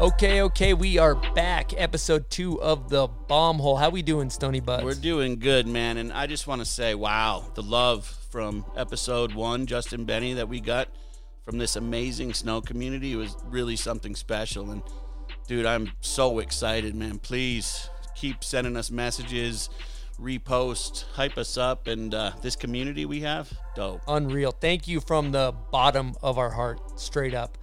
Okay, okay, we are back. Episode two of the Bomb Hole. How we doing, Stony Buds? We're doing good, man. And I just want to say, wow, the love from episode one, Justin Benny, that we got from this amazing snow community was really something special. And dude, I'm so excited, man. Please keep sending us messages, repost, hype us up. And uh, this community we have, dope. Unreal. Thank you from the bottom of our heart, straight up.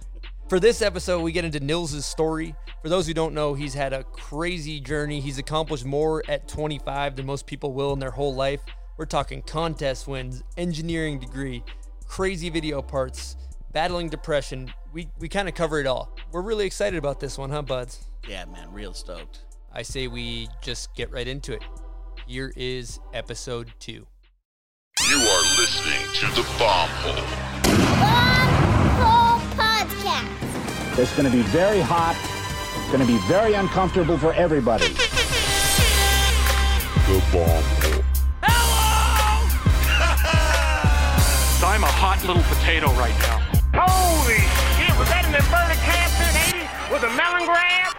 For this episode, we get into Nils' story. For those who don't know, he's had a crazy journey. He's accomplished more at 25 than most people will in their whole life. We're talking contest wins, engineering degree, crazy video parts, battling depression. We, we kind of cover it all. We're really excited about this one, huh, buds? Yeah, man, real stoked. I say we just get right into it. Here is episode two. You are listening to The Bomb Hole. Bumhole Podcast. It's going to be very hot. It's going to be very uncomfortable for everybody. The Bomb Hole. I'm a hot little potato right now. Holy shit, was that an inverted capsule in 80 with a melon grab?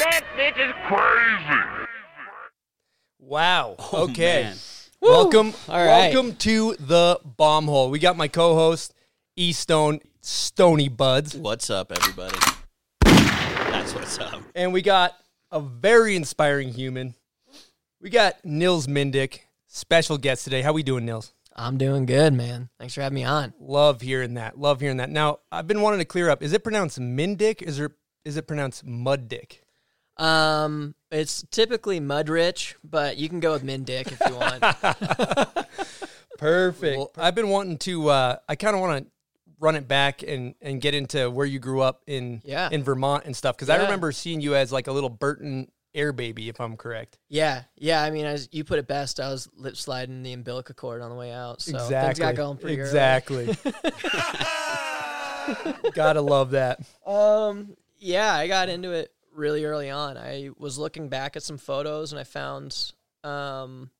That bitch is Wow. Oh, okay. man. Welcome. All right. Welcome to the bomb hole. We got my co-host E Stone, Stony Buds, What's up, everybody? That's what's up. and we got a very inspiring human. We got Nils Mindick, special guest today. How we doing, Nils? I'm doing good, man. Thanks for having me on. Love hearing that. Love hearing that. Now, I've been wanting to clear up. Is it pronounced Mindick? Is it is it pronounced Mud Dick? Um, it's typically mud rich, but you can go with Min Dick if you want. Perfect. Well, I've been wanting to. Uh, I kind of want to run it back and and get into where you grew up in Yeah. in Vermont and stuff because I Yeah. remember seeing you as like a little Burton air baby, if I'm correct. yeah, yeah. I mean, as you put it best, I was lip sliding the umbilical cord on the way out. So things got going pretty early. exactly. Gotta love that. Um, yeah, I got into it really early on. I was looking back at some photos and I found um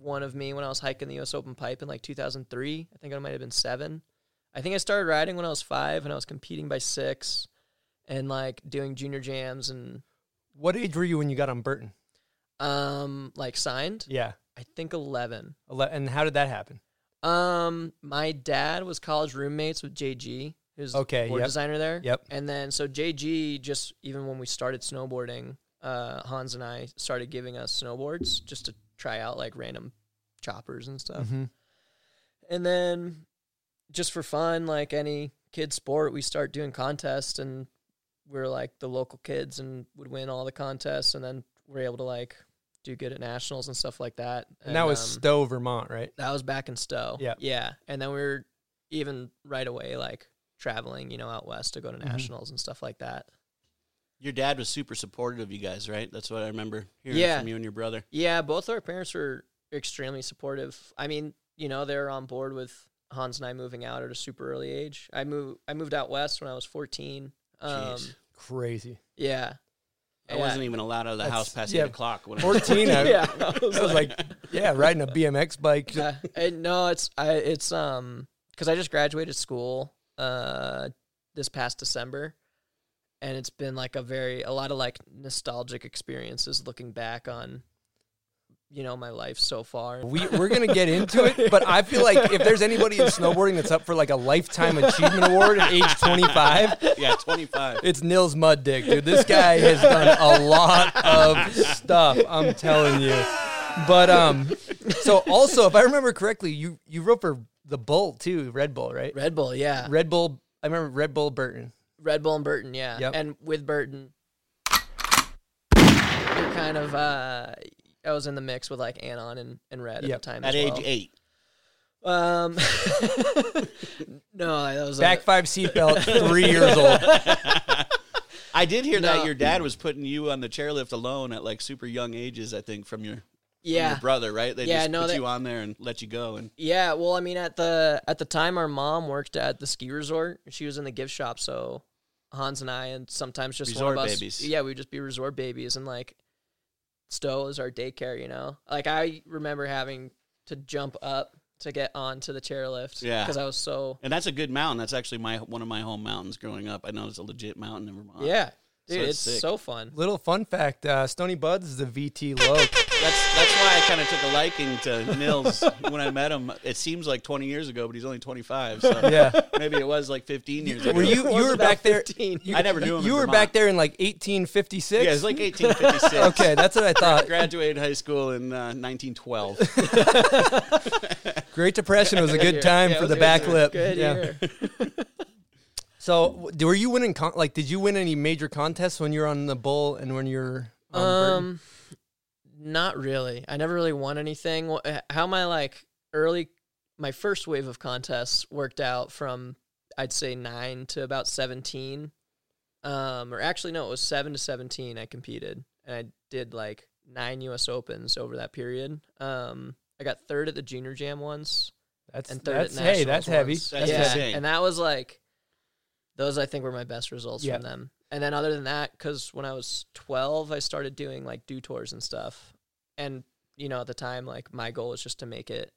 one of me when I was hiking the U.S. Open Pipe in like 2003. I think I might have been seven. I think I started riding when I was five, and I was competing by six, and like doing junior jams and What age were you when you got on Burton? um like signed. Yeah. I think eleven. Ele- And how did that happen? Um, my dad was college roommates with JG, who's Okay, okay, board yep. designer there. Yep. And then so JG just even when we started snowboarding, uh, Hans and I started giving us snowboards just to try out like random choppers and stuff. Mhm. And then just for fun, like any kid sport, we start doing contests and we are like the local kids and would win all the contests and then we're able to like do good at nationals and stuff like that. And that was um, Stowe, Vermont, right? that was back in Stowe. Yeah. Yeah. And then we were even right away like traveling, you know, out west to go to nationals and stuff like that. Your dad was super supportive of you guys, right? That's what I remember hearing Yeah. from you and your brother. Yeah, both our parents were extremely supportive. I mean, you know, they're on board with Hans and I moving out at a super early age. I moved I moved out west when I was 14. Um Jeez. Crazy. yeah. I Yeah. wasn't even allowed out of the house past yeah. eight o'clock. When I was Fourteen. I, yeah. I was like, yeah, riding a BMX bike. yeah. I- Uh, no, it's I it's um because I just graduated school uh this past December, and it's been like a very a lot of like nostalgic experiences looking back on, you know, my life so far. We, we're gonna get into it, but I feel like if there's anybody in snowboarding that's up for like a lifetime achievement award at age 25, yeah, 25. it's Nils Mud Dick, dude. This guy has done a lot of stuff. I'm telling you. But um, so also, if I remember correctly, you you wrote for the Bull too, Red Bull, right? Red Bull, yeah, Red, Red Bull. I remember Red Bull Burton. Bull and Burton, yeah, Yep. and with Burton, you're kind of uh. I was in the mix with like Anon and, and Red Yep. at the time. At as age well. eight. Um, no, that was Back five seatbelt, three years old. I did hear that No. your dad was putting you on the chairlift alone at like super young ages, I think, from your, from yeah. your brother, right? They Yeah, just no, put that- you on there and let you go. And Yeah, well, I mean, at the at the time, our mom worked at the ski resort. She was in the gift shop, so Hans and I, and sometimes just one Resort of us, babies. yeah, we'd just be resort babies, and like Stowe is our daycare, you know. Like I remember having to jump up to get onto the chairlift. Yeah. Because I was so. And that's a good mountain. That's actually my one of my home mountains growing up. I know it's a legit mountain in Vermont. Yeah. Dude, it's it's sick. so fun. Little fun fact: uh, Stony Buds is a VT low. That's that's why I kind of took a liking to Nils when I met him. It seems like 20 years ago, but he's only 25. So Yeah. maybe it was like 15 years ago. Were you was you were about back there? 15. You, I never knew him You in were Vermont. back there in like 1856. Yeah, it's like 1856. okay, that's what I thought. Graduated high school in uh, 1912. Great Depression was a good year. time Yeah, it for was the a back good- lip. Good yeah. year. So, w- d- were you winning? Con- like, did you win any major contests when you're on the bull and when you're on the burden? Um, not really. I never really won anything. Wh- How my like early, my first wave of contests worked out from I'd say nine to about seventeen. Um, or actually no, it was seven to seventeen. I competed and I did like nine U.S. Opens over that period. Um, I got third at the Junior Jam once That's and third that's at hey, Nationals. that's heavy. once. That's yeah, insane. and that was like, those I think were my best results Yeah. from them. And then other than that, because when I was twelve, I started doing like do tours and stuff. And you know, at the time, like my goal was just to make it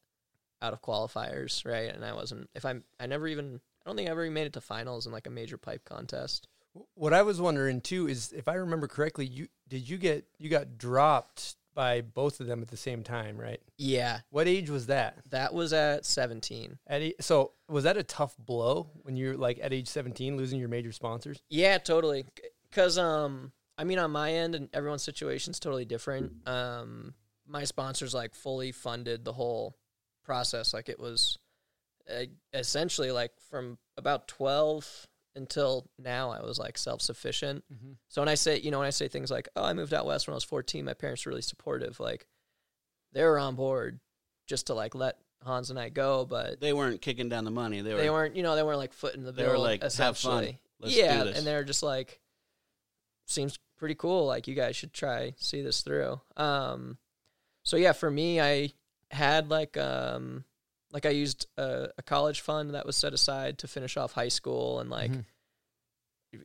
out of qualifiers, right? And I wasn't. If I'm, I never even. I don't think I ever even made it to finals in like a major pipe contest. What I was wondering too is if I remember correctly, you did you get you got dropped by both of them at the same time, right? Yeah, What age was that? that was at seventeen. At e- so was that a tough blow when you're like at age 17 losing your major sponsors? Yeah, totally. Cause um, I mean, on my end, and everyone's situation's totally different. Um, my sponsors like fully funded the whole process. Like it was uh, essentially like from about twelve until now, I was like self sufficient. So when I say, you know, when I say things like, "Oh, I moved out west when I was 14," my parents were really supportive. Like they were on board just to like let Hans and I go, but They weren't kicking down the money. They were. they weren't you know they weren't like foot in the bill They were like, "Have fun. essentially Let's do yeah this." and they're just like seems pretty cool like you guys should try see this through um so yeah for me i had like um like i used a, a college fund that was set aside to finish off high school and like Mm-hmm.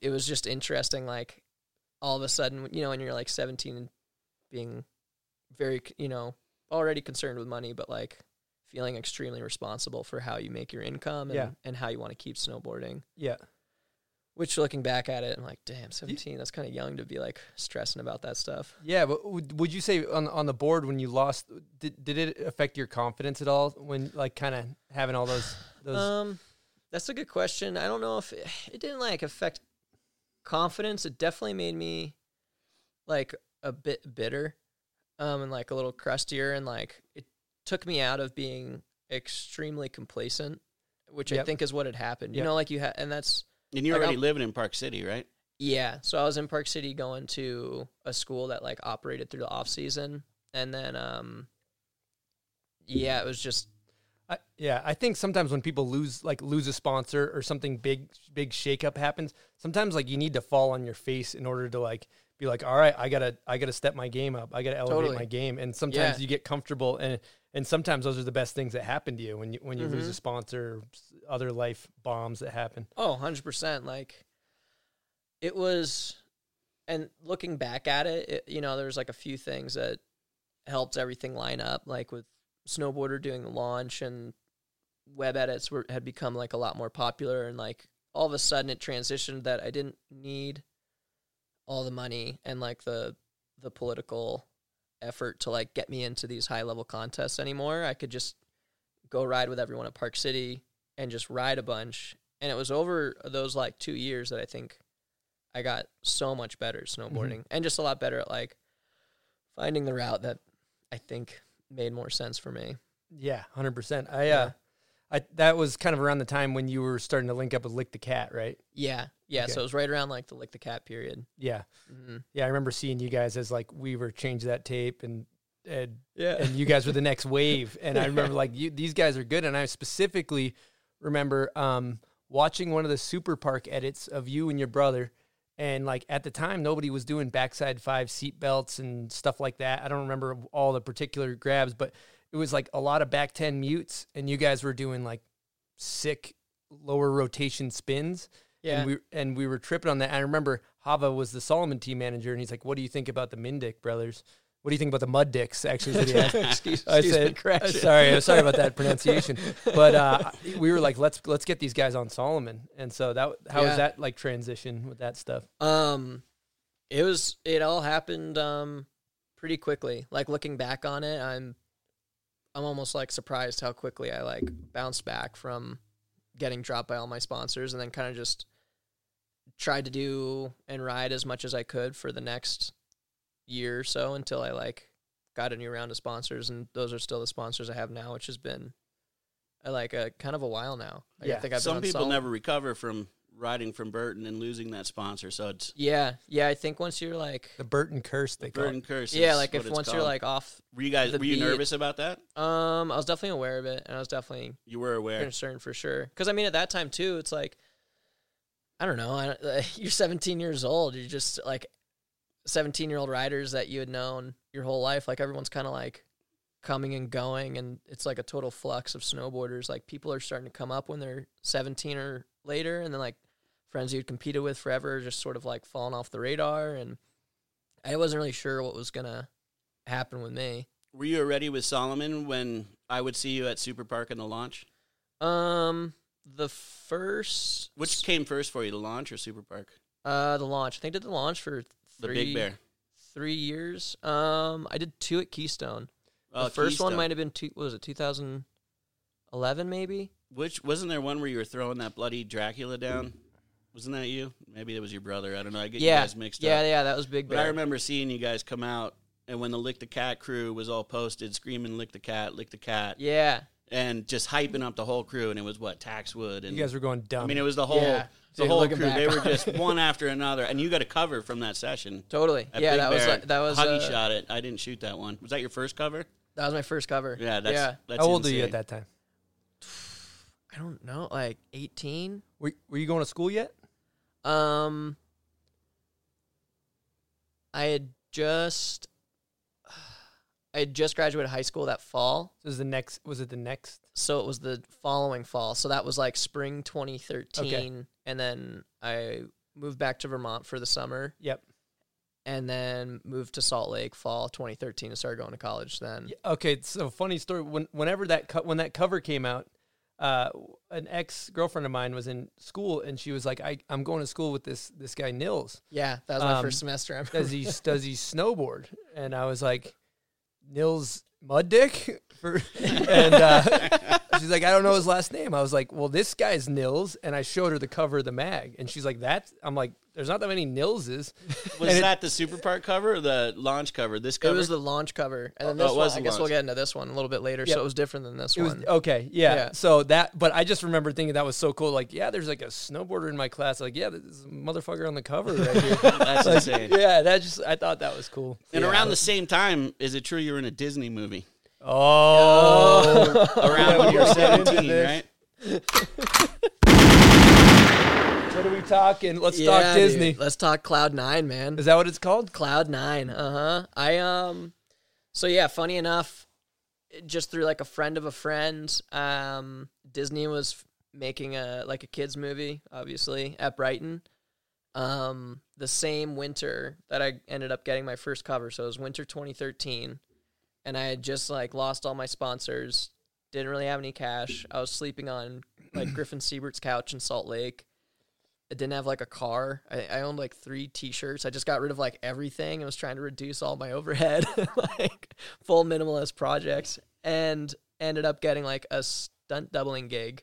it was just interesting like all of a sudden you know when you're like 17 and being very c- you know already concerned with money but like feeling extremely responsible for how you make your income and, Yeah. and how you want to keep snowboarding Yeah. which looking back at it i'm like damn 17 that's kind of young to be like stressing about that stuff Yeah, but would, would you say on on the board when you lost did, did it affect your confidence at all when like kind of having all those those um that's a good question i don't know if it, it didn't like affect confidence it definitely made me like a bit bitter um and like a little crustier and like it took me out of being extremely complacent which i Yep. think is what had happened you Yep. know like you had and that's And you're Like, already I'm- living in Park City, right? Yeah, so I was in Park City going to a school that like operated through the off season, and then um, yeah, it was just I, yeah, I think sometimes when people lose like lose a sponsor or something big big shakeup happens, sometimes like you need to fall on your face in order to like be like, all right, I gotta I gotta step my game up, I gotta elevate Totally. my game, and sometimes Yeah. you get comfortable and and sometimes those are the best things that happen to you when you when Mm-hmm. you lose a sponsor, or s- other life bombs that happen. oh, 100 percent. Like it was, and looking back at it, it, you know, there was like a few things that helped everything line up, like with snowboarder doing the launch and web edits were had become like a lot more popular and like all of a sudden it transitioned that I didn't need all the money and like the the political effort to like get me into these high level contests anymore. I could just go ride with everyone at Park City and just ride a bunch. And it was over those like 2 years that I think I got so much better at snowboarding and just a lot better at like finding the route that I think made more sense for me. Yeah, hundred percent. I uh, I that was kind of around the time when you were starting to link up with Lick the Cat, right? Yeah. Yeah. Okay. So it was right around like the lick the cat period. Yeah, yeah. I remember seeing you guys as like Weaver change that tape and and Yeah. and you guys were the next wave. And I remember like you, these guys are good. And I specifically remember um, watching one of the Super Park edits of you and your brother. And like at the time, nobody was doing backside five seat belts and stuff like that. I don't remember all the particular grabs, but it was like a lot of back ten mutes, and you guys were doing like sick lower rotation spins. Yeah. And we and we were tripping on that. I remember Hava was the Solomon team manager, and he's like, "What do you think about the Mindick brothers?" What do you think about the mud dicks? Actually, is what he asked. excuse, I excuse me, said, correction. sorry, I'm sorry about that pronunciation. But uh, we were like, let's let's get these guys on Solomon, and so that how was Yeah. that like transition with that stuff? Um, it was it all happened um pretty quickly. Like looking back on it, I'm I'm almost like surprised how quickly I like bounced back from getting dropped by all my sponsors, and then kind of just tried to do and ride as much as I could for the next year or so until I like got a new round of sponsors, and those are still the sponsors I have now, which has been uh, like a kind of a while now. Like, Yeah. I think I've Some been on people Solid- never recover from riding from Burton and losing that sponsor. So it's Yeah, yeah. I think once you're like The Burton curse, they call Burton it. curse. yeah, is like what if it's once you're called. like off, were you guys the were you beat- nervous about that? um, I was definitely aware of it, and I was definitely You were aware. concerned for sure. Because I mean, at that time too, it's like, I don't know, I, don't- you're 17 years old. You're just like 17 year old riders that you had known your whole life. Like everyone's kind of like coming and going, and it's like a total flux of snowboarders. Like people are starting to come up when they're 17 or later, and then like friends you'd competed with forever are just sort of like falling off the radar. And I wasn't really sure what was gonna happen with me. Were you already with Solomon when I would see you at Super Park in the launch? Um, the first Which came first for you, the launch or Super Park? uh the launch. I think I did the launch for The three Big Bear. three years. Um, I did two at Keystone. Oh, the first one Keystone. might have been two. What was it 2011 maybe? Which wasn't there one where you were throwing that bloody Dracula down? Wasn't that you? Maybe that was your brother. I don't know. I get yeah, you guys mixed yeah, up. yeah. That was Big But I Bear. remember seeing you guys come out, and when the Lick the Cat crew was all posted, screaming "Lick the Cat, Lick the Cat," yeah, and just hyping up the whole crew. And it was what Taxwood and You guys were going dumb. I mean, it was the whole Yeah. the Dude, whole looking crew. back They on were just it. one after another, and you got a cover from that session. totally. At yeah, Big that was Bear. like, that was Huggy uh, shot it. I didn't shoot that one. Was that your first cover? That was my first cover. Yeah, that's yeah. that's how old were you insane. at that time? I don't know, like 18. Were, were you going to school yet? Um, I had just. I had just graduated high school that fall, So was the next? Was it the next? so it was the following fall. So that was like spring 2013, and then I moved back to Vermont for the summer, Yep. and then moved to Salt Lake fall 2013 and started going to college. Then Yeah, Okay, so funny story. When whenever that co- when that cover came out, uh, an ex girlfriend of mine was in school and she was like, I, "I'm going to school with this this guy Nils. yeah, that was my Um, first semester. I remember. Does he does he snowboard?" And I was like, "Nils Mud Dick." For, and uh, she's like, "I don't know his last name." I was like, "Well, this guy's Nils," and I showed her the cover of the mag, and she's like, "That." I'm like, "There's not that many Nilses." Was And it- that the Super Park cover or the launch cover? This It cover was the launch cover, and then Oh, this it one. was I the guess we'll launch. get into this one a little bit later. So Yeah. it was different than this It was one. okay, yeah. Yeah. So that, but I just remember thinking that was so cool. Like, yeah, there's like a snowboarder in my class. Like, yeah, this is a motherfucker on the cover right here. That's insane. yeah, that just I thought that was cool. And around the same time, is it true you were in a Disney movie? Oh, Around when you were 17, this. right? what are we talking? Let's Yeah, talk dude. Disney. Let's talk Cloud Nine, man. Is that what it's called? Cloud Nine. Uh huh. I um. So yeah, funny enough, just through like a friend of a friend, um, Disney was f- making a like a kids movie, obviously at Brighton. Um, the same winter that I ended up getting my first cover, so it was winter 2013, and I had just like lost all my sponsors, didn't really have any cash. I was sleeping on like Griffin Siebert's couch in Salt Lake. I didn't have like a car. I, I owned like three T-shirts. I just got rid of like everything and was trying to reduce all my overhead, like full minimalist projects, and ended up getting like a stunt doubling gig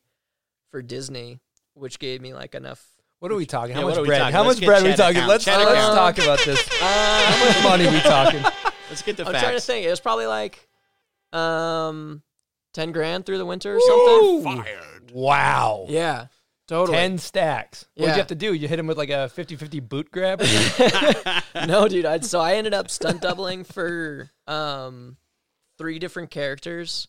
for Disney, which gave me like enough. What are we talking? How Yeah, what much are we bread? talking? How Let's much get bread are we cheddar talking? count. Let's Cheddar let's count. talk about this. How much money we talking? Let's get the I'm trying to facts. think. It was probably like, um, ten grand through the winter or something. Wow. Yeah, totally. Ten stacks. What'd Yeah. you have to do? You hit him with like a 50-50 boot grab. no, dude. I'd, so I ended up stunt doubling for um three different characters.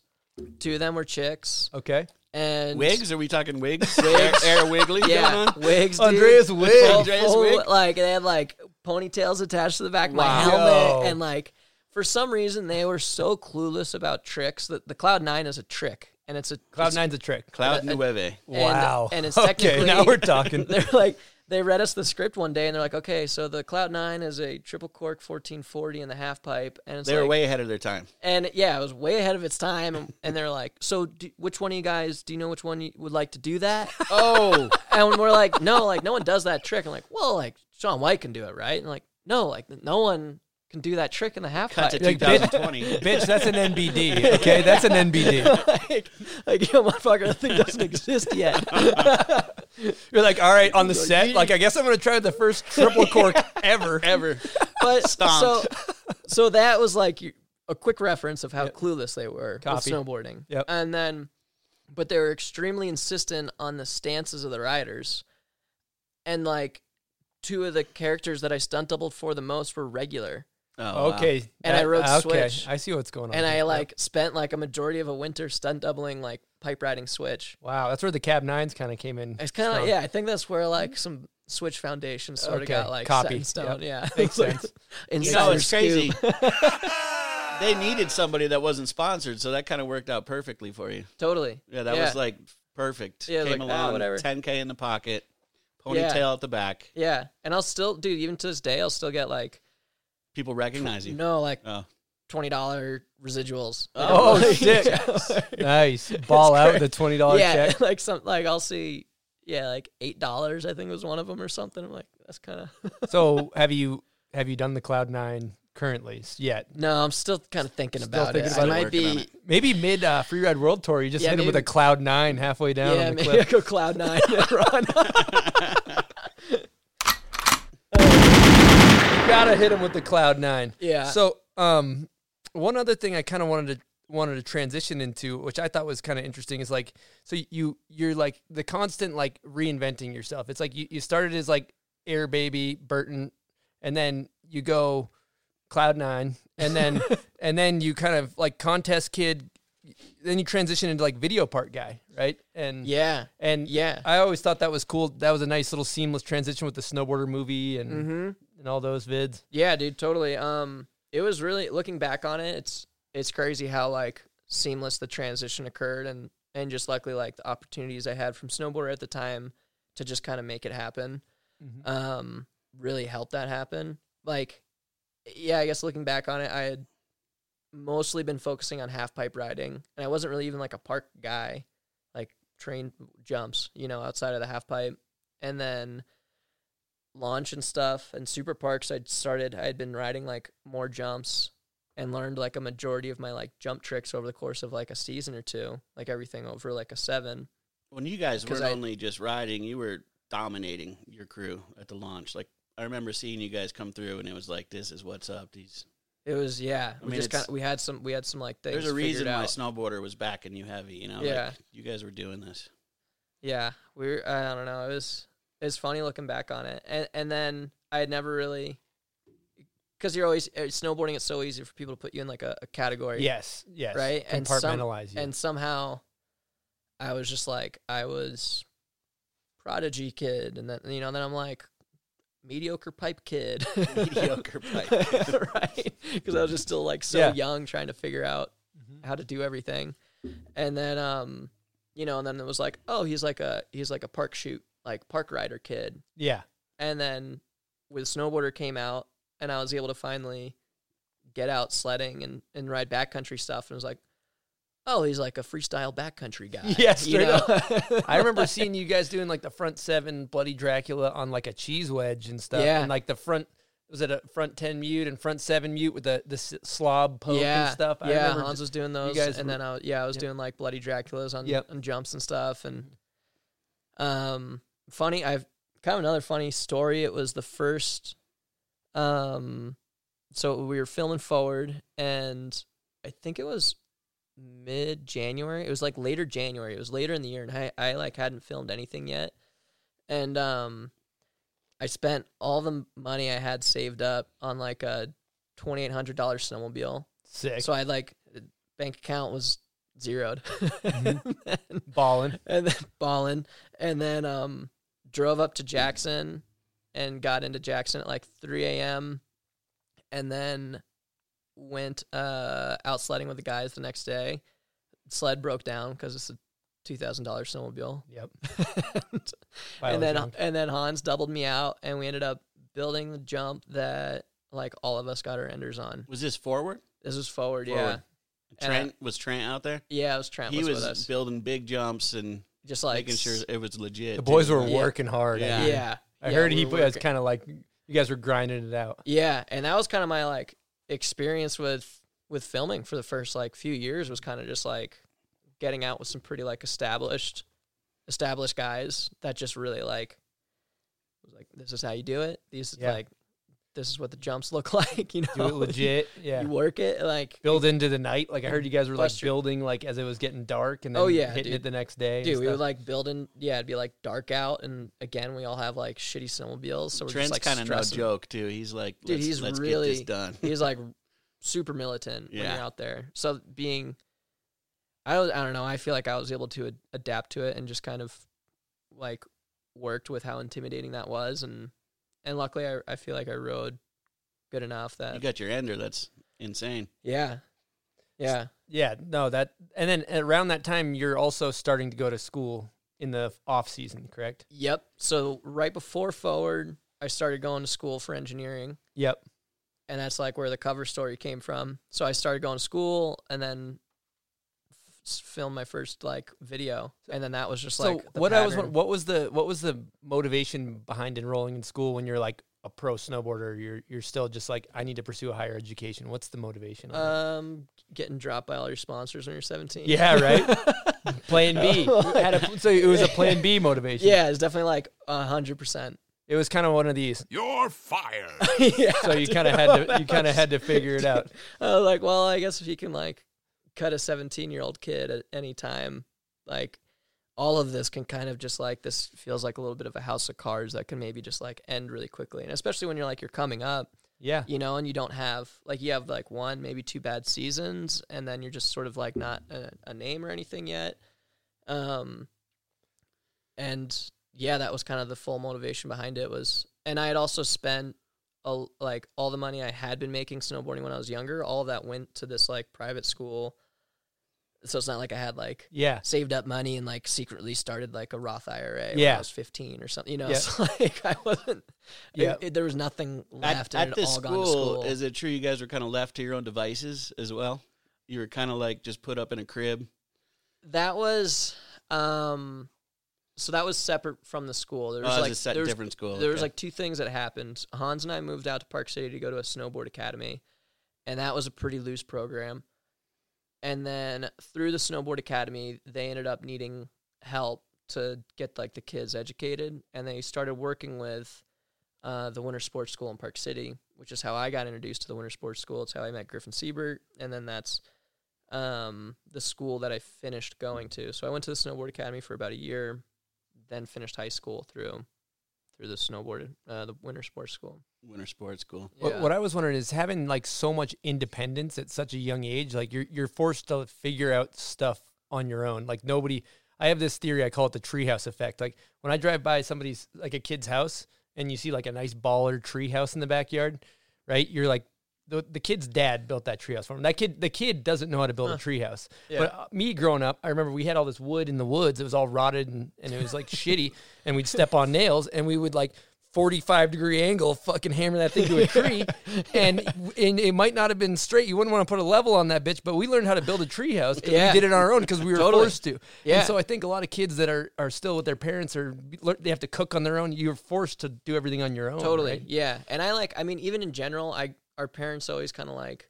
Two of them were chicks okay. and Wigs? Are we talking wigs? wigs. Air, air wiggly Yeah, going on? wigs. Dude. Andreas wig. Full- Andreas full- wig. Like they had like ponytails attached to the back of my Wow. helmet, Yo. and like for some reason they were so clueless about tricks that the Cloud Nine is a trick, and it's a Cloud it's- nine's a trick. Cloud Nueve. and- wow. and it's okay, technically- now we're talking. They're like they read us the script one day and they're like, okay, so the Cloud Nine is a triple cork 1440 in the half pipe, and it's They were like- way ahead of their time. and yeah, it was way ahead of its time. And, and they're like, so do, which one of you guys do you know which one you would like to do that? Oh, and we're like, no, like no one does that trick. I'm like, well, like Sean White can do it, right? And like, no, like no one can do that trick in the half cut pipe. to Like, bitch. 2020. Bitch, that's an NBD. Okay, that's an NBD. like, like yo, motherfucker, that thing doesn't exist yet. You're like, all right, on the set, like I guess I'm gonna try the first triple cork ever. Ever. But so, Stomped. so that was like you- a quick reference of how clueless they were with Copy. snowboarding. Yep. And then, but they were extremely insistent on the stances of the riders, and like two of the characters that I stunt doubled for the most were regular. Oh, wow. Okay. And I wrote okay, Switch. I see what's going on. and I here. like spent like a majority of a winter stunt doubling like pipe riding switch. Wow, that's where the cab nines kind of came in. It's kind strong. of yeah. I think that's where like some switch foundation sort of Okay, got like copy. set in Yep. stone. Yeah, Makes Like, sense. You insider know, it's scoop. crazy. they needed somebody that wasn't sponsored, so that kind of worked out perfectly for you. Totally. Yeah, that was like perfect. Yeah, it was Came like, ah, along, whatever. 10K in the pocket, Yeah. ponytail at the back. yeah. And I'll still, dude, even to this day, I'll still get like People recognize you. no like Oh. twenty dollar residuals. Like, Oh, I'm like- shit. Oh, nice. Ball out the twenty dollar yeah, check. like some like I'll see. Yeah, like eight dollars, I think was one of them or something. I'm like, that's kind of So have you have you done the cloud nine currently s- yet? no. I'm still kind of thinking Still about thinking it. about I it. might Working on be it. Maybe mid uh, free ride world tour, you just Yeah, hit him with a maybe- cloud nine halfway down yeah, on the maybe cliff. I go cloud nine and run. gotta hit him with the cloud nine. Yeah. So, um, one other thing I kind of wanted to wanted to transition into, which I thought was kind of interesting, is like, so you you're like the constant like reinventing yourself. It's like you you started as like Air Baby Burton, and then you go Cloud Nine, and then and then you kind of like contest kid. Then you transition into like video part guy, right? And yeah, and Yeah. I always thought that was cool. That was a nice little seamless transition with the snowboarder movie and Mm-hmm. and all those vids. yeah, dude, totally. Um, it was really looking back on it. It's it's crazy how like seamless the transition occurred, and and just luckily like the opportunities I had from snowboarder at the time to just kind of make it happen, um, really helped that happen. Like, yeah, I guess looking back on it, I had mostly been focusing on half pipe riding, and I wasn't really even like a park guy, like train jumps, you know, outside of the half pipe, and then launch and stuff and super parks i'd started i'd been riding like more jumps and learned like a majority of my like jump tricks over the course of like a season or two like everything over like a seven When you guys 'Cause weren't I- only just riding, you were dominating your crew at the launch. Like, I remember seeing you guys come through, and it was like, this is what's up. These, it was yeah we mean, just kind it's- of we had some we had some like things there's a reason figured out. why snowboarder was backing you heavy, you know? Yeah. Like, you guys were doing this. Yeah, we were, I don't know. It was it was funny looking back on it, and and then I had never really because you're always uh, snowboarding. It's so easy for people to put you in like a, a category, Yes, yes. right, and some- compartmentalize you. And somehow, I was just like I was prodigy kid, and then you know, then I'm like mediocre pipe kid, Mediocre pipe. right? Because I was just still like so Yeah. Mm-hmm. young, trying to figure out how to do everything, and then um, you know, and then it was like, oh, he's like a he's like a park shoot, like park rider kid, yeah, and then with snowboarder came out, and I was able to finally get out sledding and and ride backcountry stuff, and was like. Oh, he's like a freestyle backcountry guy. Yeah, you straight know? I remember seeing you guys doing like the front seven Bloody Dracula on like a cheese wedge and stuff. Yeah. and like the front was it a front ten mute and front seven mute with the the s- slob poke yeah, and stuff. I yeah, remember Hans ju- was doing those, guys and were- then I was, yeah, I was doing like bloody Draculas on, Yep. Mm-hmm. on jumps and stuff, and um, funny. I've kind of another funny story. It was the first, um, so we were filming forward, and I think it was mid January. It was like later January. It was later in the year, and I I like hadn't filmed anything yet, and um, I spent all the money I had saved up on like a twenty eight hundred dollar snowmobile. sick, So I like bank account was zeroed, Mm-hmm. and then, balling. and then balling, and then um drove up to Jackson and got into Jackson at like 3 a.m. and then went uh out sledding with the guys the next day. Sled broke down because it's a two thousand dollar snowmobile. Yep. and, While I was then young. and then Hans doubled me out, and we ended up building the jump that like all of us got our enders on. Was this forward? This was forward, yeah, Forward. And I- Trent was Trent out there. yeah. It was Uh, Trent he was, was, with us, building big jumps and just like making sure it was legit. The boys too. were Yeah. working hard. I Yeah. mean, yeah. I yeah, heard we he were was working- kind of like you guys were grinding it out. Yeah, and that was kind of my like experience with with filming for the first like few years was kind of just like getting out with some pretty like established established guys that just really like was like this is how you do it. These Yeah. like this is what the jumps look like, you know. Do it legit. Oh, Yeah. You work it like Build into the night. Like I heard you guys were like Bless you. building like as it was getting dark and then Oh, yeah, hitting dude. it the next day. and dude, we would stuff. like build in yeah, it'd be like dark out and again we all have like shitty snowmobiles. So we're Trent's just like kind of no stressing. joke too. He's like, Dude, let's, he's let's really get this done. he's like super militant when Yeah. you're out there. So being, I was, I don't know. I feel like I was able to ad- adapt to it and just kind of like worked with how intimidating that was, and and luckily I I feel like I rode good enough you that got your ender. That's insane. yeah yeah yeah, no, that and then around that time you're also starting to go to school in the off season, correct? yep. So right before forward, I started going to school for engineering. Yep. and that's like where the cover story came from. So I started going to school and then f- s- filmed my first like video, and then that was just so like the what I was pattern. what was the what was the motivation behind enrolling in school when you're like a pro snowboarder? You're you're still just like I need to pursue a higher education. What's the motivation? on that? um getting dropped by all your sponsors when you're 17. Yeah, right. plan B. Had a- so it was a plan B motivation. yeah, it's definitely like hundred percent. It was kind of one of these. You're fired. Yeah, So you kind of had to you kind of had to figure it out. I was like, well, I guess if you can like cut a 17 year old kid at any time, like all of this can kind of just like this feels like a little bit of a house of cards that can maybe just like end really quickly, and especially when you're like you're coming up. Yeah. you know, and you don't have like you have like one, maybe two bad seasons, and then you're just sort of like not a, a name or anything yet. Um, and yeah, that was kind of the full motivation behind it was, and I had also spent a, like all the money I had been making snowboarding when I was younger, all of that went to this like private school. So it's not like I had like Yeah. saved up money and like secretly started like a Roth IRA when Yeah. I was 15 or something, you know, Yeah. it's like I wasn't, Yeah. yeah. there was nothing At, left. and at it had this all gone to school. school, is it true you guys were kind of left to your own devices as well? You were kind of like just put up in a crib. that was, um, so that was separate from the school. There Oh, was it was like, a set- there was, different school. there was Okay. like two things that happened. Hans and I moved out to Park City to go to a snowboard academy, and that was a pretty loose program. And then through the snowboard academy, they ended up needing help to get like the kids educated, and they started working with uh, the winter sports school in Park City, which is how I got introduced to the winter sports school. It's how I met Griffin Siebert, and then that's um, the school that I finished going to. So I went to the snowboard academy for about a year, then finished high school through through the snowboard, uh, the winter sports school. Winter sports school. What, Yeah. what I was wondering is having like so much independence at such a young age, like you're you're forced to figure out stuff on your own. Like nobody, I have this theory. I call it the treehouse effect. Like when I drive by somebody's like a kid's house and you see like a nice baller treehouse in the backyard, right? You're like. The, the kid's dad built that treehouse for him. That kid, the kid doesn't know how to build a treehouse. But uh, me growing up, I remember we had all this wood in the woods. It was all rotted and, and it was like shitty. And we'd step on nails and we would like 45 degree angle, fucking hammer that thing to a tree. and, and it might not have been straight. You wouldn't want to put a level on that bitch, but we learned how to build a tree house. 'cause Yeah. We did it on our own because we were Totally. forced to. Yeah. And so I think a lot of kids that are, are still with their parents or they have to cook on their own. You're forced to do everything on your own. Totally. right? Yeah. And I like I mean even in general, I our parents always kind of like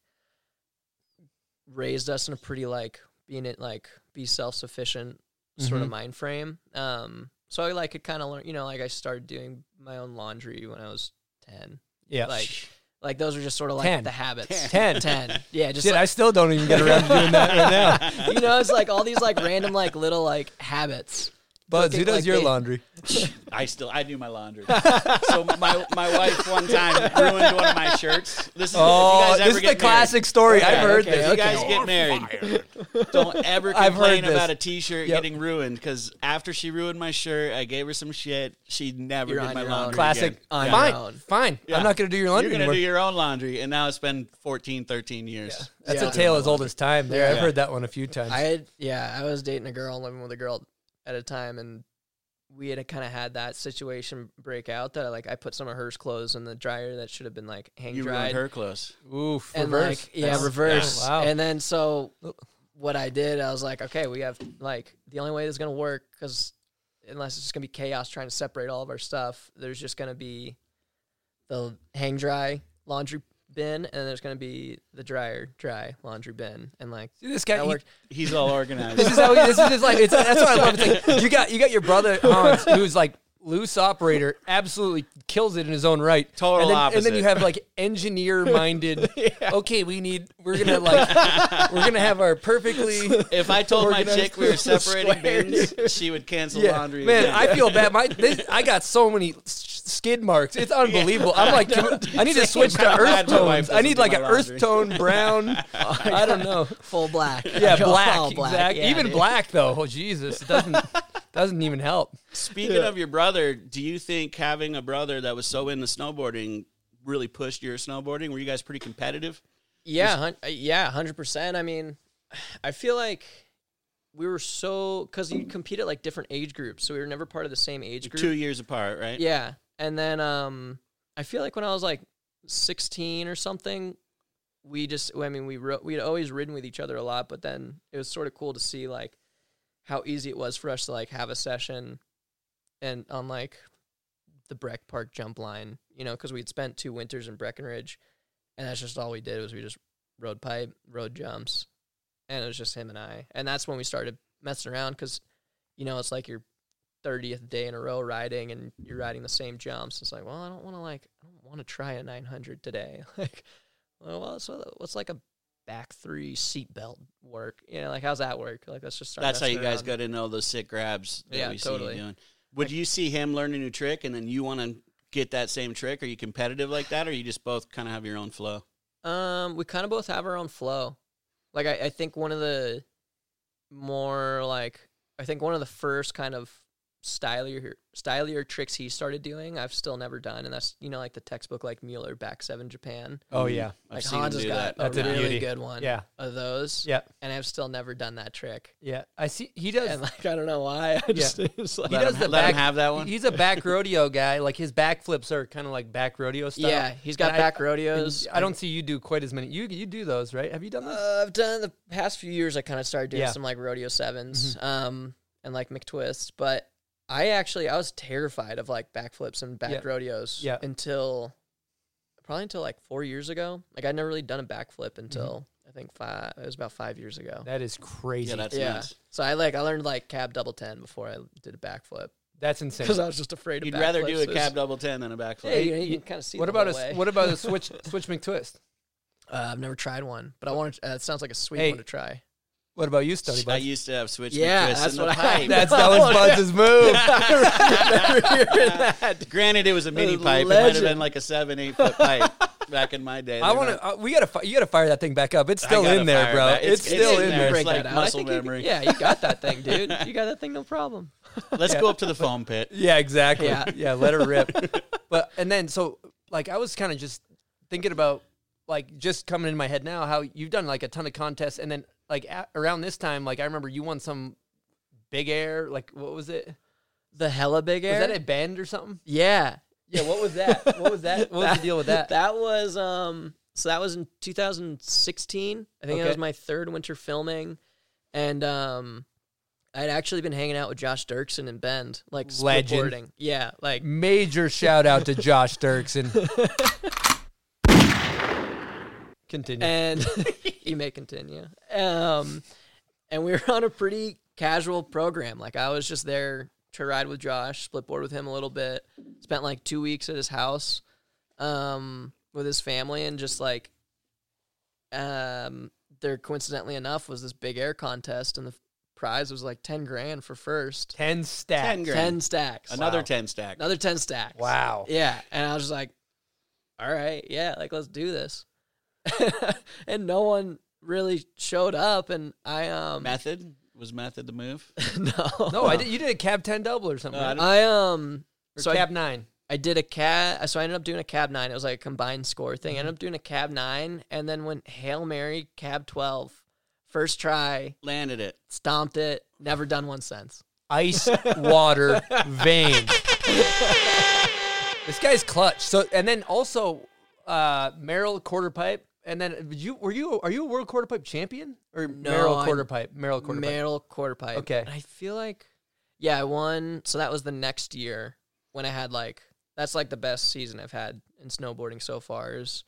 raised us in a pretty like being it like be self-sufficient sort Mm-hmm. of mind frame. Um so I like could kind of learn, you know, like I started doing my own laundry when I was 10. Yeah. Like like those are just sort of like 10. the habits. 10. 10. Yeah, just Shit, like- I still don't even get around to doing that right now. you know, it's like all these like random like little like habits Buds, cook who it does like your they- laundry? I still I do my laundry. so my my wife one time ruined one of my shirts. This is if Oh, you guys this ever is get the married- classic story. I've okay, heard okay, this. If you guys get married, don't ever I've heard complain this. about a T-shirt Yep. getting ruined. Because after she ruined my shirt, I gave her some shit. She never You're on did my your own. laundry. Classic. again. On your Fine, own. fine. Yeah. I'm not going to do your laundry You're gonna anymore. do your own laundry, and now it's been 14, 13 years. That's Yeah. a tale as old as time. There, I've Yeah. heard that one a few times. I had yeah, I was dating a girl and living with a girl at a time, and we had kind of had that situation break out that like I put some of hers clothes in the dryer that should have been like hang You dried. ruined her clothes. Oof, and reverse. like yeah, That's- reverse. yeah. Wow. Oh. And then so what I did, I was like, okay, we have like the only way this is gonna work because unless it's just gonna be chaos trying to separate all of our stuff, there's just gonna be the hang dry laundry bin, and there's gonna be the dryer dry laundry bin, and like See, this guy, that he- worked. He's all organized. this is how he, this is his life. It's, that's what I love. It's like you got you got your brother Hans, who's like loose operator, absolutely kills it in his own right. Total and then, And opposite. then you have like engineer minded. Okay, we need. We're gonna like. we're gonna have our perfectly. if I told my Organized chick we were separating squares. bins, she would cancel Yeah, laundry. man, again. I feel bad. My this, I got so many s- skid marks. It's unbelievable. I'm like, I need to switch how to earth bad my wife tones. I doesn't need do like my an laundry. earth tone brown. I don't know. full black. Yeah, black. All exact- Yeah, even dude. black though. Oh Jesus, it doesn't doesn't even help. Speaking of your brother, do you think having a brother that was so into snowboarding really pushed your snowboarding? Were you guys pretty competitive? Yeah, hun- uh, yeah, hundred percent. I mean, I feel like we were so because you compete at like different age groups, so we were never part of the same age group. Two years apart, right? Yeah, and then um, I feel like when I was like sixteen or something, we just I mean we ro- we had always ridden with each other a lot, but then it was sort of cool to see like how easy it was for us to like have a session and on like the Breck Park jump line, you know, because we had spent two winters in Breckenridge, and that's just all we did was we just rode pipe, rode jumps, and it was just him and I, and that's when we started messing around because you know it's like your thirtieth day in a row riding, and you're riding the same jumps. It's like, well, I don't want to like, I don't want to try a nine hundred today, like, well, what's what's like a back three seatbelt work, you know, like how's that work? Like, let's just start. That's how you messing guys around. got into all those sick grabs that Yeah, we totally. see you doing. Would you see him learn a new trick and then you want to get that same trick? Are you competitive like that, or you just both kind of have your own flow? Um, we kind of both have our own flow. Like I, I think one of the more like I think one of the first kind of stylier stylier tricks he started doing I've still never done, and that's you know like the textbook like Mueller back seven Japan. Oh yeah, I've like seen him Hans has do got that. That's a a really beauty. good one. Yeah. of those. yeah, and I've still never done that trick. yeah. I see. He does. And like I don't know why. I just it's like he Let does him- the let him back. have that one? He's a back rodeo guy. Like his back flips are kind of like back rodeo style. yeah, he's got And I- back and rodeos. I don't see you do quite as many. You you do those right? Have you done those? Uh, I've done the past few years. I kind of started doing Yeah. Mm-hmm. some like rodeo 7s um, and like McTwists. But I actually I was terrified of like backflips and back Yeah. rodeos Yeah. until probably until like four years ago. Like I'd never really done a backflip until Mm-hmm. I think five. It was about five years ago. That is crazy. Yeah, that's yeah. nice. So I like I learned like cab double ten before I did a backflip that's insane. because I was just afraid of. You'd rather do a backflips. cab double ten than a Yeah, backflip. you, you can kind of see. What the about whole a way. what about a switch switch McTwist? Uh, I've never tried one, but I want. to. Uh, it sounds like a sweet Hey. one to try. What about you, Oh, Stony I Buds? used to have switch. Yeah, McTwists that's in the what I- pipe. That's that was Buds' move. Granted, it was a mini pipe. It might have legend. been like a seven, eight foot pipe back in my day. I They're want not- to. Uh, we gotta. Fi- you gotta fire that thing back up. It's I still gotta in there, fire it bro. back. It's, It's- it's still in in there. there. It's break like that out. I muscle think you- memory. yeah, you got that thing, dude. You got that thing, no problem. Let's go up to the foam pit. Yeah, exactly. Yeah, Yeah. let her rip. but and then so like I was kind of just thinking about like just coming in my head now how you've done like a ton of contests and then like a around this time like I remember you won some big air like what was it The hella big was air. that a bend or something yeah, yeah what was that what was that what was the deal with that That was um. So that was in 2016. I think Okay. that was my third winter filming, and um, I'd actually been hanging out with Josh Dirksen and Bend, like Legend. skateboarding. Yeah, like major shout out to Josh Dirksen continue and you may continue. Um, and we were on a pretty casual program. Like I was just there to ride with Josh, split board with him a little bit. Spent like two weeks at his house, um, with his family, and just like, um, there coincidentally enough was this big air contest, and the prize was like ten grand for first. Ten stacks. 10 grand. Ten stacks. Another 10 stack. Another ten stacks. Wow. Yeah. And I was just like, all right, yeah, like let's do this. and no one really showed up and I um Method? Was method the move? no. No, I did. You did a cab ten double or something. No, I right? didn't. I um Or so I- cab nine. I did a cab. So I ended up doing a cab nine. It was like a combined score thing. Mm-hmm. I ended up doing a cab nine and then went Hail Mary, cab 12. First try, Landed it. stomped it. Never done one since. Ice water vein. this guy's clutch. So and then also uh Merrill quarter pipe. And then did you were you are you a world quarter pipe champion or Merrill I'm- quarter pipe? Merrill quarter pipe. Merrill quarter pipe. Okay. And I feel like, yeah, I won. So that was the next year when I had like, that's like the best season I've had in snowboarding so far is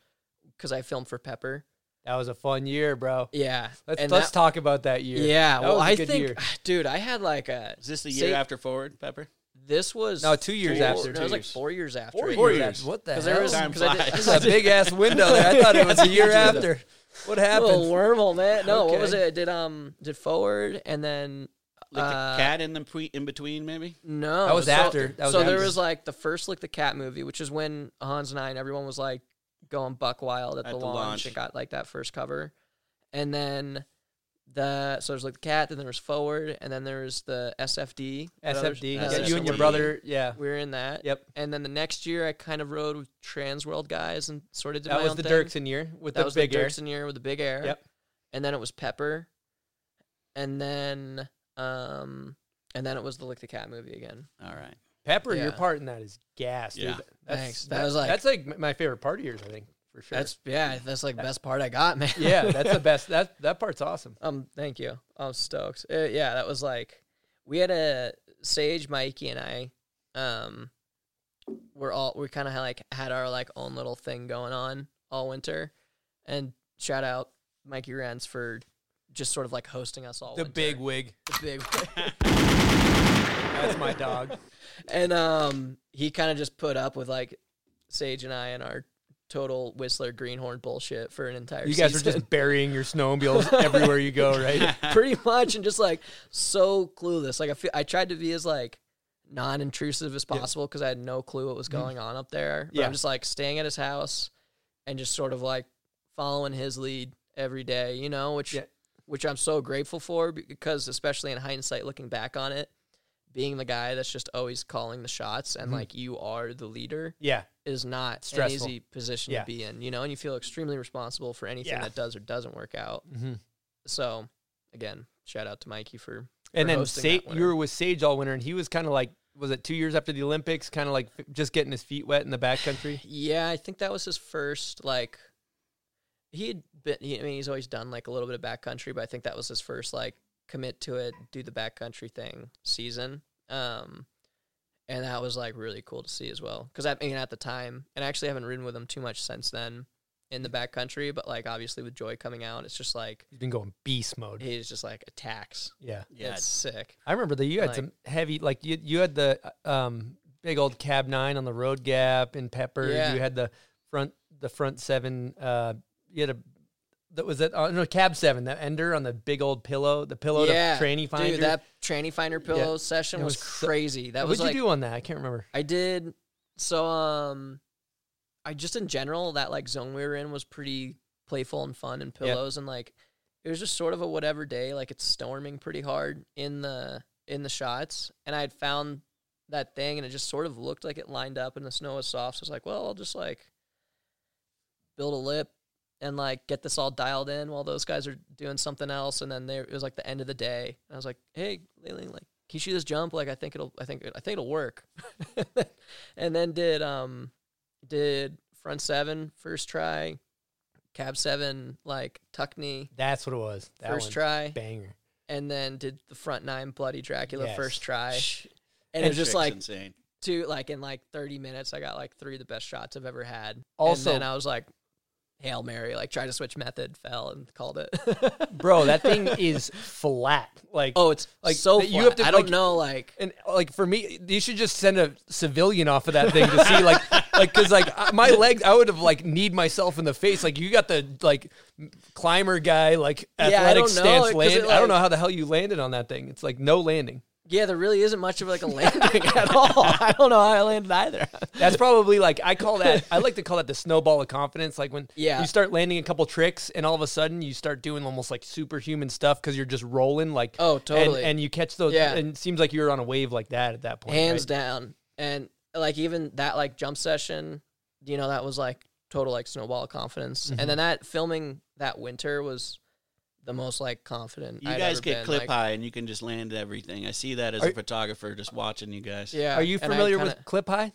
because I filmed for Pepper. That was a fun year, bro. Yeah. Let's and let's that- talk about that year. Yeah. that well, was a I good think, year. dude, I had like a. Is this the See- year after forward, Pepper? This was No, two years after. No, it was like years. four years after. Four it. That's- years. What the hell? Because there was Time 'cause I did- flies. That's a big ass window there. I thought it was a year after. What a happened? little wormhole, man. No, what Okay. was it? I did um did forward and then Like Uh, a cat in the pre- in between, maybe? no. That was so- after. That was so there after. was like the first lick the cat movie, which is when Hans and I and everyone was like going buck wild at, the, launch. and got like that first cover, and then. The so there's like the cat, then there was forward, and then there's the SFD. that other- SFD. that Yeah, other you and your SFD. brother. Yeah. We were in that. Yep. And then the next year, I kind of rode with Trans World guys and sort of did That my was own the thing. Dirksen year with That the was big the air. Dirksen year with the big air. Yep. And then it was Pepper. And then um and then it was the Lick the Cat movie again. All right. Pepper, your Yeah. part in that is gas, dude. Yeah. That's, Thanks. That was like- that's like m- my favorite part of yours, I think, for sure. That's yeah, that's like the best part I got, man. yeah, that's the best. That that part's awesome. um thank you. I'm stoked. Uh, yeah, that was like we had a Sage, Mikey and I um we're all we kind of like had our like own little thing going on all winter. And shout out Mikey Renz for just sort of like hosting us all The winter. big wig. the big That's my dog. and um, he kind of just put up with like Sage and I and our total Whistler Greenhorn bullshit for an entire. You guys are season. just burying your snowmobiles everywhere you go, right? pretty much and just like so clueless. Like I feel I tried to be as like non-intrusive as possible because I had no clue what was going on up there. But Mm-hmm. Yeah. I'm just like staying at his house and just sort of like following his lead every day, you know, which Yeah. which I'm so grateful for because especially in hindsight looking back on it, being the guy that's just always calling the shots and Mm-hmm. like you are the leader Yeah. is not Stressful. an easy position Yeah. to be in, you know, and you feel extremely responsible for anything Yeah. that does or doesn't work out. Mhm. So, again, shout out to Mikey for And for then hosting Sa- that winter. you were with Sage all winter, and he was kind of like, was it two years after the Olympics? Kind of like f- just getting his feet wet in the backcountry. yeah, I think that was his first like. He had been. He, I mean, he's always done like a little bit of backcountry, but I think that was his first like commit to it, do the backcountry thing season. Um, and that was like really cool to see as well because I mean at the time, and I actually haven't ridden with him too much since then in the backcountry, but like obviously with Joy coming out, it's just like He's been going beast mode. he's just like attacks. Yeah. Yeah. It's sick. I remember that you had Like- some heavy, like you you had the uh, um big old cab nine on the road gap in Pepper. Yeah. You had the front the front seven. Uh, you had a that was that uh, no cab seven that ender on the big old pillow the pillow to tranny finder. Dude, that tranny finder pillow Yeah. session That was, was so- crazy. That What'd was you like do on that? I can't remember. I did so um I just in general that like zone we were in was pretty playful and fun and pillows and like it was just sort of a whatever day like it's storming pretty hard in the in the shots and I had found that thing and it just sort of looked like it lined up and the snow was soft so I was like well I'll just like build a lip and like get this all dialed in while those guys are doing something else and then there it was like the end of the day and I was like hey Leland like can you shoot this jump like I think it'll I think I think it'll work and then did um did front seven first try cab seven like tuck knee That's what it was. That first one. try banger. and then did the front nine bloody Dracula Yes. first try and it was just Trick's like insane. two like in like 30 minutes I got like three of the best shots I've ever had Also- and then I was like Hail Mary, like tried to switch method, fell and called it. Bro, that thing is flat. Like oh, it's Like, like so. that you flat. have to, I don't like- know, like And like for me, you should just send a civilian off of that thing to see like like because like I- my legs, I would have like kneed myself in the face. Like you got the like climber guy, like I athletic don't know, stance 'cause land. it, I don't like- know how the hell you landed on that thing. It's like no landing. Yeah, there really isn't much of like a landing at all. I don't know how I landed either. That's probably like I call that. I like to call that the snowball of confidence. Like when Yeah. you start landing a couple tricks, and all of a sudden you start doing almost like superhuman stuff because you're just rolling. Like Oh, and- totally. And, you catch those. Yeah. And it seems like you're on a wave like that at that point. Hands right? down. And like even that like jump session, you know, that was like total like snowball of confidence. And then that filming that winter was the most like confident. You I'd guys ever get been, clip like- high and you can just land everything. I see that as Are- a photographer just watching you guys. Yeah. Are you and I familiar kinda- with clip high?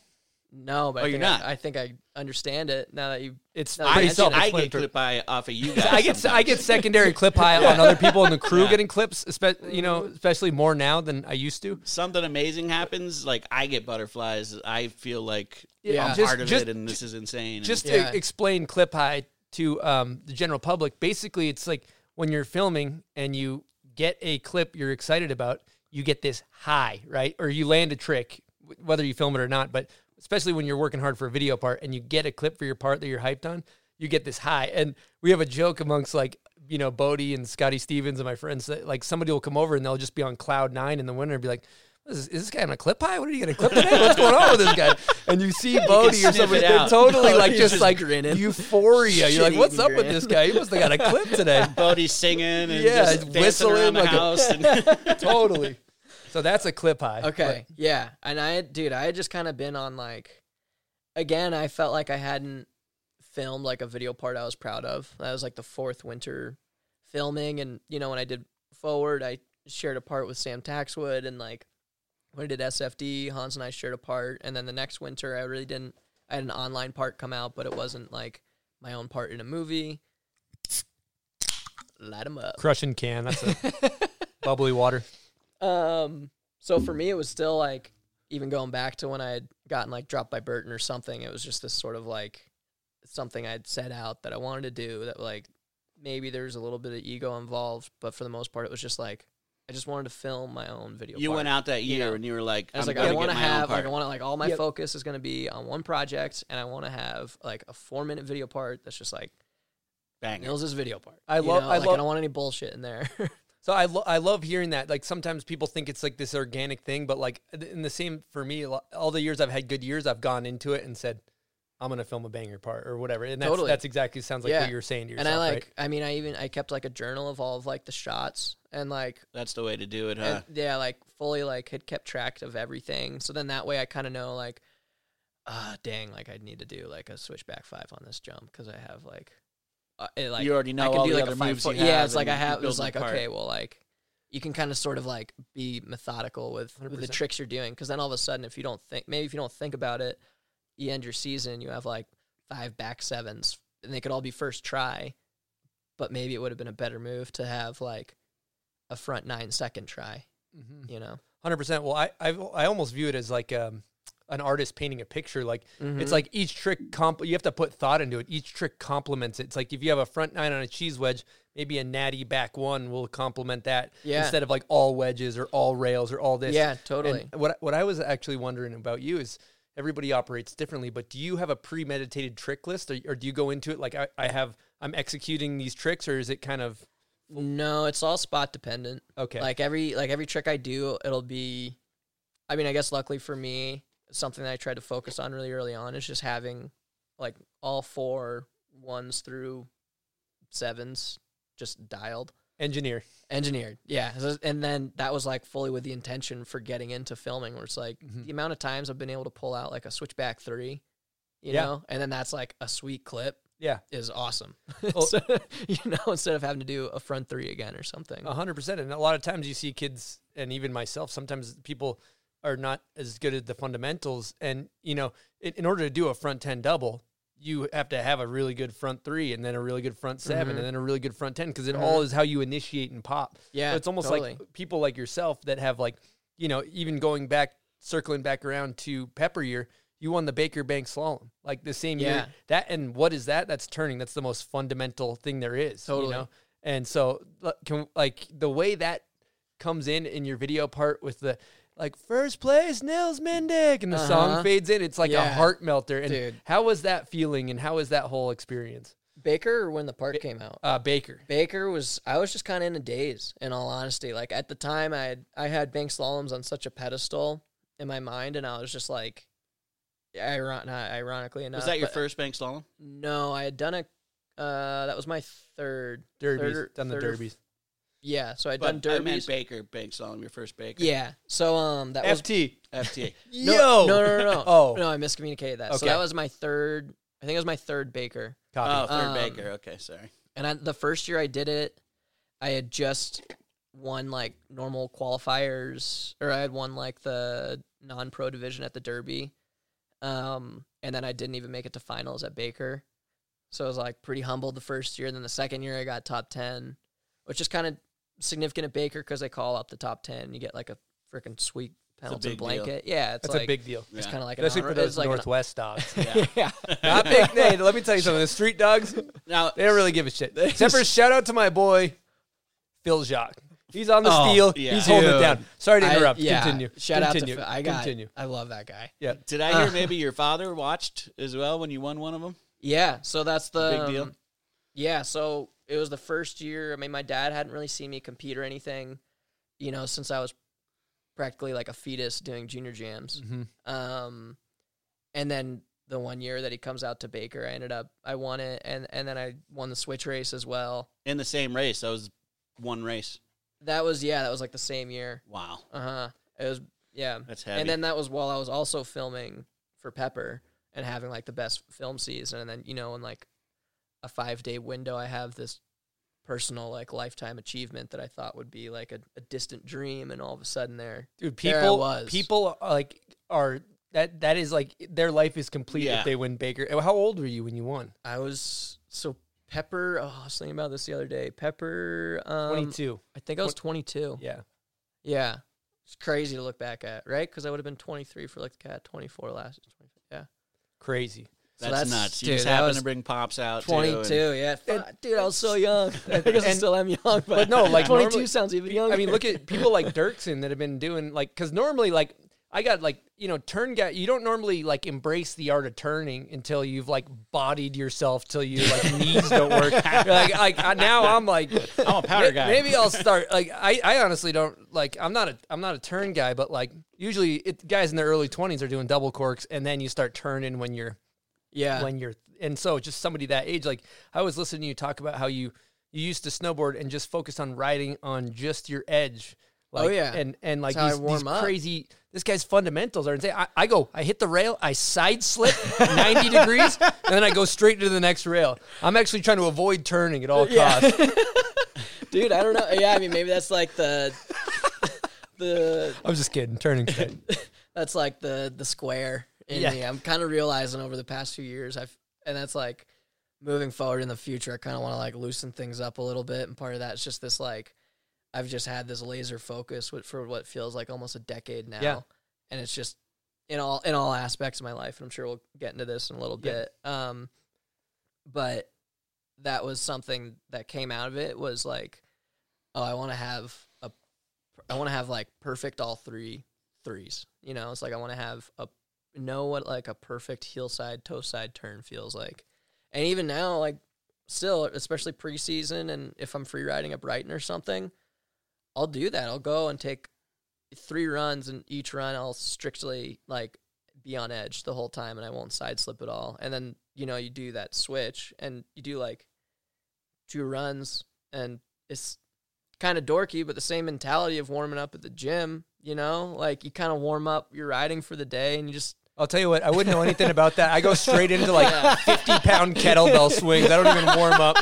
No, but Oh, I you're think I- not. I, think I understand it now that you. It's No, pretty I, I- get- I get self-explanatory. clip high off of you guys. I get I get secondary clip high on other people in the crew getting clips, espe- you know, especially more now than I used to. something amazing happens, like I get butterflies. I feel like Yeah. I'm Just- part of just- it, and this is insane. and- Just Yeah. to explain clip high to um, the general public, basically, it's like when you're filming and you get a clip you're excited about, you get this high, right? Or you land a trick, wh- whether you film it or not. But especially when you're working hard for a video part and you get a clip for your part that you're hyped on, you get this high. And we have a joke amongst like, you know, Bodie and Scotty Stevens and my friends that like somebody will come over and they'll just be on cloud nine in the winter and be like, "What is, is this guy on a clip high? What are you going to clip today? What's going on with this guy? And you see Bodie or sniff it somebody, they're out. totally like Bodie's just, just like grinning. euphoria. You're like, Shit-eating what's up with grin. this guy? He must have got a clip today. Bodie's singing and Yeah, just dancing whistling around the like a- house. and- totally. So that's a clip high. Okay. yeah. And I, had- dude, I had just kind of been on like, again, I felt like I hadn't filmed like a video part I was proud of. That was like the fourth winter filming. And, you know, when I did Forward, I shared a part with Sam Taxwood. And like when I did SFD, Hans and I shared a part. And then the next winter, I really didn't, I had an online part come out, but it wasn't like my own part in a movie. Light 'em up. Crushing can. That's a bubbly water. Um, so for me, it was still like even going back to when I had gotten like dropped by Burton or something. It was just this sort of like something I'd set out that I wanted to do. That like maybe there's a little bit of ego involved, but for the most part, it was just like I just wanted to film my own video. you part. went out that you year know. and you were like, I was I'm like, I want to have part. like I want to like all my Yep. focus is going to be on one project, and I want to have like a four minute video part that's just like Bang. Nils' video part. I You love- know, I like, love- I don't want any bullshit in there. So I, lo- I love hearing that. Like sometimes people think it's like this organic thing, but like in the same for me, lo- all the years I've had good years, I've gone into it and said, I'm going to film a banger part or whatever. And that's, Totally. that's exactly sounds like what you were saying to yourself. And I like, right? I mean, I even I kept like a journal of all of like the shots and like That's the way to do it, huh? and, yeah, like fully like had kept track of everything. So then that way I kind of know like, ah, dang, like I need to do like a switchback five on this jump because I have like, uh, it, like You already know I can all do the like other a five moves four- you yeah, have it's like I and you have. It was build like the part. okay, well, like you can kind of sort of like be methodical with, with the 100%. tricks you're doing because then all of a sudden if you don't think maybe if you don't think about it, you end your season you have like five back sevens and they could all be first try, but maybe it would have been a better move to have like a front nine second try. Mm-hmm. You know, Hundred percent. Well, I, I I almost view it as like um, an artist painting a picture. Like Mm-hmm. it's like each trick comp. You have to put thought into it. Each trick complements it. It's like if you have a front nine on a cheese wedge, maybe a natty back one will complement that. Yeah. Instead of like all wedges or all rails or all this. Yeah, And totally. what what I was actually wondering about you is everybody operates differently, but do you have a premeditated trick list, or, or do you go into it like I, I have I'm executing these tricks, or is it kind of No, it's all spot dependent. Okay. Like every like every trick I do, it'll be I mean, I guess luckily for me, something that I tried to focus on really early on is just having like all four ones through sevens just dialed. engineer? Engineered. Yeah. So- And then that was like fully with the intention for getting into filming where it's like Mm-hmm. the amount of times I've been able to pull out like a switchback three, you Yeah. know? And then that's like a sweet clip Yeah. is awesome. So, you know, instead of having to do a front three again or something. A hundred percent. And a lot of times you see kids, and even myself, sometimes people are not as good at the fundamentals. And you know, in, in order to do a front ten double, you have to have a really good front three, and then a really good front 7 Mm-hmm. and then a really good front ten, because it all is how you initiate and pop. Yeah, so it's almost totally. like people like yourself that have like, you know, even going back, circling back around to Pepper year. You won the Baker Bank slalom, like the same Yeah. year. That and what is that? That's turning. That's the most fundamental thing there is. Totally. You know? And so, l- can, like the way that comes in in your video part with the like first place Nils Mendick, and the song Uh-huh. fades in. It's like a Yeah. heart melter. And Dude. how was that feeling? And how was that whole experience? Baker or when the part came out? Uh, Baker. Baker was I was just kind of in a daze in all honesty. Like at the time I had I had Bank Slaloms on such a pedestal in my mind and I was just like iron, not ironically enough. Was that your but- first bank slalom? No, I had done a uh that was my third Derbies. third- done the third or- derbies. Yeah, so I'd But done I meant derbies. Baker bank slalom. Your first Baker. yeah. So um that was FT. FT. no, Yo. No, no, no, no. Oh. No, I miscommunicated that. Okay. So that was my third I think it was my third Baker. oh, Copy. third Um, Baker. Okay, sorry. And I, the first year I did it, I had just won like normal qualifiers, or I had won like the non-pro division at the Derby, um, and then I didn't even make it to finals at Baker. So I was like pretty humbled the first year. And then the second year I got top ten, which is kind of significant at Baker because they call up the top ten. You get like a freaking sweet Pendleton big deal. blanket. Yeah, it's That's like a big deal. It's Yeah. kind of like an Especially honor- for those it's like an- Northwest dogs. yeah. Not big Nate. Let me tell you something. The street dogs, Now, they don't really give a shit. Except for shout out to my boy, Phil Jacques. He's on the Oh, steal. yeah. He's holding it Dude. down. Sorry to I- interrupt. yeah. Continue. Shout Continue. out to Phil. I got. Continue. I love that guy. Yeah. did I Uh. hear maybe your father watched as well when you won one of them? Yeah, so that's the Big deal. um, Yeah, so it was the first year. I mean, my dad hadn't really seen me compete or anything, you know, since I was practically like a fetus doing junior jams. Mhm. Um, and then the one year that he comes out to Baker, I ended up I won it, and and then I won the switch race as well. In the same race. That was one race. That was yeah, that was like the same year. Wow. Uh huh. It was yeah. That's heavy. And then that was while I was also filming for Pepper and having like the best film season. And then, you know, in like a five day window, I have this personal like lifetime achievement that I thought would be like a, a distant dream. And all of a sudden, there, Dude, There I people, was. people are like are that that is like their life is complete Yeah. if they win Baker. How old were you when you won? I was so Pepper. Oh, I was thinking about this the other day. Pepper, um, Twenty two. I think I was 22. yeah. Yeah. It's crazy to look back at, right? Because I would have been 23 for like the cat, 24 last. Yeah. Crazy. So that's, nuts. You dude, just that happen was to bring pops out. too, and- 22, yeah. Fuck, dude, I was so young. I think I and- still am young, but, but no, like, 22 normally- sounds even younger. I mean, look at people like Dirksen that have been doing like because normally like I got like you know turn guy. You don't normally like embrace the art of turning until you've like bodied yourself till you like knees don't work. You're like like I, now I'm like I'm a powder May- guy. Maybe I'll start. Like I, I honestly don't like. I'm not a I'm not a turn guy, but like usually it, guys in their early 20s are doing double corks, and then you start turning when you're yeah, when you're and so just somebody that age. Like I was listening to you talk about how you you used to snowboard and just focus on riding on just your edge. Like, Oh, yeah. and and like That's how these, I warm these up. crazy. This guy's fundamentals are insane. I, I go, I hit the rail, I side slip 90 degrees, and then I go straight to the next rail. I'm actually trying to avoid turning at all costs. dude, I don't know. Yeah, I mean, maybe that's like the the I'm just kidding. Turning. that's like the the square in Yeah. me. I'm kind of realizing over the past few years, I've and that's like moving forward in the future. I kind of want to like loosen things up a little bit, and part of that is just this like I've just had this laser focus with- for what feels like almost a decade now, Yeah. and it's just in all in all aspects of my life. And I'm sure we'll get into this in a little Yeah. bit. Um, but that was something that came out of it was like, oh, I want to have a, I want to have like perfect all three threes. You know, it's like I want to have a know what like a perfect heel side toe side turn feels like, and even now like still especially preseason and if I'm free riding at Brighton or something, I'll do that. I'll go and take three runs and each run I'll strictly like be on edge the whole time and I won't side slip at all. And then, you know, you do that switch and you do like two runs and it's kind of dorky, but the same mentality of warming up at the gym, you know, like you kind of warm up your riding for the day and you just, I'll tell you what, I wouldn't know anything about that. I go straight into like 50 pound kettlebell swings. I don't even warm up.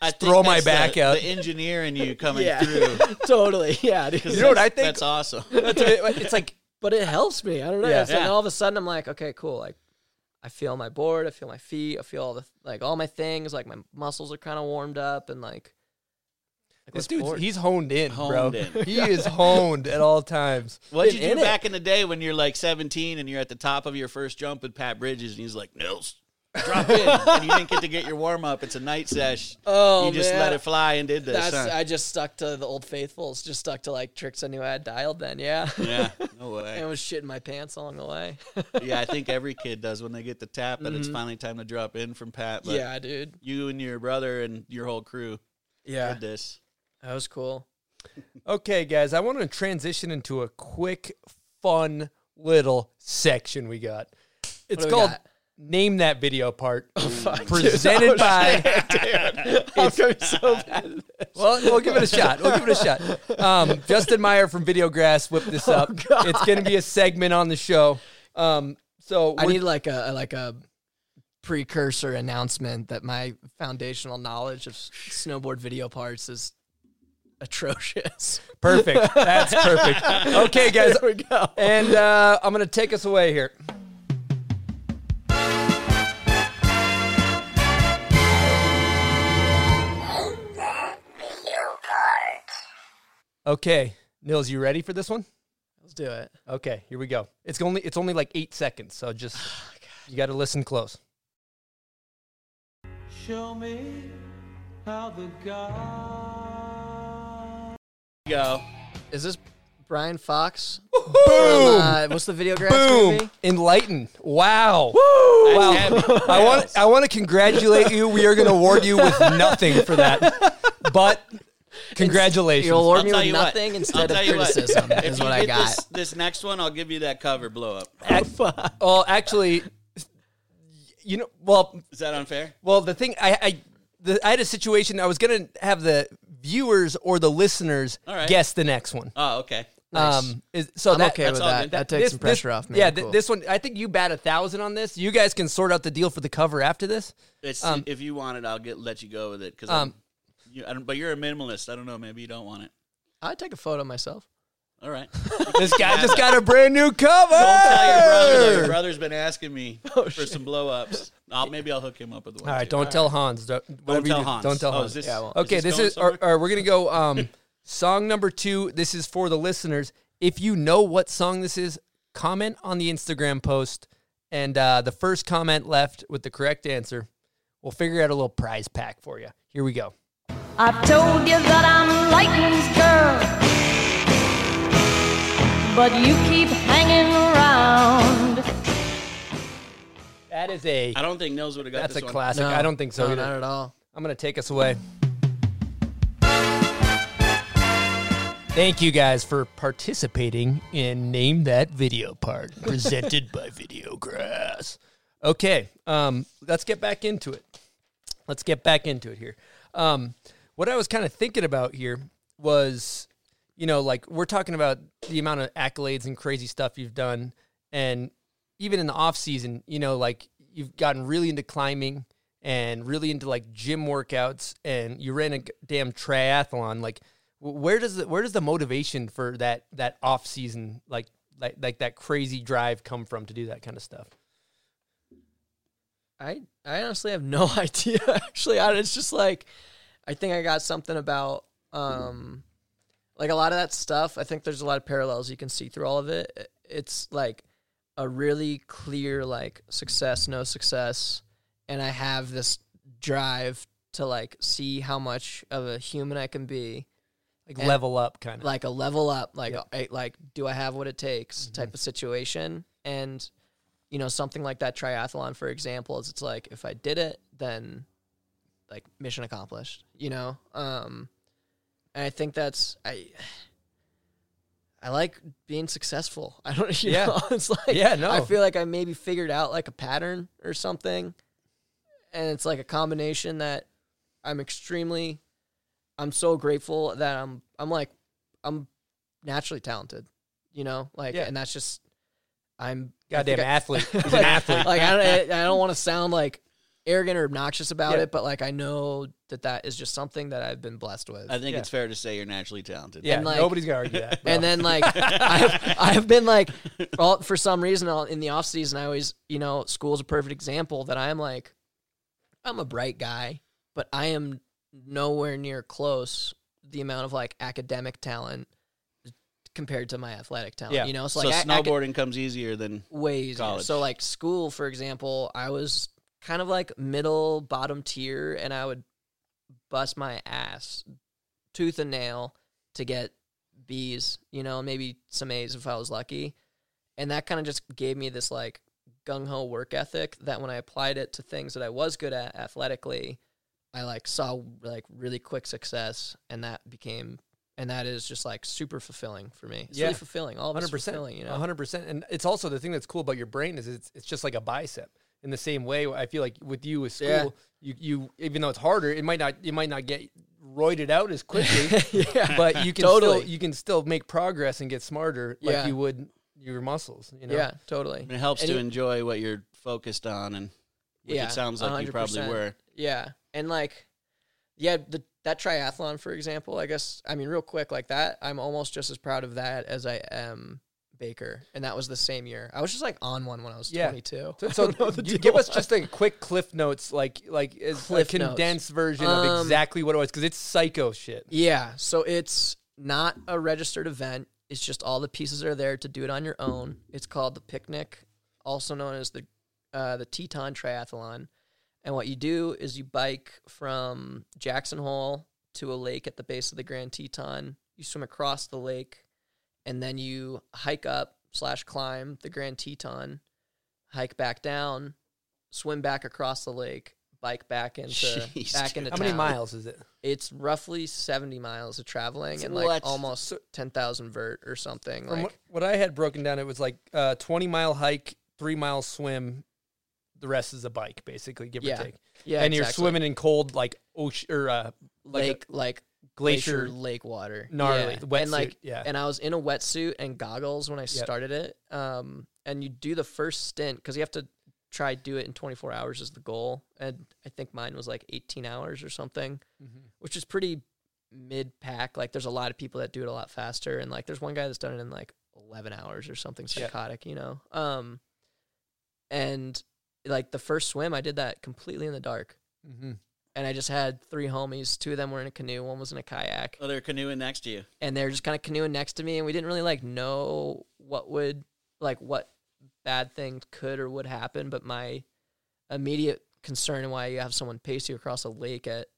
I think throw my that's back the, out. The engineer in you coming Yeah. through. totally. Yeah. dude. You know what I think? That's awesome. It's like, but it helps me. I don't know. Yeah. So then Yeah. all of a sudden I'm like, okay, cool. Like I feel my board, I feel my feet, I feel all the like all my things. Like my muscles are kind of warmed up and like. like this what's dude, bored? he's honed in, bro. Honed in. He is honed at all times. What'd been you in do it. back in the day when you're like 17 and you're at the top of your first jump with Pat Bridges and he's like, Nils, drop in, and you didn't get to get your warm up. It's a night sesh. Oh, you just man. let it fly and did this. That's huh? I just stuck to the old faithfuls, just stuck to like tricks I knew I had dialed then, yeah. yeah, no I way. was shitting my pants along the way. Yeah, I think every kid does when they get the tap that it's finally time to drop in from Pat. But Mm-hmm. yeah, dude. you and your brother and your whole crew Yeah. did this. That was cool. Okay, guys, I want to transition into a quick, fun little section we got. It's do we called got? Oh, Name That Video Part. Fuck, presented dude. oh, by. I'm going so bad. at this. Well, we'll give it a shot. We'll give it a shot. Um, Justin Meyer from Videograss whipped Oh, this up. it's going to be a segment on the show. Um, so I we're- need like a like a precursor announcement that my foundational knowledge of s- snowboard video parts is atrocious. perfect. That's perfect. Okay, guys. There we go. And uh, I'm going to take us away here. Okay, Nils, you ready for this one? Let's do it. Okay, here we go. It's only it's only like eight seconds, so just you got to listen close. Go. Is this Brian Fox? Boom! Uh, what's the videograph Boom! movie? Enlightened. Wow. Woo! Wow. I want I want to congratulate you. We are going to award you with nothing for that, but congratulations. You'll award I'll me tell with you what. nothing I'll instead of tell you what. criticism. If is you what I get got. This, this next one, I'll give you that cover blow up. well, actually, you know, well, Is that unfair? well, the thing I I, the, I had a situation. I was going to have the viewers or the listeners All right. guess the next one. Oh, okay. Um, is, so I'm that, okay with all that. good. That takes this- some this- pressure off me. Yeah, th- Cool. this one. I think you bat a thousand on this. You guys can sort out the deal for the cover after this. It's, Um, if you want it, I'll get let you go with it. Cause Um, I'm- you, I don't, but you're a minimalist. I don't know. Maybe you don't want it. I take a photo myself. All right. This guy just got a brand new cover. Don't tell your brother. though. Your brother's been asking me Oh, for some blow ups. I'll, maybe I'll hook him up with one. All right, too. don't tell Hans. Don't, Don't whatever you tell do, Hans. Don't tell Oh, Hans. is this, Yeah, I won't. okay, this going is. Or, somewhere? or we're gonna go. Um, song number two. This is for the listeners. If you know what song this is, comment on the Instagram post, and uh, the first comment left with the correct answer, we'll figure out a little prize pack for you. Here we go. I've told you that I'm lightning's girl, but you keep hanging around. That is a. I don't think Nils would have got That's a this one. classic. I don't think so No, either. not at all. I'm gonna take us away. Thank you guys for participating in Name That Video Part, presented by Videograss. Okay, um, let's get back into it. Let's get back into it here. Um, what I was kind of thinking about here was, you know, like we're talking about the amount of accolades and crazy stuff you've done, and even in the off season, you know, like you've gotten really into climbing and really into like gym workouts, and you ran a g- damn triathlon. Like, wh- where does the, where does the motivation for that that off season like like like that crazy drive come from to do that kind of stuff? I I honestly have no idea. Actually, I, it's just like I think I got something about um like a lot of that stuff. I think there's a lot of parallels you can see through all of it. It's like a really clear like success, no success, and I have this drive to like see how much of a human I can be, Like And- level up kind of. like a level up, like I, like do I have what it Mm-hmm. takes type of situation, and you know something like that triathlon for example is it's like if I did it then like mission accomplished, you know, um, and I think that's I. I like being successful. I don't, you Yeah. know, it's like Yeah, no. I feel like I maybe figured out like a pattern or something, and it's like a combination that I'm extremely I'm so grateful that I'm I'm like I'm naturally talented, you know? Like Yeah. and that's just I'm I Goddamn think I- athlete. He's like, an athlete. Like I don't I don't want to sound like arrogant or obnoxious about Yeah. it, but like I know that that is just something that I've been blessed with. I think Yeah. it's fair to say you're naturally talented. Yeah, and, like- nobody's gonna argue that. bro. and then like I've, I've been like all, for some reason all, in the off season I always you know school's a perfect example that I'm like I'm a bright guy but I am nowhere near close the amount of like academic talent compared to my athletic talent Yeah. you know So like I- I could- snowboarding comes easier than way easier. College. So like school, for example, I was kind of like middle bottom tier, and I would bust my ass tooth and nail to get B's, you know, maybe some A's if I was lucky. And that kind of just gave me this like gung ho work ethic that when I applied it to things that I was good at athletically, I like saw like really quick success and that became and that is just like super fulfilling for me. It's Yeah. really fulfilling. All of it's hundred fulfilling, percent, you know. hundred percent. And it's also the thing that's cool about your brain is it's it's just like a bicep. In the same way, I feel like with you with school, Yeah. you you even though it's harder, it might not you might not get roided out as quickly, yeah. but you can Totally. still you can still make progress and get smarter like Yeah. you would your muscles. You know? Yeah, totally. I mean, it helps And to it- enjoy what you're focused on, and which Yeah, it sounds like you probably 100%. were. Yeah. And like yeah, the that triathlon for example, I guess I mean real quick like that, I'm almost just as proud of that as I am Baker. And that was the same year. I was just like on one when I was Yeah. 22. So, so you give us just a quick cliff notes, like like as Cliff a notes. condensed version of Um, exactly what it was, because it's psycho shit. Yeah. So it's not a registered event. It's just all the pieces are there to do it on your own. It's called the picnic, also known as the uh, the Teton Triathlon. And what you do is you bike from Jackson Hole to a lake at the base of the Grand Teton. You swim across the lake, and then you hike up slash climb the Grand Teton, hike back down, swim back across the lake, bike back into Jeez, back dude. into How many town miles is it? it's roughly 70 miles of traveling and like What? almost 10,000 vert or something From like what, what I had broken down, it was like uh, twenty mile hike, three mile swim. The rest is a bike, basically, give Yeah. or take. yeah and you're exactly. swimming in cold, like ocean or uh, like a lake like glacier. glacier, lake water gnarly, yeah. the wetsuit, and like yeah. and I was in a wetsuit and goggles when I started it um and you do the first stint cuz you have to try do it in 24 hours is the goal and I think mine was like 18 hours or something which is pretty mid pack like there's a lot of people that do it a lot faster and like there's one guy that's done it in like 11 hours or something psychotic you know um and like the first swim I did that completely in the dark Mhm. and I just had three homies. Two of them were in a canoe, one was in a kayak, Oh, they're canoeing next to you. and they're just kind of canoeing next to me. And we didn't really like know what would like what bad things could or would happen. But my immediate concern and why you have someone pace you across a lake at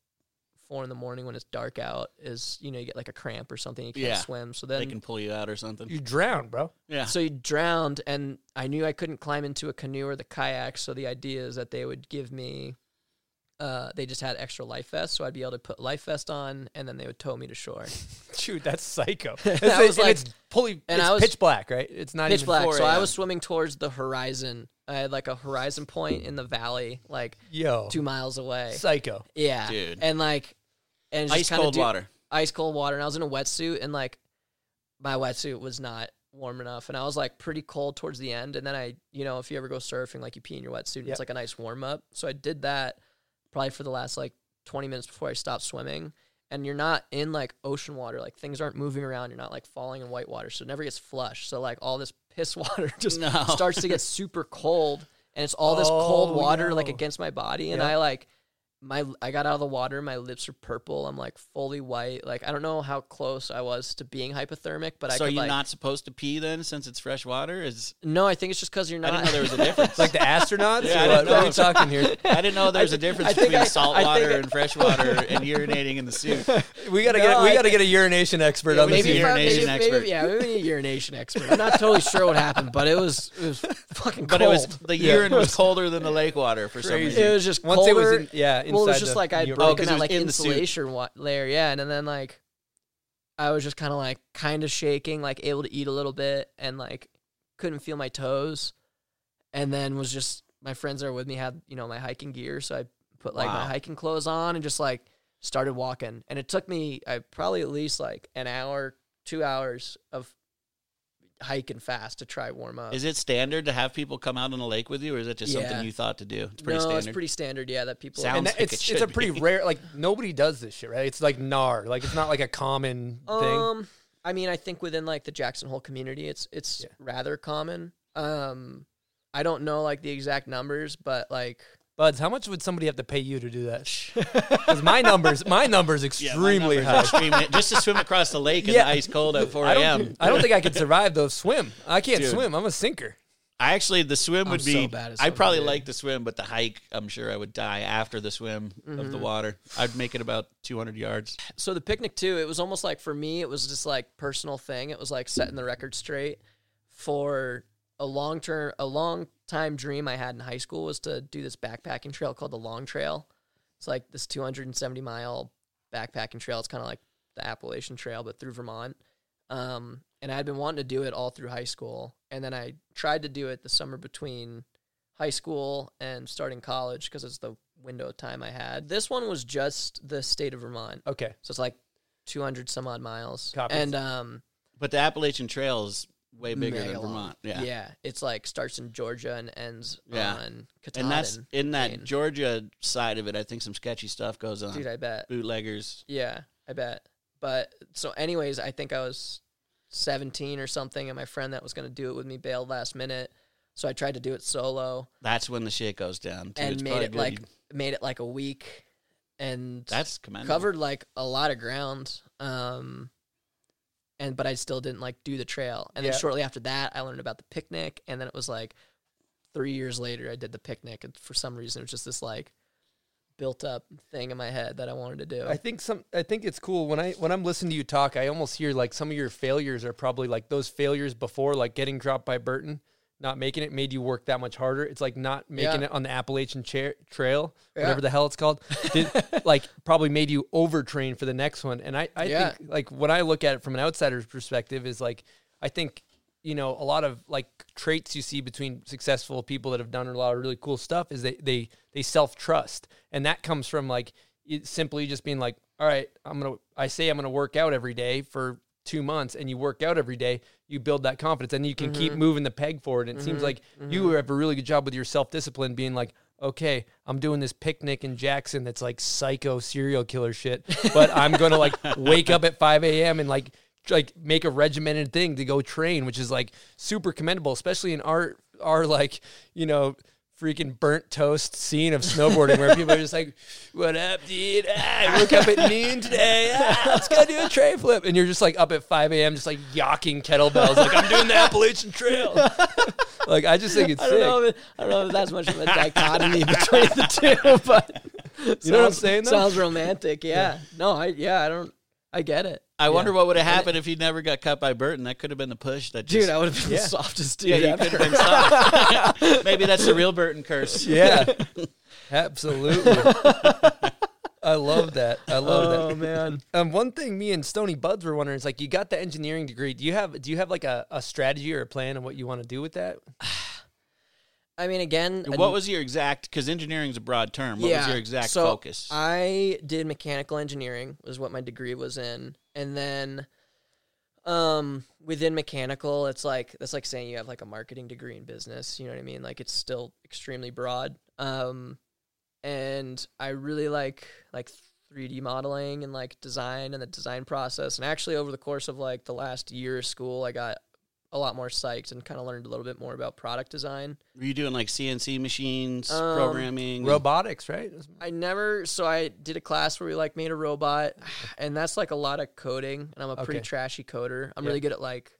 four in the morning when it's dark out is you know you get like a cramp or something you can't Yeah. swim. So They then can pull you out or something. You drown, bro. Yeah. so you drowned, and I knew I couldn't climb into a canoe or the kayak. So the idea is that they would give me, uh, they just had extra life vests, so I'd be able to put life vest on, and then they would tow me to shore. Dude, that's psycho. It's, I was and like- it's fully, and it's I was- pitch black, right? It's not Pitch even black. 4 So I a.m. was swimming towards the horizon. I had like a horizon point in the valley, like yo two miles away. psycho. yeah, Dude. and like, and it's just Ice kinda cold do- water. ice cold water and I was in a wetsuit and like my wetsuit was not warm enough and I was like pretty cold towards the end and then I you know if you ever go surfing like you pee in your wetsuit and Yep. it's like a nice warm up so I did that probably for the last like 20 minutes before I stopped swimming and you're not in like ocean water like things aren't moving around you're not like falling in white water so it never gets flushed so like all this piss water just No. starts to get super cold and it's all this Oh, cold water like no. against my body and Yeah. I like my I got out of the water, my lips are purple, I'm like fully white. Like I don't know how close I was to being hypothermic, but I So are could you like not supposed to pee then, since it's fresh water? Is No, I think it's just cuz you're I didn't not know there was a difference. Like the astronauts? Yeah, I or what, didn't what are we know. talking here? I didn't know there was a difference I think between I- salt I think water I- and fresh water and urinating in the suit. We gotta No, get we I gotta think- get a urination expert Yeah, on we this. need maybe, here. a probably- urination maybe- expert. maybe yeah, maybe a urination expert. I'm not totally sure what happened, but it was it was fucking But cold. it was the urine was colder than the lake water for some Crazy. reason. it was just Once it was colder. in- yeah, well, inside it was just the like I Europe. had Oh, 'cause it broken was that like in the suit. insulation wa- layer, yeah, and, then like I was just kind of like kind of shaking, like able to eat a little bit, and like couldn't feel my toes, and then was just my friends that were with me had you know my hiking gear, so I put like my Wow. hiking clothes on and just like started walking, and it took me I probably at least like an hour, two hours of hiking fast to try warm up. Is it standard to have people come out on the lake with you, or is that just Yeah. something you thought to do? It's pretty no, standard. it's pretty standard, yeah, that people And Sounds- that- it's like it it's a should pretty be. rare like nobody does this shit, right? It's like NAR. Like it's not like a common thing. Um, I mean, I think within like the Jackson Hole community, it's it's Yeah. rather common. Um, I don't know like the exact numbers, but like Buds, how much would somebody have to pay you to do that? Because my numbers, my numbers Yeah, my extremely numbers high. are extremely- just to swim across the lake in Yeah. the ice cold at 4 I don't, a.m. I don't think I could survive the swim. I can't Dude. swim. I'm a sinker. I actually the swim I'm would be. so bad at I swimming, probably dude. like the swim, but the hike, I'm sure I would die after the swim of Mm-hmm. the water. I'd make it about 200 yards. So the picnic too, it was almost like for me, it was just like personal thing. It was like setting the record straight for a long term, a long time dream I had in high school was to do this backpacking trail called the Long Trail. It's like this 270 mile backpacking trail. It's kind of like the Appalachian Trail, but through Vermont. Um, and I had been wanting to do it all through high school, and then I tried to do it the summer between high school and starting college because it's the window of time I had. This one was just the state of Vermont. Okay. So it's like 200 some odd miles. Copy. And um, But the Appalachian Trail is way bigger mega than long. Vermont. Yeah. Yeah. It's like starts in Georgia and ends Yeah. on Katahdin. And that's in that Maine. Georgia side of it. I think some sketchy stuff goes on. Dude, I bet. Bootleggers. Yeah, I bet. But so, anyways, I think I was 17 or something, and my friend that was going to do it with me bailed last minute, so I tried to do it solo That's when the shit goes down. Dude, it's and made probably it good. like You- made it like a week, and that's commendable. covered like a lot of ground. Um, and but I still didn't like do the trail. And Yeah. then shortly after that, I learned about the picnic, and then it was like three years later, I did the picnic, and for some reason, it was just this like built up thing in my head that I wanted to do. I think some I think it's cool when I when I'm listening to you talk, I almost hear like some of your failures are probably like those failures before like getting dropped by Burton, not making it made you work that much harder. It's like not making Yeah. it on the Appalachian chair, Trail, Yeah. whatever the hell it's called, did, like probably made you overtrain for the next one. And I I Yeah. think like when I look at it from an outsider's perspective is like I think you know a lot of like traits you see between successful people that have done a lot of really cool stuff is they they they self trust and that comes from like it simply just being like all right i'm gonna i say i'm gonna work out every day for two months and you work out every day you build that confidence and you can keep moving the peg forward and it seems like you have a really good job with your self-discipline being like okay i'm doing this picnic in jackson that's like psycho serial killer shit but i'm gonna like wake up at 5 a.m and like like make a regimented thing to go train, which is like super commendable, especially in our our like you know freaking burnt toast scene of snowboarding where people are just like, "What up, dude? Ah, I woke up at noon today. Ah, let's go do a train flip," and you're just like up at five a.m. just like yocking kettlebells, like I'm doing the Appalachian Trail. like I just think it's I sick. don't know. If, I don't know if that's much of a dichotomy between the two, but you know what I'm saying? Though? Sounds romantic. Yeah. No, I yeah, I don't. I get it, I wonder what would have happened if he never got cut by Burton. That could have been the push that just dude. I would have been the softest dude Yeah, you ever. could have been stopped. Maybe that's the real Burton curse. yeah, absolutely. I love that. I love that. Oh man. Um, one thing me and Stony Buds were wondering is like, you got the engineering degree. Do you have do you have like a, a strategy or a plan on what you want to do with that? I mean, again, And What was your exact? Because engineering is a broad term. What was your exact so focus? I did mechanical engineering was what my degree was in, and then um within mechanical, it's like that's like saying you have like a marketing degree in business. You know what I mean? Like it's still extremely broad. Um, and I really like like 3D modeling and like design and the design process. And actually, over the course of like the last year of school, I got a lot more psyched and kind of learned a little bit more about product design. Were you doing like CNC machines, Um, programming? Robotics, right? I never. So I did a class where we like made a robot, and that's like a lot of coding. And I'm a pretty Okay. trashy coder. I'm Yeah. really good at like,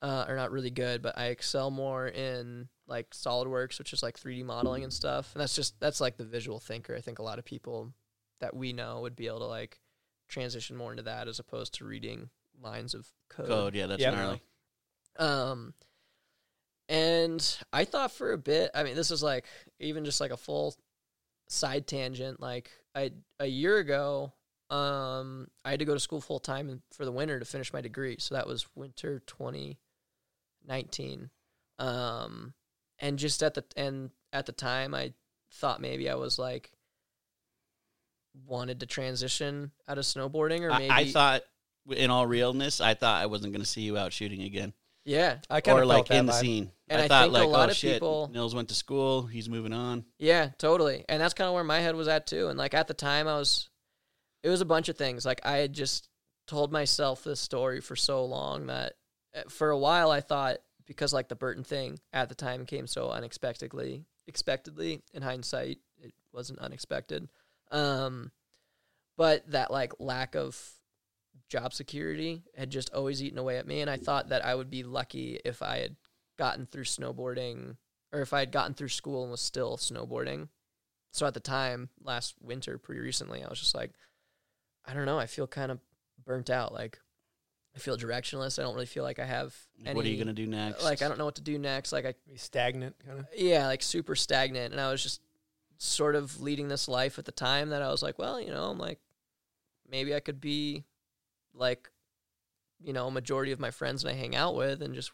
uh, or not really good, but I excel more in like SolidWorks, which is like 3D modeling and stuff. And that's just that's like the visual thinker. I think a lot of people that we know would be able to like transition more into that as opposed to reading lines of code. Code, yeah, that's Yeah. gnarly. Um, and I thought for a bit. I mean, this is like even just like a full side tangent. Like I a year ago, um, I had to go to school full time in- for the winter to finish my degree. So that was winter twenty nineteen. Um, and just at the and at the time, I thought maybe I was like wanted to transition out of snowboarding or maybe I, I thought, in all realness, I thought I wasn't going to see you out shooting again, yeah I kind or of like that in the vibe. scene. And I I thought think a like, lot oh of shit, people- Nils went to school. He's moving on. Yeah, totally. And that's kind of where my head was at too. And like at the time, I was, it was a bunch of things. Like I had just told myself this story for so long that uh, for a while I thought because like the Burton thing at the time came so unexpectedly, expectedly in hindsight, it wasn't unexpected. Um, but that like lack of job security had just always eaten away at me. And I thought that I would be lucky if I had gotten through snowboarding or if I had gotten through school and was still snowboarding. So at the time, last winter, pretty recently, I was just like, I don't know, I feel kind of burnt out. Like, I feel directionless. I don't really feel like I have any. what are you gonna do next? Like, I don't know what to do next. Like, I Be stagnant, kind of. yeah, like super stagnant. And I was just sort of leading this life at the time that I was like, well, you know, I'm like, maybe I could be like, you know, a majority of my friends that I hang out with and just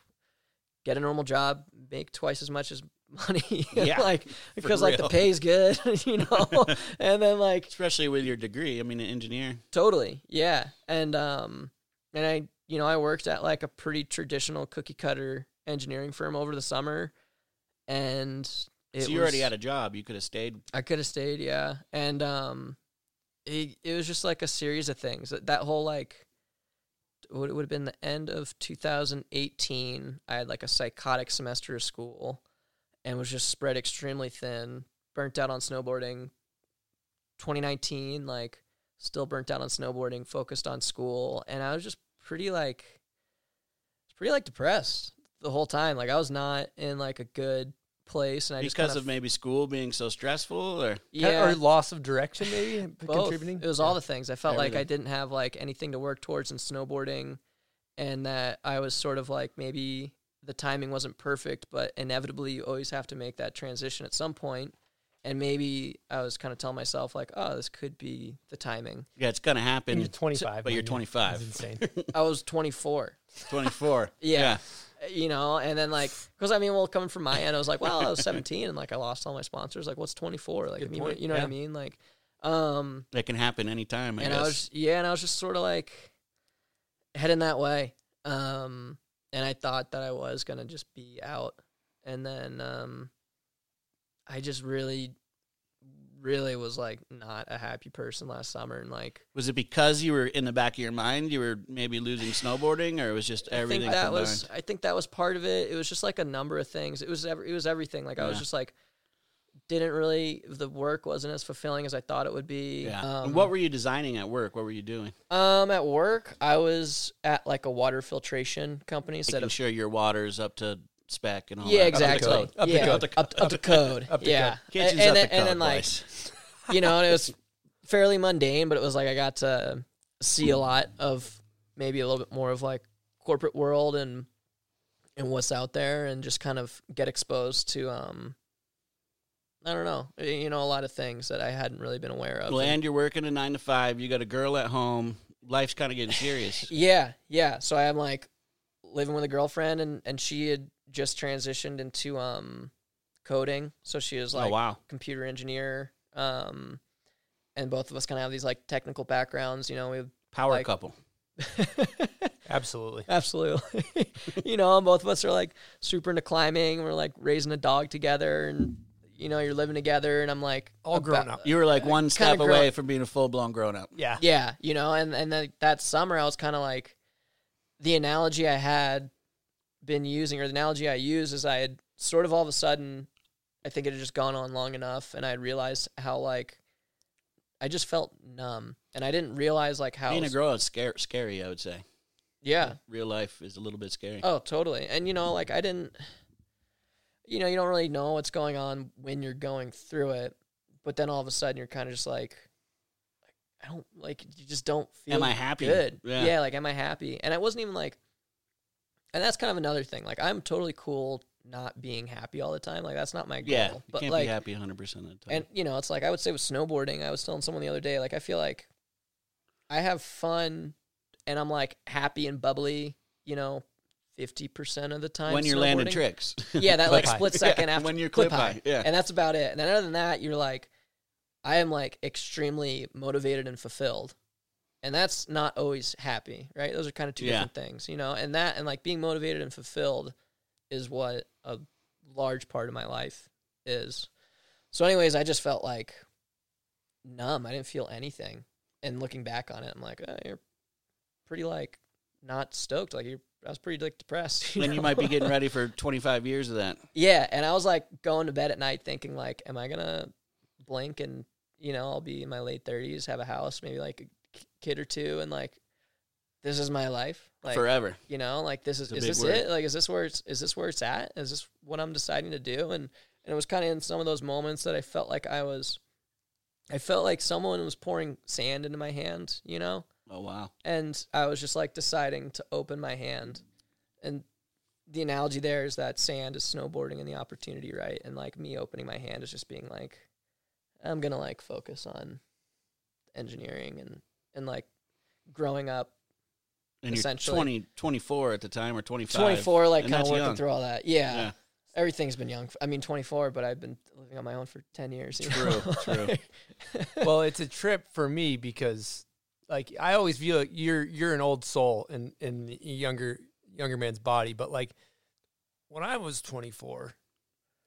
get a normal job, make twice as much as money. Yeah, like, because like the real. pay's good, you know? and then like, Especially with your degree. I mean, an engineer. Totally. Yeah. And um and I you know, I worked at like a pretty traditional cookie cutter engineering firm over the summer and it so you was, already had a job. You could have stayed. I could have stayed, yeah. And um it, it was just like a series of things. That, that whole like what it would have been the end of 2018, I had like a psychotic semester of school and was just spread extremely thin, burnt out on snowboarding. 2019 like still burnt out on snowboarding, focused on school, and I was just pretty like pretty like depressed the whole time. Like I was not in like a good place and I just because kinda of maybe school being so stressful or Or loss of direction, maybe both. contributing. It was all the things. I felt like I Everything. didn't have like anything to work towards in snowboarding, and that I was sort of like maybe the timing wasn't perfect, but inevitably you always have to make that transition at some point. And maybe I was kind of telling myself like, oh, this could be the timing. yeah, it's gonna happen. You're 25, but man. you're That's 25. insane. I was 24. 24. Yeah. You know, and then like, because I mean, well, coming from my end, I was like, well, I was 17 and like I lost all my sponsors. Like, what's 24? Like, I mean, point. you know what Yeah. I mean? Like, um, That can happen anytime. I and guess. I was yeah, and I was just sort of like heading that way. Um, and I thought that I was gonna just be out, and then um, I just really, really was like not a happy person last summer, and like Was it because you were in the back of your mind you were maybe losing snowboarding, or it was just everything I think that combined? was I think that was part of it. It was just like a number of things. It was every, it was everything. Like I was Yeah. just like didn't really the work wasn't as fulfilling as I thought it would be. yeah. Um, and what were you designing at work? What were you doing? um at work I was at like a water filtration company instead Making of sure your water's up to spec and all Yeah, that. exactly. Up to code. Up to yeah. code. Up, up to code. Up to yeah. code. Kitchen's and, and up then, to and code, then like boys. you know, and it was fairly mundane, but it was like I got to see a lot of maybe a little bit more of like corporate world and and what's out there, and just kind of get exposed to um, I don't know, you know, a lot of things that I hadn't really been aware of. Well, And- and you're working a nine to five. You got a girl at home. Life's kind of getting serious. Yeah, yeah. So I'm like living with a girlfriend, and and she had just transitioned into um coding. So she was Oh, like, wow. computer engineer. Um, and both of us kind of have these like technical backgrounds. You know, we Power Like- couple. Absolutely. absolutely, you know, and both of us are like super into climbing. We're like raising a dog together, and you know, you're living together. And I'm like oh, All grown about- up. You were like one step grown- away from being a full blown grown up. Yeah. uh, Yeah, you know, and and then that summer I was kind of like the analogy I had been using or the analogy I used is I had sort of all of a sudden I think it had just gone on long enough and I had realized how like I just felt numb and I didn't realize like how Being a girl is scary, scary, I would say. Yeah. Real life is a little bit scary. Oh, totally. And you know, like I didn't you know, you don't really know what's going on when you're going through it, but then all of a sudden you're kind of just like I don't like you just don't feel Am I happy? good. Yeah. Yeah. like am I happy? And I wasn't even like and that's kind of another thing. Like I'm totally cool not being happy all the time. Like that's not my goal. yeah. You but can't like be happy 100% of the time. and you know, it's like I would say with snowboarding, I was telling someone the other day, like I feel like I have fun and I'm like happy and bubbly, you know, fifty percent of the time. when you're landing snowboarding. tricks. Yeah, that like Clip high. split second Yeah, after when you're clip, clip high, yeah. and that's about it. And then other than that, you're like, I am like extremely motivated and fulfilled, and that's not always happy, right? Those are kind of two Yeah. different things, you know. And that and like being motivated and fulfilled is what a large part of my life is. So, anyways, I just felt like numb. I didn't feel anything. And looking back on it, I'm like, oh, you're pretty like not stoked. Like you're, I was pretty like depressed. then you know? might be getting ready for 25 years of that. Yeah, and I was like going to bed at night thinking like, am I gonna blink and you know I'll be in my late thirties, have a house, maybe like a k- kid or two, and like this is my life like, forever. You know, like this is a is big this word. it? Like is this where it's is this where it's at? Is this what I'm deciding to do? And and it was kind of in some of those moments that I felt like I was, I felt like someone was pouring sand into my hand. You know, Oh wow. and I was just like deciding to open my hand. And the analogy there is that sand is snowboarding and the opportunity, right? And like me opening my hand is just being like, I'm gonna like focus on engineering and and like growing up. And you're Essentially. 20, 24 at the time or 25. 24, like You're kind not of too working young. through all that. Yeah. Yeah. Everything's been young. f- I mean, 24, but I've been living on my own for 10 years. you know? True, true. well, it's a trip for me because like I always feel like you're you're an old soul in in a younger younger man's body, but like when I was 24,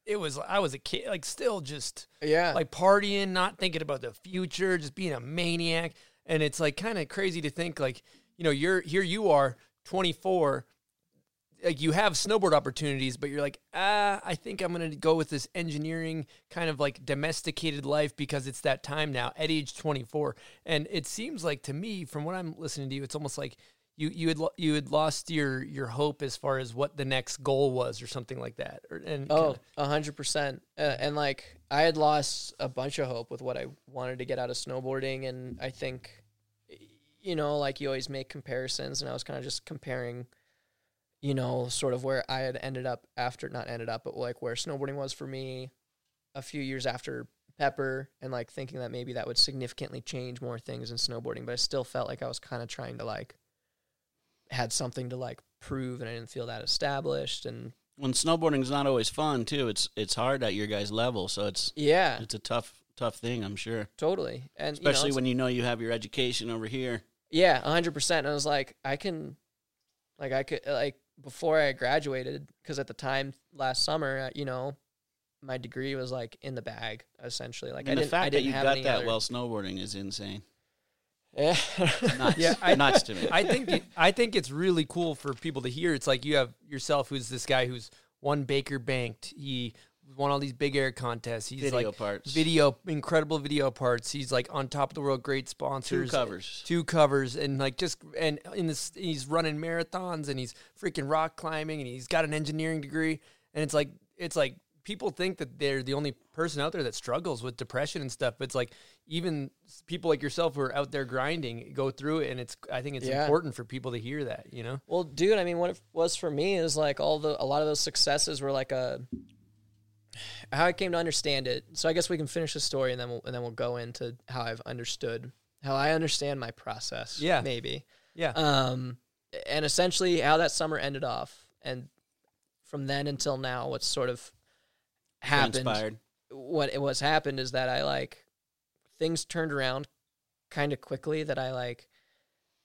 it was I was a kid, like still just yeah. like partying, not thinking about the future, just being a maniac. And it's like kind of crazy to think like, you know, you're here you are 24 like you have snowboard opportunities, but you're like, ah, I think I'm gonna go with this engineering kind of like domesticated life because it's that time now at age 24. And it seems like to me, from what I'm listening to you, it's almost like you you had lo- you had lost your your hope as far as what the next goal was or something like that. Or, and Oh, kinda- a hundred percent. Uh, And like, I had lost a bunch of hope with what I wanted to get out of snowboarding, and I think, you know, like you always make comparisons, and I was kind of just comparing, you know, sort of where I had ended up after not ended up, but like where snowboarding was for me, a few years after Pepper, and like thinking that maybe that would significantly change more things in snowboarding, but I still felt like I was kind of trying to like had something to like prove, and I didn't feel that established, and When snowboarding's not always fun too. It's it's hard at your guys' level, so it's yeah. it's a tough tough thing, I'm sure. Totally, and Especially you know, when you know you have your education over here. it's- yeah, hundred percent. I was like, I can, like, I could, like, before I graduated, because at the time last summer, uh, you know, my degree was like in the bag essentially. Like, and I the didn't, fact I didn't that you have got any that other- while snowboarding is insane. Yeah, Nuts. Yeah, I- Nuts to me. I think it- I think it's really cool for people to hear. It's like you have yourself, who's this guy who's won Baker Banked. He won all these big air contests. He's Video like parts. video, incredible video parts. He's like on top of the world, great sponsors, covers. two covers, and like just and in this, he's running marathons and he's freaking rock climbing and he's got an engineering degree. And it's like it's like people think that they're the only person out there that struggles with depression and stuff. But it's like even s- people like yourself who are out there grinding go through it, and it's I think it's Yeah. important for people to hear that. You know, Well, dude, I mean, what it was for me is like all the a lot of those successes were like a how I came to understand it. So I guess we can finish the story and then we'll and then we'll go into how I've understood how I understand my process. Yeah. maybe. yeah, Um, and essentially how that summer ended off, and from then until now, what's sort of happened Inspired. what what's happened is that I like things turned around kind of quickly that I like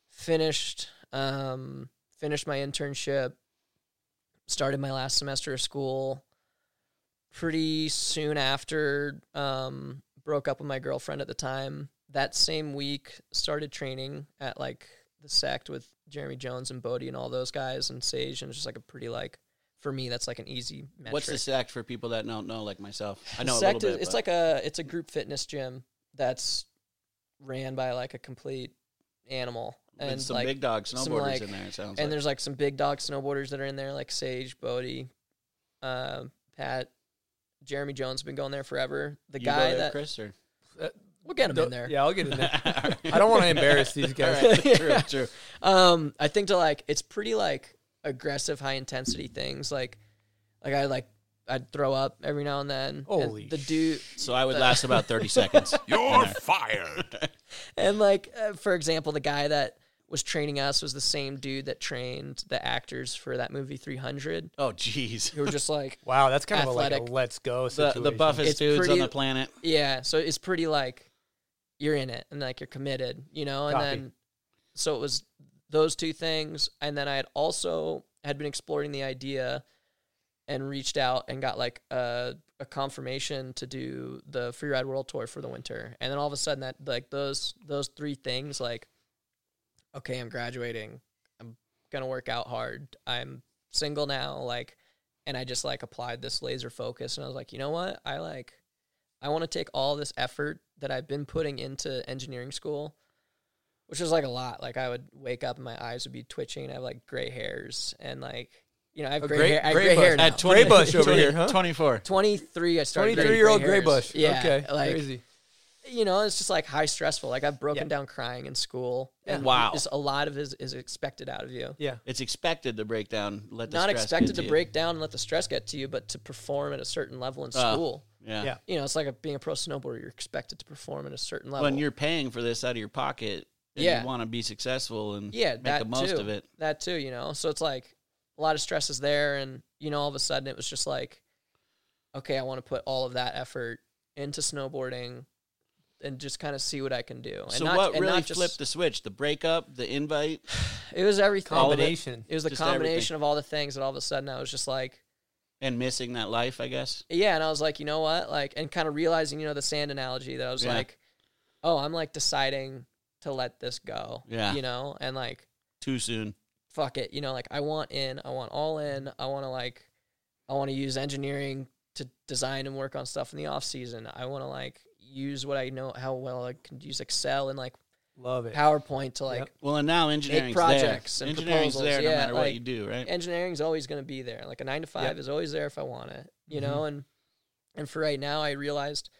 finished um finished my internship started my last semester of school pretty soon after um broke up with my girlfriend at the time that same week started training at like the sect with Jeremy Jones and Bodie and all those guys and Sage and it's just like a pretty like for me that's like an easy metric. What's the sect for people that don't know, like myself? I know Sect a little is- bit. it's but like a it's a group fitness gym that's ran by like a complete animal been and some like big dog some, snowboarders like- in there. It sounds and like. there's like some big dog snowboarders that are in there like Sage Bodie, uh, Pat, Jeremy Jones have been going there forever. The You go guy there, that Chris or we'll get him Th- in there. Yeah, I'll get in there. I don't want to embarrass these guys. true, true. um i think to like it's pretty like aggressive high intensity things like like i like i'd throw up every now and then and Holy the dude So I would last about thirty seconds. You're fired. and like uh, for example the guy that was training us was the same dude that trained the actors for that movie 300 Oh, jeez. who were just like Wow, that's kind of a, like Athletic. a let's go The, situation. the buffest It's dudes on pretty- the planet. yeah so it's pretty like you're in it and like you're committed you know and Copy. then so it was those two things and then i had also had been exploring the idea and reached out and got like a, a confirmation to do the freeride world tour for the winter and then all of a sudden that like those those three things like okay i'm graduating i'm gonna work out hard i'm single now like and i just like applied this laser focus and i was like you know what i like i want to take all this effort that i've been putting into engineering school which was like a lot. Like I would wake up and my eyes would be twitching. and I have like gray hairs and like you know I have gray, hair. I have gray, hair now. At 20, Gray bush over 20, here, huh? 24. Twenty three, I started. getting 23 year old hairs. Graybush. Yeah. Okay. Like Crazy. you know, it's just like high stressful. Like I've broken Yeah. down crying in school. And Wow. just a lot of is is expected out of you. Yeah. It's expected to break down. Let the Not stress expected get to you. break down and let the stress get to you, but to perform at a certain level in Oh. school. Yeah. Yeah. You know, it's like a, being a pro snowboarder. You're expected to perform at a certain level. When you're paying for this out of your pocket, and Yeah. you want to be successful and yeah, make that the most too. of it. That too, you know. So it's like a lot of stress is there, and you know, all of a sudden it was just like, okay, I want to put all of that effort into snowboarding, and just kind of see what I can do. And So not, what and really not just, flipped the switch? The breakup, the invite. It was everything. all of it. Combination. It was the Just combination everything. of all the things that all of a sudden I was just like, and missing that life, I guess. yeah, and I was like, you know what, like, and kind of realizing, you know, the sand analogy that I was Yeah. like, oh, I'm like deciding to let this go. Yeah. You know, and like Too soon. fuck it, you know, like I want in, I want all in, I want to like, I want to use engineering to design and work on stuff in the off season. I want to like use what I know how well I can use Excel and like Love it. PowerPoint to like Well, and now engineering's projects there. and engineering's there proposals, no yeah, matter what like- you do, right? engineering's always going to be there. Like a nine to five Yep. is always there if I want it, you know. And and for right now, I realized,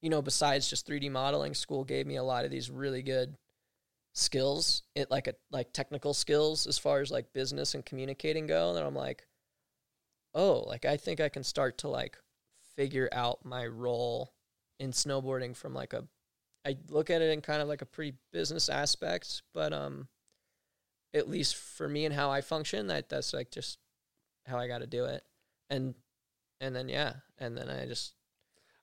you know, besides just three D modeling, school gave me a lot of these really good skills. It like a like technical skills as far as like business and communicating go. And I'm like, oh, like I think I can start to like figure out my role in snowboarding from like a I look at it in kind of like a pretty business aspect, but um at least for me and how I function, that that's like just how I got to do it. And and then yeah, and then I just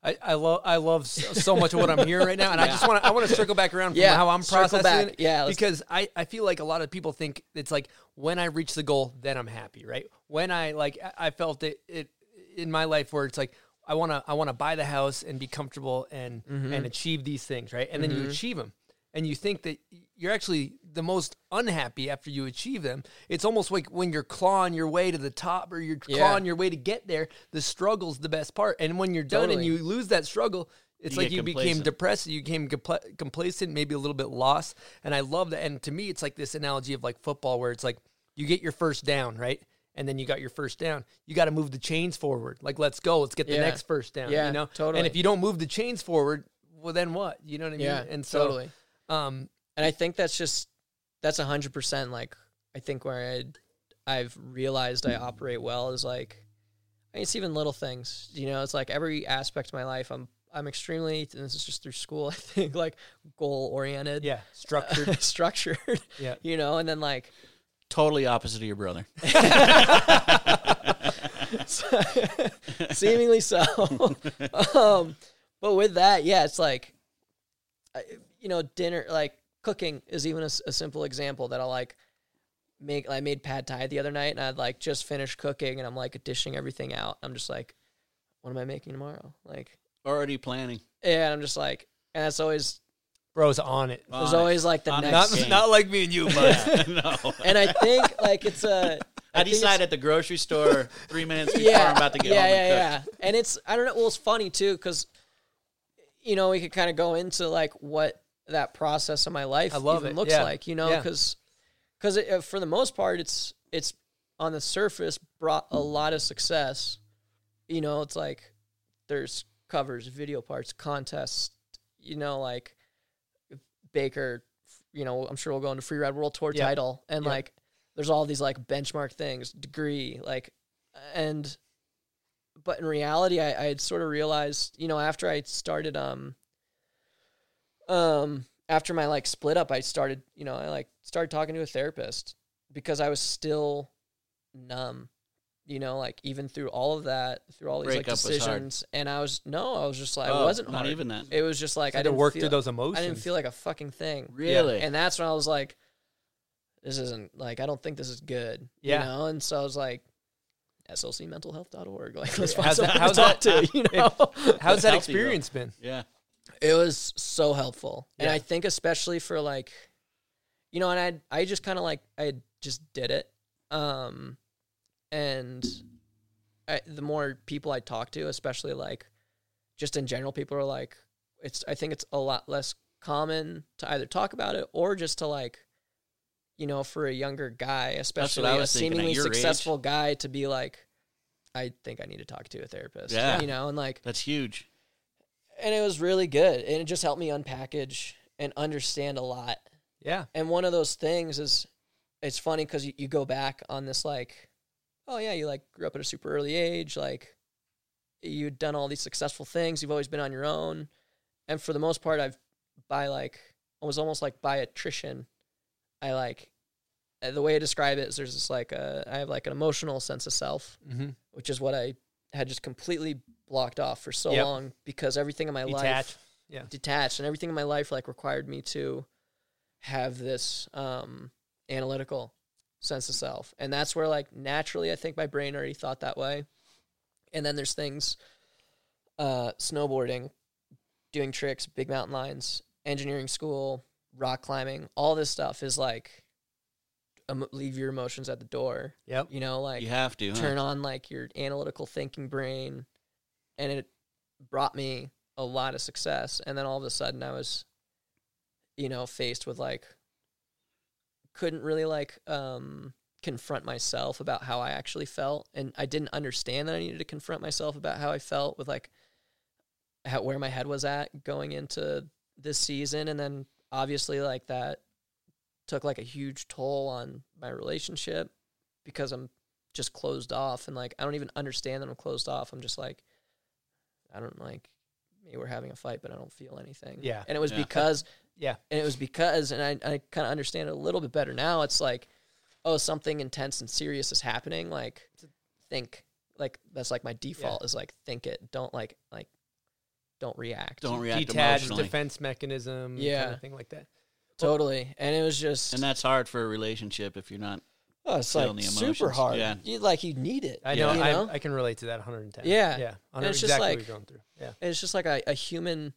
I, I love I love so, so much of what I'm hearing right now, and I just want to I want to circle back around from Yeah, how I'm circle processing back. it, Yeah, let's- because I I feel like a lot of people think it's like when I reach the goal, then I'm happy, right? When I like I- I felt it it in my life where it's like I want to I want to buy the house and be comfortable and Mm-hmm. and achieve these things, right? And then you achieve them, and you think that you're actually the most unhappy after you achieve them. It's almost like when you're clawing your way to the top or you're Yeah. clawing your way to get there, the struggle's the best part. And when you're done and Totally. you lose that struggle, it's You like get you became complacent. depressed, you became compl- complacent, maybe a little bit lost. And I love that. And to me, it's like this analogy of like football, where it's like you get your first down, right? And then you got your first down. You got to move the chains forward. Like, let's go. Let's get the Yeah. next first down. Yeah, you know, totally. And if you don't move the chains forward, well, then what? You know what I mean? yeah, And so, totally. um, And I think that's just that's a hundred percent like I think where I I've realized I operate well is like I mean, it's even little things. You know, it's like every aspect of my life I'm I'm extremely and this is just through school, I think, like goal oriented. yeah, structured. structured. Yeah. You know, and then like Totally opposite of your brother. seemingly so. um, but with that, yeah, it's like, I- you know, dinner like cooking is even a, s- a simple example that I'll like make. I made pad thai the other night, and I'd like just finished cooking, and I'm like dishing everything out. I'm just like, what am I making tomorrow? Like, Already planning. and I'm just like, and that's always Bro's on it. there's On it. always like the On it. next. Not- Not like me and you, but no. and I think like it's a. I, think it's- decide at the grocery store three minutes before I'm about to get yeah, home yeah, and cook. yeah. And it's I don't know. Well, it's funny too because you know we could kind of go into like what that process of my life I love even it, looks yeah, like. You know, yeah. because because uh, for the most part, it's it's on the surface brought a lot of success. You know, it's like there's covers, video parts, contests. You know, like Baker. You know, I'm sure we'll go into free ride world tour Yeah. title and Yeah. like there's all these like benchmark things, degree, like and but in reality I, I had sort of realized you know after i started um um after my like split up i started you know i like started talking to a therapist because i was still numb you know like even through all of that through all these like Breakup was hard. decisions and i was no i was just like Oh, i wasn't not hard. even that. it was just like I i had to didn't work feel, through those i emotions. didn't feel like a fucking thing Really? and that's when I was like, this isn't like I don't think this is good. Yeah. You know? And so I was like, slcmentalhealth.org. Like, let's find How's that- something how's to talk that- to, you know? How's that healthy, though. experience been? Yeah. it was so helpful. And Yeah. I think especially for like you know, and I I just kinda like I just did it. Um and I, the more people I talk to, especially like just in general, people are like, it's I think it's a lot less common to either talk about it or just to like, you know, for a younger guy, especially I a was thinking, at seemingly your age. successful guy, to be like, I think I need to talk to a therapist. Yeah. You know, and like, That's huge. and it was really good. And it just helped me unpackage and understand a lot Yeah. and one of those things is it's funny because you, you go back on this like oh yeah you like grew up at a super early age like you've done all these successful things you've always been on your own and for the most part i've by like i was almost like by attrition i like uh, the way i describe it is there's this like uh, i have like an emotional sense of self Mhm. which is what i had just completely blocked off for so Yep. long because everything in my life Detach. Yeah. detached and everything in my life like required me to have this um analytical sense of self and that's where like naturally i think my brain already thought that way and then there's things uh snowboarding doing tricks big mountain lines engineering school rock climbing all this stuff is like em- leave your emotions at the door Yep. you know like you have to. Huh? turn on like your analytical thinking brain and it brought me a lot of success and then all of a sudden i was you know faced with like couldn't really like um confront myself about how i actually felt and i didn't understand that i needed to confront myself about how i felt with like how, where my head was at going into this season and then obviously like that took like a huge toll on my relationship because i'm just closed off and like I don't even understand that I'm closed off. I'm just like I don't like maybe we're having a fight but I don't feel anything. Yeah. And it was Yeah. because Yeah. and it was because and I, I kinda understand it a little bit better now. It's like, oh something intense and serious is happening, like think. Like that's like my default is like think it. Don't like like don't react. Don't react Detached emotionally. defense mechanism. Yeah. Kind Yeah. of thing like that. Totally. And it was just and that's hard for a relationship if you're not. oh, it's feel like the super emotions. hard. Yeah. You like you need it. I know, You I, I can relate to that 110. Yeah. Yeah. I And know it's just exactly what like- you're going through. Yeah. And it's just like a, a human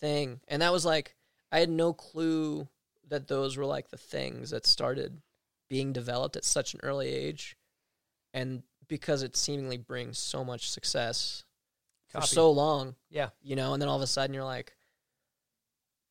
thing. And that was like I had no clue that those were like the things that started being developed at such an early age. And because it seemingly brings so much success for Copy. so long, Yeah. you know, and then all of a sudden you're like,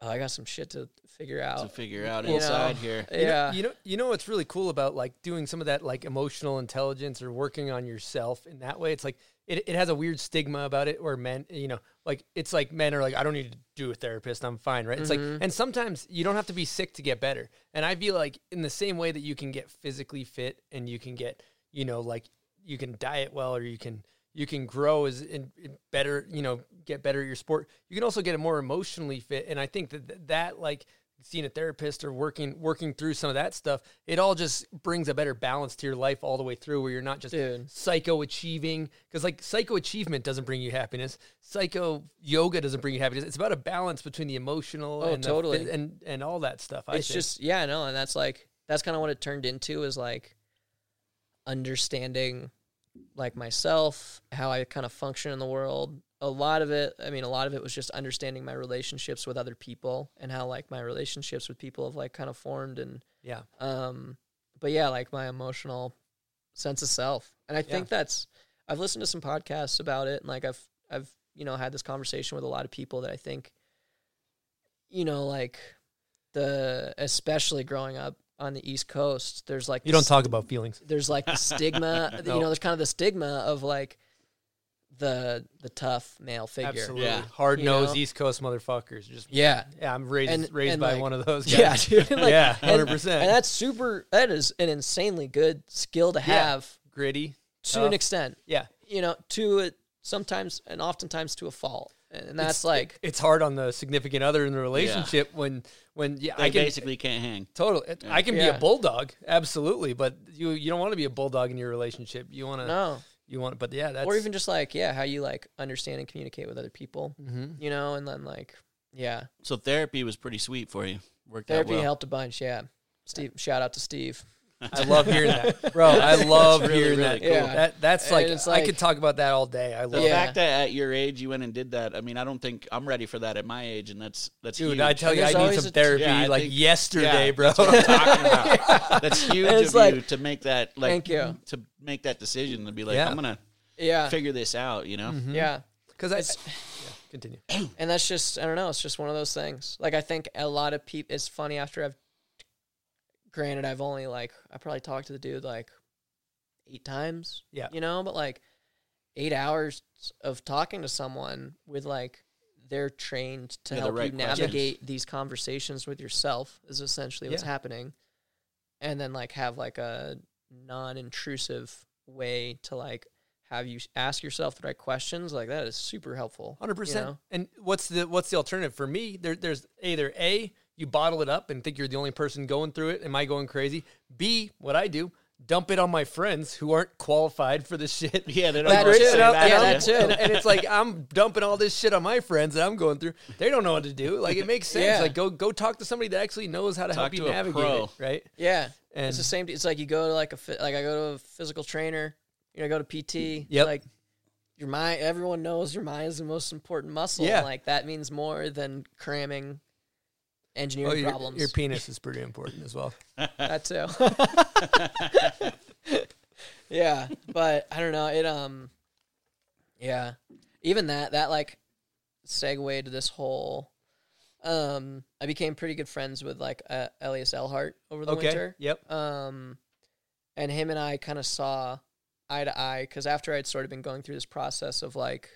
Oh, I got some shit to figure To out. figure out Oh, You know, inside here. You know- Yeah. you know, you know what's really cool about like doing some of that like emotional intelligence or working on yourself in that way. It's like it, it has a weird stigma about it where men, you know, like it's like men are like, I don't need to do a therapist, I'm fine, right? It's like and sometimes you don't have to be sick to get better. And I feel like in the same way that you can get physically fit and you can get, you know, like you can diet well or you can you can grow as in, in better, you know, get better at your sport. You can also get more emotionally fit. And I think that th- that like seeing a therapist or working working through some of that stuff, it all just brings a better balance to your life all the way through where you're not just Dude. psycho achieving because like psycho achievement doesn't bring you happiness. Psycho yoga doesn't bring you happiness. It's about a balance between the emotional Oh, and the totally. phys- and and all that stuff. I it's think. just yeah, no, and that's like that's kind of what it turned into is like understanding like myself, how I kind of function in the world. A lot of it, I mean, a lot of it was just understanding my relationships with other people and how like my relationships with people have like kind of formed and yeah. um but yeah, like my emotional sense of self. And I think that's I've listened to some podcasts about it and like I've I've you know had this conversation with a lot of people that I think you know like the especially growing up on the East Coast, there's like You this- don't talk about feelings. there's like the stigma No. you know there's kind of the stigma of like the the tough male figure Absolutely. Yeah. Hard nosed You know? East Coast motherfuckers. Just yeah yeah, I'm raised And- raised and, by like- one of those guys. yeah dude like, yeah, and- hundred percent. and that's super that is an insanely good skill to Yeah. have gritty. to an Tough. extent Yeah, you know to a, sometimes and oftentimes to a fault and It's- that's like it's hard on the significant other in the relationship when when yeah, They I can basically can't hang. totally it- I can be Yeah. a bulldog absolutely, but you you don't want to be a bulldog in your relationship. You want to no you want but yeah, that's or even just like yeah how you like understand and communicate with other people Mm-hmm. you know and then like yeah So therapy was pretty sweet for you. Worked out therapy well. helped a bunch yeah steve shout out to steve I love hearing that, bro. I love really, hearing really that. cool. Yeah. That that's And like, it's I like- could talk about that all day. I The love Yeah. fact that at your age you went and did that, I mean, I don't think I'm ready for that at my age, and that's that's Dude, huge. I tell And you, I there's need always some a- therapy Yeah, I like think- yesterday, yeah, bro. talking about. That's huge And it's of you like- to make that like Thank you. to make that decision to be like, Yeah. I'm gonna yeah figure this out, you know? yeah Because Mm-hmm. I, It's- Continue. and that's just I don't know. It's just one of those things. Like I think a lot of people. It's funny after I've. Granted, I've only like I probably talked to the dude like eight times. Yeah. you know, but like eight hours of talking to someone with like they're trained to Yeah, the help right you questions. navigate these conversations with yourself is essentially what's Yeah. happening, and then like have like a non-intrusive way to like have you s- ask yourself the right questions. Like that is super helpful. you Hundred percent. know? And what's the what's the alternative for me? There, there's either a you bottle it up and think you're the only person going through it. Am I going crazy? B what I do, dump it on my friends who aren't qualified for this shit. Yeah, they don't Like, know what raise to it say up, and back, yeah, I'm- that too. And, and it's like I'm dumping all this shit on my friends that I'm going through. They don't know what to do. Like it makes sense. Yeah. Like go go talk to somebody that actually knows how to help Talk you to a navigate pro. it. Right. Yeah, And- it's the same. It's like you go to like a phy- like I go to a physical trainer. You know, I go to PT. Yep. Like your mind. Everyone knows your mind is the most important muscle. Yeah. Like that means more than cramming Oh, engineering your, problems. your penis is pretty important as well. that too. yeah, but I don't know. It um, yeah, even that that like segue to this whole. Um, I became pretty good friends with like uh, Elias Elhart over the Okay. winter Yep. um, and him and I kind of saw eye to eye because after I'd sort of been going through this process of like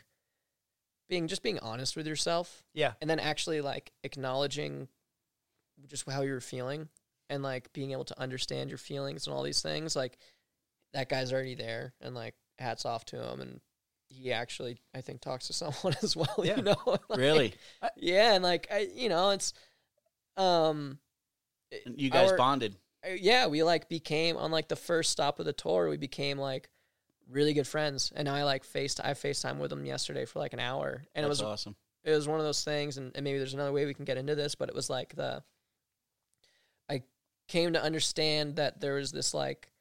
being just being honest with yourself Yeah. and then actually like acknowledging just how you're feeling and like being able to understand your feelings and all these things like that guy's already there and like hats off to him and he actually i think talks to someone as well Yeah. you know Like, Really, yeah and like I, you know it's um And you guys Our- bonded. uh, yeah, we like became on like the first stop of the tour, we became like really good friends. And I like faced I FaceTime with him yesterday for like an hour. And it That's was awesome. it was one of those things and, and maybe there's another way we can get into this, but it was like the I came to understand that there was this like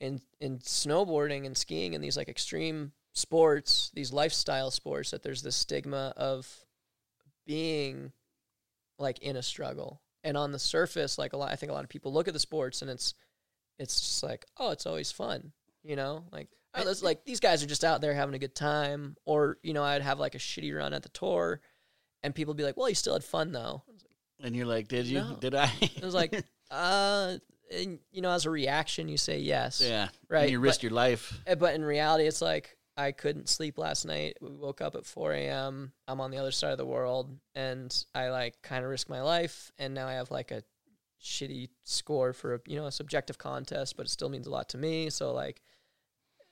in in snowboarding and skiing and these like extreme sports, these lifestyle sports, that there's this stigma of being like in a struggle. And on the surface, like a lot, I think a lot of people look at the sports and it's, it's just like, oh, it's always fun, you know, like, oh, that's like these guys are just out there having a good time. Or you know, I'd have like a shitty run at the tour, and people would be like, well, you still had fun though. And you're like, did you? No. Did I? It was like, uh, and you know, as a reaction, you say yes, yeah, Right, And you risked but- your life. Uh, But in reality, it's like I couldn't sleep last night. We woke up at 4 a.m. I'm on the other side of the world, and I like kind of risked my life. And now I have like a shitty score for a you know a subjective contest, but it still means a lot to me. So like,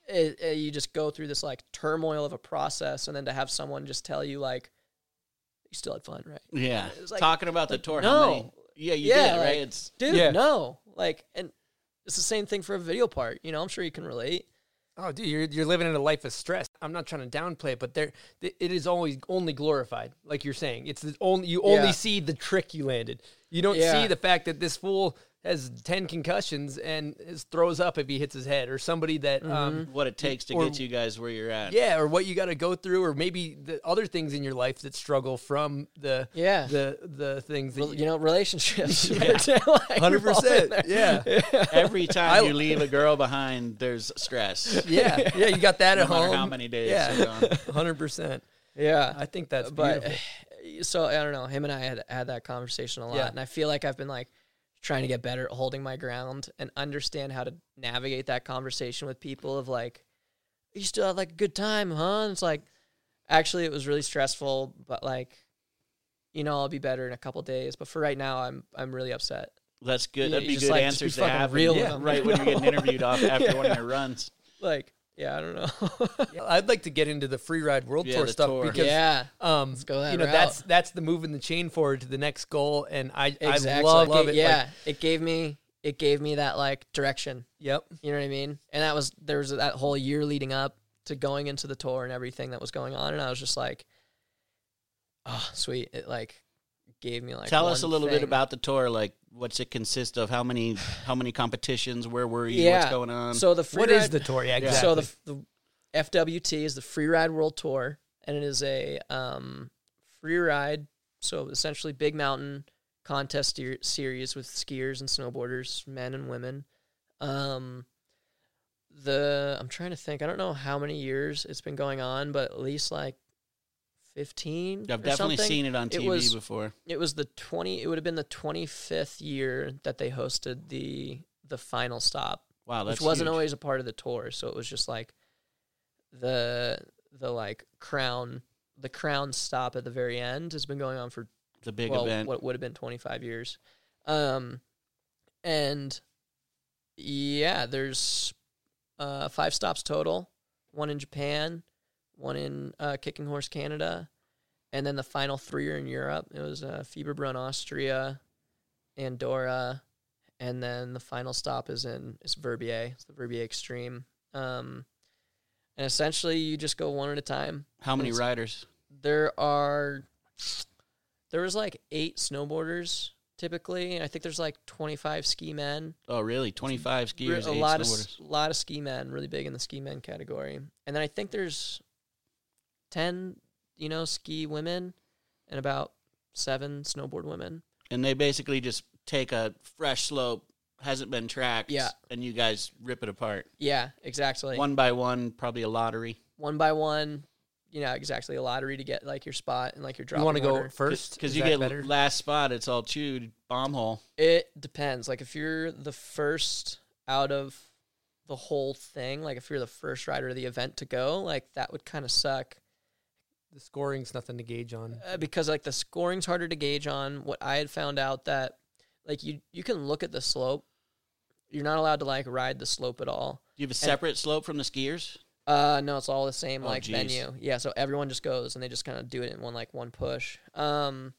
it, it- you just go through this like turmoil of a process, and then to have someone just tell you like, you still had fun, right? Yeah, It was like- talking about the tour. no. How many, yeah, you Yeah, did like- right. It's Dude, Yeah. no, like, and it's the same thing for a video part. You know, I'm sure you can relate. Oh, dude, you're, you're living in a life of stress. I'm not trying to downplay it, but there, th- it is always only glorified, like you're saying. It's the only you only Yeah. see the trick you landed. You don't see Yeah. the fact that this fool has ten concussions and is, throws up if he hits his head, or somebody that, Mm-hmm. um, what it takes to Or- get you guys where you're at. yeah, or what you got to go through, or maybe the other things in your life that struggle from the Yeah. the the things that Rel- you know, relationships. hundred Hundred percent, yeah. Every time I- you leave a girl behind, there's stress. Yeah, yeah, you got that No at home. matter how many days. they're Yeah, gone. hundred percent. Yeah. I think that's but beautiful. so I don't know. Him and I had had that conversation a lot, Yeah. and I feel like I've been like trying to get better at holding my ground and understand how to navigate that conversation with people. Of like, you still had like a good time, huh? And it's like, actually, it was really stressful, but like, you know, I'll be better in a couple days. But for right now, I'm I'm really upset. That's good. Yeah, That'd be you good just like- just be answers to fucking have. real and- with yeah, them. right when you're getting interviewed off after one of your runs. Like, yeah, I don't know. Yeah, I'd like to get into the free ride world Yeah, tour the stuff tour. because yeah, um go that you know route. that's that's the move in the chain forward to the next goal and I I exactly. love, love it It- yeah, like, it gave me it gave me that like direction. yep You know what I mean? And that was there was that whole year leading up to going into the tour and everything that was going on, and I was just like, oh, sweet. It like gave me like. Tell us a one little bit thing. about the tour. Like, what's it consist of? How many? How many competitions? Where were you? yeah. What's going on? So the free what is ride- the tour yeah exactly so the, f- the FWT is the Free Ride World Tour, and it is a um, free ride, so essentially big mountain contest ser- series with skiers and snowboarders, men and women. Um, the I'm trying to think. I don't know how many years it's been going on, but at least like 15. I've or definitely something. seen it on TV it was, before. It was the 20. It would have been the 25th year that they hosted the the final stop, Wow, that's which wasn't huge. always a part of the tour. So it was just like the the like crown the crown stop at the very end has been going on for the big well, event. what would have been 25 years. Um, and yeah, there's uh, five stops total one in Japan, one in uh, Kicking Horse, Canada, and then the final three are in Europe. It was uh, Fieberbrunn, Austria, Andorra, and then the final stop is in is Verbier. It's the Verbier Extreme. Um, and essentially, you just go one at a time How many it's- riders? there are there was like eight snowboarders typically and i think there's like 25 ski men Oh, really? Twenty five skiers. a eight lot of snowboarders. a lot of ski men really big in the ski men category and then i think there's 10 you know ski women and about seven snowboard women and they basically just take a fresh slope, hasn't been tracked, Yeah. and you guys rip it apart yeah exactly one by one, probably a lottery. one by one you know exactly a lottery to get like your spot and like your drop you want to go order. first because Is you that get better. last spot, it's all chewed bomb hole. It depends. Like if you're the first out of the whole thing, like if you're the first rider of the event to go, like that would kind of suck the scoring's nothing to gauge on. uh, because like the scoring's harder to gauge on. What I had found out that like you you can look at the slope, you're not allowed to like ride the slope at all. Do you have a separate slope from the skiers? Uh, no, it's all the same Oh, like geez. venue. Yeah, so everyone just goes and they just kind of do it in one like one push. Um,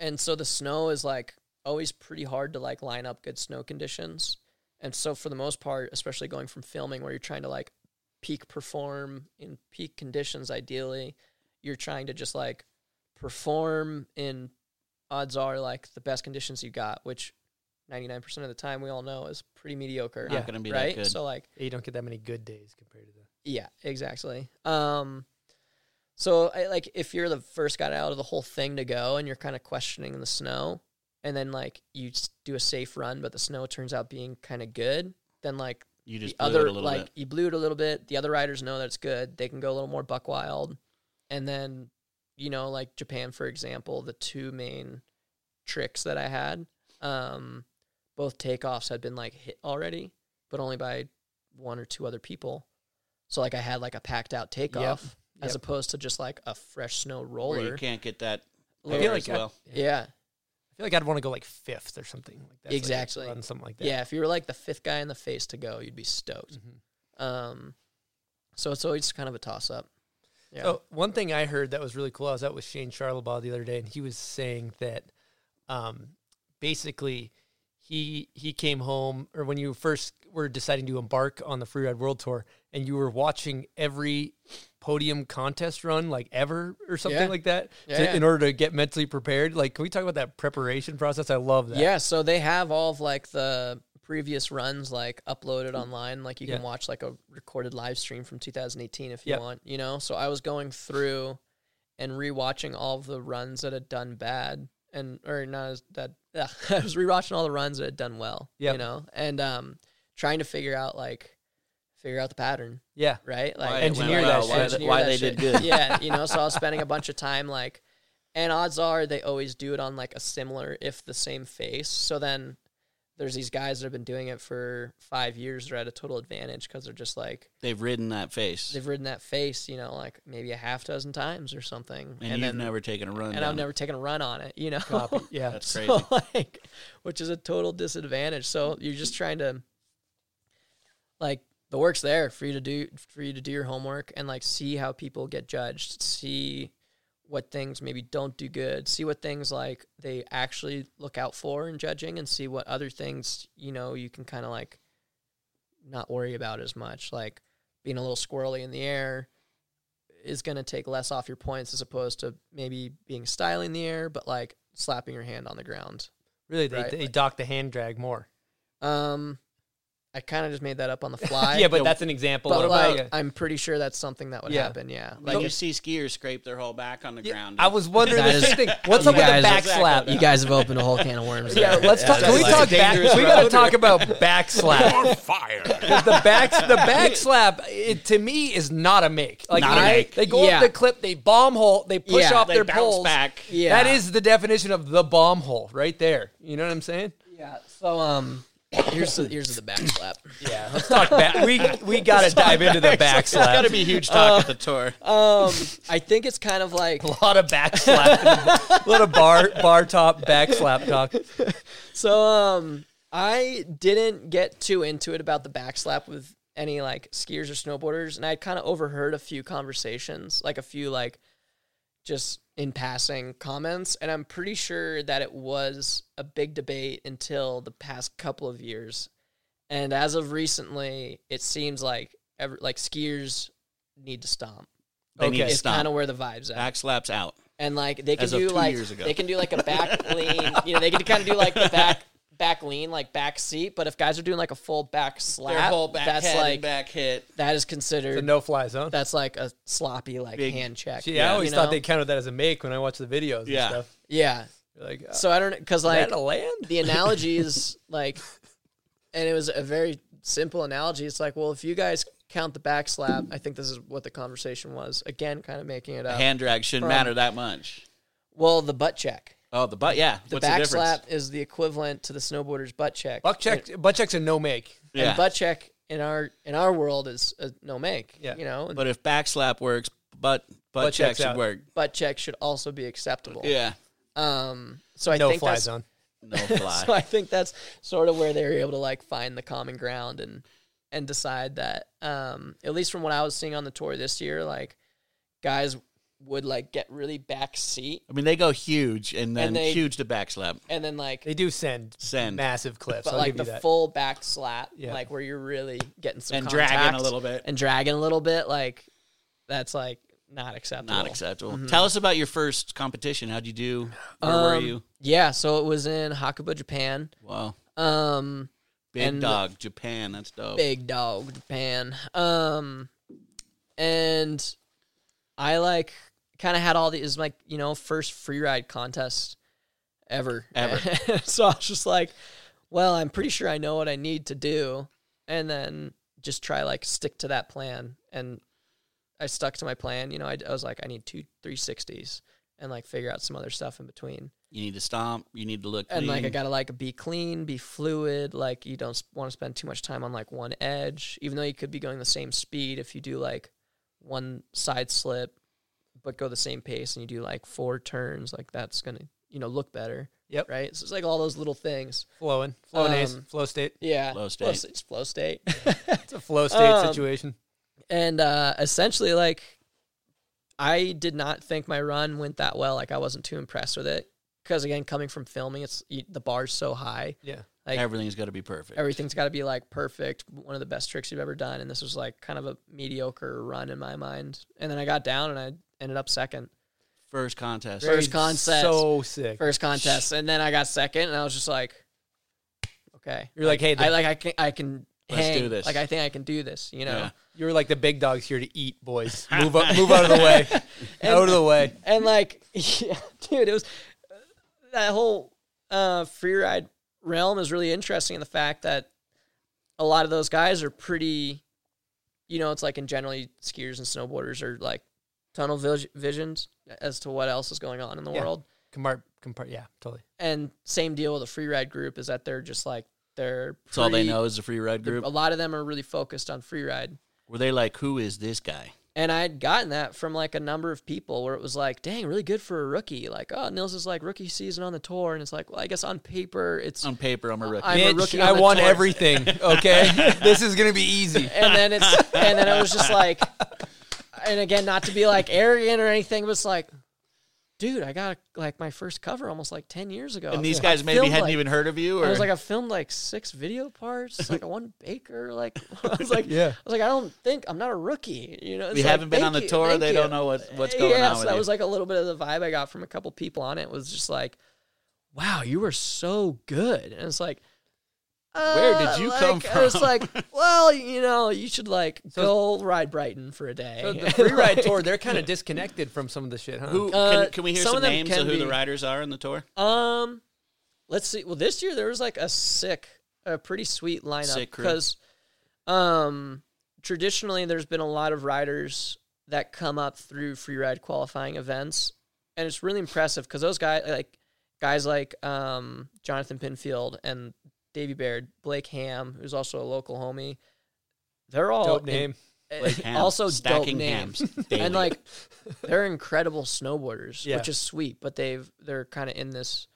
and so the snow is like always pretty hard to like line up good snow conditions. And so for the most part, especially going from filming where you're trying to like peak perform in peak conditions, ideally, you're trying to just like perform in odds are like the best conditions you got, which 99% of the time we all know is pretty mediocre. Not gonna be that right? good. So like You don't get that many good days compared to the yeah, exactly. Um, so I, like if you're the first guy out of the whole thing to go and you're kind of questioning the snow, and then like you s- do a safe run, but the snow turns out being kind of good, then like You just the blew it other a little like bit. you blew it a little bit. The other riders know that it's good. They can go a little more buck wild, and then you know like Japan for example, the two main tricks that I had, um, both takeoffs had been like hit already, but only by one or two other people. So like I had like a packed out takeoff as Yep. opposed to just like a fresh snow Where you roller. can't get that. I feel air like as I- well. Yeah. I feel like I'd want to go like fifth or something like that. Exactly. run something like that. Yeah, if you were like the fifth guy in the face to go, you'd be stoked. Mm-hmm. Um, so it's always kind of a toss up. Yeah. Oh, one thing I heard that was really cool. I was out with Shane Charlebois the other day, and he was saying that um, basically he he came home, or when you first were deciding to embark on the Freeride World Tour, and you were watching every podium contest run like ever or something Yeah. like that Yeah, to- yeah. in order to get mentally prepared. Like, can we talk about that preparation process? I love that. Yeah, so they have all of like the previous runs like uploaded online. Like you Yeah. can watch like a recorded live stream from 2018 if you Yep. want, you know? So I was going through and rewatching all of the runs that had done bad and or not as that ugh, I was rewatching all the runs that had done well. Yep. You know? And um trying to figure out like figure out the pattern yeah. right? Why Like it Engineer went that well, shit. why they- why they did good. yeah, you know. So I was spending a bunch of time like, and odds are they always do it on like a similar, if the same face. So then there's these guys that have been doing it for five years. They're at a total advantage because they're just like They've ridden that face, they've ridden that face, you know, like maybe a half dozen times or something. and, you've never taken a run. and I've down. never taken a run on it, you know. Copy. Yeah. That's So, crazy. like, which is a total disadvantage. So you're just trying to, like, the work's there for you to do for you to do your homework and like see how people get judged, see what things maybe don't do good, see what things like they actually look out for in judging, and see what other things you know you can kind of like not worry about as much, like being a little squirrely in the air is going to take less off your points as opposed to maybe being styling in the air, but like slapping your hand on the ground. Really, they, Right, they like- dock the hand drag more. Um, I kind of just made that up on the fly. yeah, but that's an example. but What about like, you? I'm pretty sure that's something that would Yeah. happen. Yeah, Like like you see skiers scrape their whole back on the ground. I was wondering That the is- same thing. What's you up with the guys- back slap? You guys have opened a whole can of worms. Yeah, there. let's talk. Can we That's talk a back? dangerous We got to road. talk about back slap. You're fired. the back, the back slap, it, to me is not a make. Like Not a they, make. they go Yeah. up the clip, they bomb hole, they push Yeah. off They their bounce poles back. Yeah. that is the definition of the bomb hole right there. You know what I'm saying? Yeah. So um, here's the here's the back slap. Yeah, let's talk back. We we gotta dive into the back It's got slap. to be huge talk at the tour. um, I think it's kind of like A lot of back slap. a lot of bar bar top back slap talk. so. Um, I didn't get too into it about the backslap with any like skiers or snowboarders, and I kind of overheard a few conversations, like a few like just in passing comments, and I'm pretty sure that it was a big debate until the past couple of years. And as of recently, it seems like every, like skiers need to stomp. They need to It's kind stop. of where the vibes at. Back slaps out. and like they can As of do two like years ago. they can do like a back lean. You know, they can kind of do like the back back lean, like back seat. But if guys are doing like a full back slap, Their whole back that's head and like back hit. that is considered The no fly zone. that's like a sloppy like Big- hand check. Gee, I always you thought know? they counted that as a make when I watched the videos Yeah. and stuff. yeah. You're Like, uh, So I don't because like that a land? the analogy is like, and it was a very simple analogy. It's like, well, if you guys count the back slap, I think this is what the conversation was. Again, kind of making it up. Hand drag shouldn't From- matter that much. well, the butt check. Oh, the butt. Yeah. The What's back the difference? slap is the equivalent to the snowboarder's butt check. buck check. Buck check's a no make. Yeah. And butt check in our in our world is a no make. Yeah. You know, and But if back slap works, butt butt, Butt check check's should out. work. butt check should also be acceptable. Yeah. Um. So I No think fly that's, zone. No fly. So I think that's sort of where they were able to like find the common ground and and decide that um at least from what I was seeing on the tour this year, like guys would like get really back seat I mean, they go huge and then And they- huge to back slap. and then like They do send Send. massive clips. but I'll like give you the that. full back slap, Yeah. like where you're really getting some And dragging a contact little bit. and dragging a little bit, like that's like not acceptable. Not acceptable. Tell us about your first competition. How'd you do? Where were Mm-hmm. Um, you? Yeah, so it was in Hakuba, Japan. Wow. Um, Big and- dog, Japan. That's dope. big dog, Japan. Um, and I like kind of had all these like you know first free ride contest ever Ever. so I was just like, well, I'm pretty sure I know what I need to do, and then just try like stick to that plan. And I stuck to my plan. You know, I, I was like, I need two 360s and like figure out some other stuff in between. You need to stomp. You need to look. and like I clean. gotta like be clean, be fluid. Like you don't want to spend too much time on like one edge, even though you could be going the same speed if you do like one side slip, but go the same pace and you do like four turns. Like that's gonna you know look better. Yep. Right. So it's like all those little things. flowing, flowing ace, Um, flow state. Yeah. Flow Flow, state. sta- it's flow state. It's a flow state um, situation. and uh, essentially like i did not think my run went that well like i wasn't too impressed with it because again coming from filming it's you, the bar's so high Yeah. like Everything's got to be perfect. everything's got to be like perfect one of the best tricks you've ever done and this was like kind of a mediocre run in my mind and then i got down and i ended up second First contest. Very- First concept. So sick. first contest and then i got second and i was just like okay You're like, hey, the, i like i can i can Let's hang. do this. like i think i can do this you know Yeah. you're like the big dogs here to eat, boys. Move up, move out of the way, out of the way. and like yeah, dude it was that whole uh free ride realm is really interesting in the fact that a lot of those guys are pretty you know it's like in generally skiers and snowboarders are like tunnel vis- visions as to what else is going on in the Yeah. world Compart, compart. Yeah, totally. and same deal with the free ride group is that they're just like they're That's all they pretty- know is the free ride group. a lot of them are really focused on free ride Were they like, who is this guy? And I'd gotten that from like a number of people where it was like, dang, really good for a rookie. Like, oh, Nils is like rookie season on the tour. And it's like, well, I guess on paper, it's. On paper, I'm a rookie. I'm a Bitch, rookie I on the won tour. everything. Okay, this is gonna be easy. and then it's. And then it was just like, and again, not to be like arrogant or anything, but it's like, dude, I got like my first cover almost like 10 years ago. and these I guys maybe filmed, hadn't like- even heard of you. Or I was like, I filmed like six video parts, like I won Baker. Like, I was like, Yeah. I was like, I don't think I'm not a rookie. You know, it's we like, haven't been on thank the you, tour. thank They you. don't know what, what's going yeah, on. so with that you. was like a little bit of the vibe I got from a couple people on it was just like, wow, you were so good. And it's like, Where did uh, you like, come I was from? like, well, you know, you should like go ride Brighton for a day. So the free ride tour, they're kind of disconnected from some of the shit, huh? Who, Uh, can, can we hear some some, of them names can of who be- the riders are in the tour? Um, let's see. Well, this year there was like a sick, a pretty sweet lineup Sick crew. because, um, traditionally there's been a lot of riders that come up through free ride qualifying events, and it's really impressive because those guys like guys like um Jonathan Pinfield and Davy Baird, Blake Ham, who's also a local homie. They're all Dope in- name. Blake Ham, also dope stacking names. hams daily. and like they're incredible snowboarders, Yeah. which is sweet. But they've they're kind of in this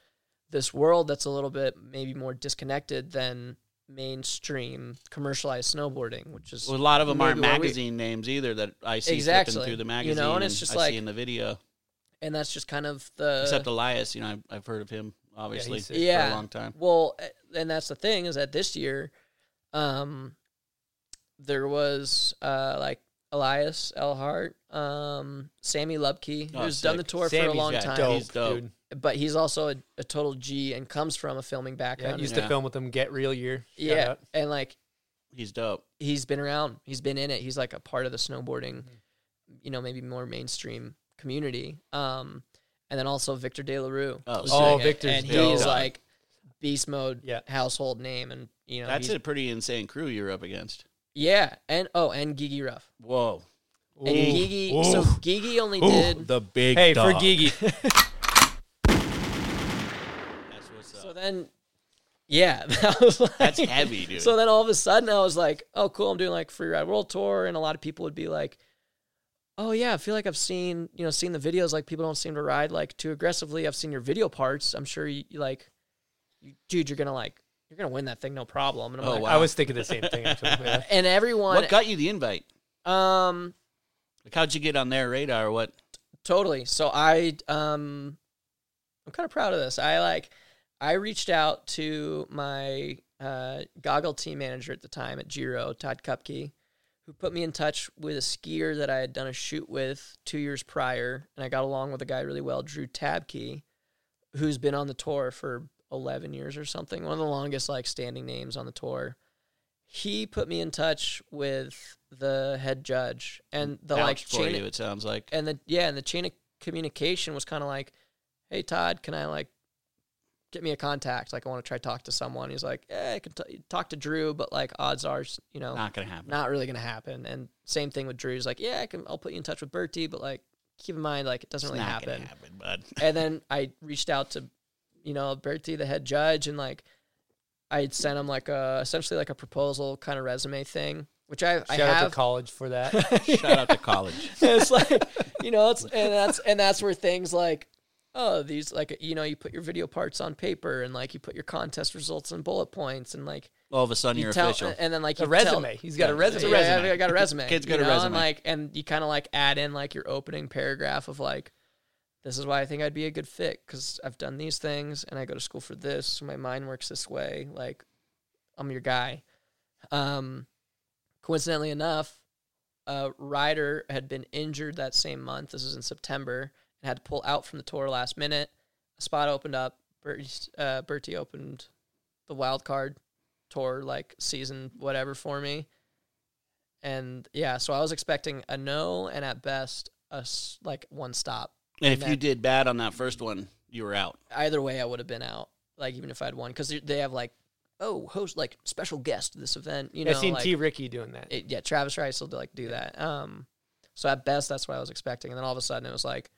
this world that's a little bit maybe more disconnected than mainstream commercialized snowboarding, which is Well, a lot of them aren't maybe where we- magazine names either that I see Exactly. flipping through the You know, magazine. and it's just I like- uh, see in the video. and that's just kind of the Except Elias, you know, I've, I've heard of him obviously he's sick. for yeah a long time. Well, eh, and that's the thing is that this year, um, there was uh like Elias Elhart, um, Sammy Lubke, Oh, who's done the sick. tour for a Sammy's long got time. dope. Dope, He's dope. dude. but he's also a, a total G and comes from a filming Yeah, background. used to Yeah. film with them. Get real year. Shout Yeah, out. and like He's dope. he's been around, he's been in it. He's like a part of the snowboarding, Mm-hmm. you know, maybe more mainstream community. Um, and then also Victor De La Rue. Oh, was sick. doing Oh, it, Victor's and dope. he's like beast mode Yeah. household name, and you know That's he's- a pretty insane crew you're up against. Yeah, and oh, and Gigi Ruff Whoa. and Gigi. So Gigi only did. The big Hey, for Gigi. That's what's up. so then, yeah, that was like, That's heavy, dude. So then all of a sudden I was like, oh, cool, I'm doing like free ride world tour, and a lot of people would be like, oh yeah, I feel like I've seen you know seen the videos. Like people don't seem to ride like too aggressively. I've seen your video parts. I'm sure you, you like, you, dude, you're gonna like you're gonna win that thing, no problem. And I'm Oh, like, wow. I was thinking the same thing. Actually. Yeah. and everyone, what got you the invite? um, Like, how'd you get on their radar? What? Totally. So I um I'm kind of proud of this. I like I reached out to my uh, goggle team manager at the time at Giro, Todd Kupke, who put me in touch with a skier that I had done a shoot with two years prior, and I got along with a guy really well, Drew Tabke, who's been on the tour for eleven years or something, one of the longest like standing names on the tour. He put me in touch with the head judge and the like Ouch for chain, you, it sounds like. and the yeah, and the chain of communication was kind of like, "Hey Todd, can I like get me a contact? Like I want to try talk to someone." He's like, "Yeah, I can t- talk to Drew, but like odds are, you know, Not going to happen. not really gonna happen." And same thing with Drew. He's like, "Yeah, I can. I'll put you in touch with Bertie, but like keep in mind, like it doesn't It's really not gonna happen." happen, bud. and then I reached out to, you know, Bertie, the head judge, and like I had sent him like a essentially like a proposal kind of resume thing, which I I Shout out have to college for that. Shout out to college. it's like you know it's and that's and that's where things like oh these like you know you put your video parts on paper and like you put your contest results in bullet points and like All of a sudden, you you're tell uh, official. and then like a you tell- resume. He's got a Yeah, resume. yeah, I got a resume. Kids you got a know, And resume. like and you kind of like add in like your opening paragraph of like this is why I think I'd be a good fit because I've done these things and I go to school for this. So my mind works this way. Like I'm your guy. Um, coincidentally enough, uh, Ryder had been injured that same month. This was in September and had to pull out from the tour last minute. A spot opened up. Bertie's, uh, Bertie opened the wild card tour like season whatever for me. And yeah, so I was expecting a no and at best a s- like one stop and if and you that- did bad on that first one, you were out. either way I would have been out. Like even if I'd won, because they have like oh host like special guest this event. You know, I've seen like, T. Ricky doing that. it- yeah, Travis Rice will do, like do that. Um, so at best that's what I was expecting, and then all of a sudden it was like,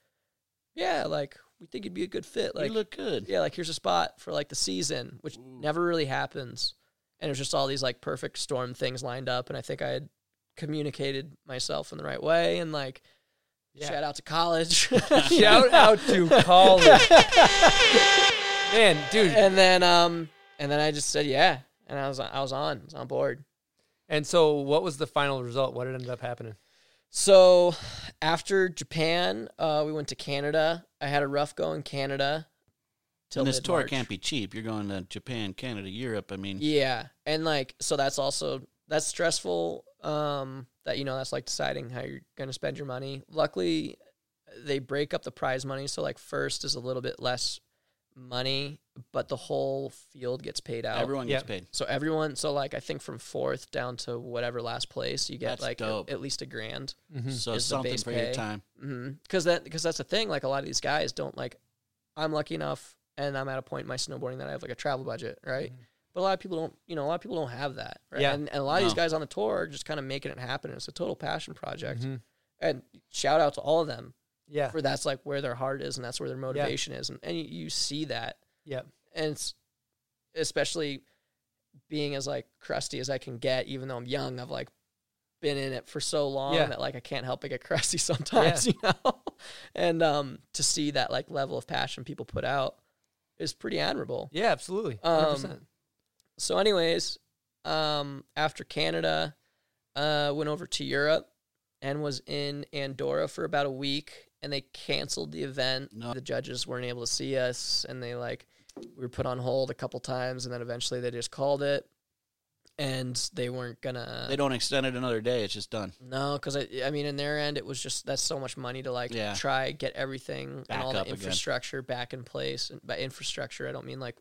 yeah, like we think you'd be a good fit. Like you look good. yeah, like here's a spot for like the season, which never really happens. And it was just all these like perfect storm things lined up, and I think I had communicated myself in the right way, and like. Yeah. Shout out to college. Shout out to college. Man, dude. and then um and then I just said yeah, and I was I was on, I was on board. And so, what was the final result? What ended up happening? So after Japan, uh, we went to Canada. I had a rough go in Canada. till And this tour mid-March. can't be cheap. You're going to Japan, Canada, Europe. I mean, Yeah, and like so that's also that's stressful. Um, that you know that's like deciding how you're gonna spend your money. Luckily, they break up the prize money, so like first is a little bit less money, but the whole field gets paid out. Everyone gets Yeah. paid. So everyone, so like I think from fourth down to whatever last place, you get That's like a- dope. at least a grand. So Is the something base for pay. your time. Because Mm-hmm. that because that's the thing. Like a lot of these guys don't like. I'm lucky enough, and I'm at a point in my snowboarding that I have like a travel budget, right? But a lot of people don't. You know, a lot of people don't have that. Right? Yeah. And, and a lot of these No. guys on the tour are just kind of making it happen. It's a total passion project. And shout out to all of them Yeah. for that's like where their heart is and that's where their motivation is, and, and you, you see that Yeah. and it's especially being as like crusty as I can get, even though I'm young, I've like been in it for so long Yeah. that like I can't help but get crusty sometimes, you know. and um, to see that like level of passion people put out is pretty admirable. Yeah, absolutely. Um, 100%. So, anyways, um, after Canada, uh, went over to Europe and was in Andorra for about a week, and they canceled the event. The judges weren't able to see us, and they like we were put on hold a couple times, and then eventually they just called it, and they weren't gonna. They don't extend it another day. It's just done. No, because I, I mean, in their end, it was just that's so much money to like Yeah. try get everything and Back all the up again. infrastructure back in place. And by infrastructure, I don't mean like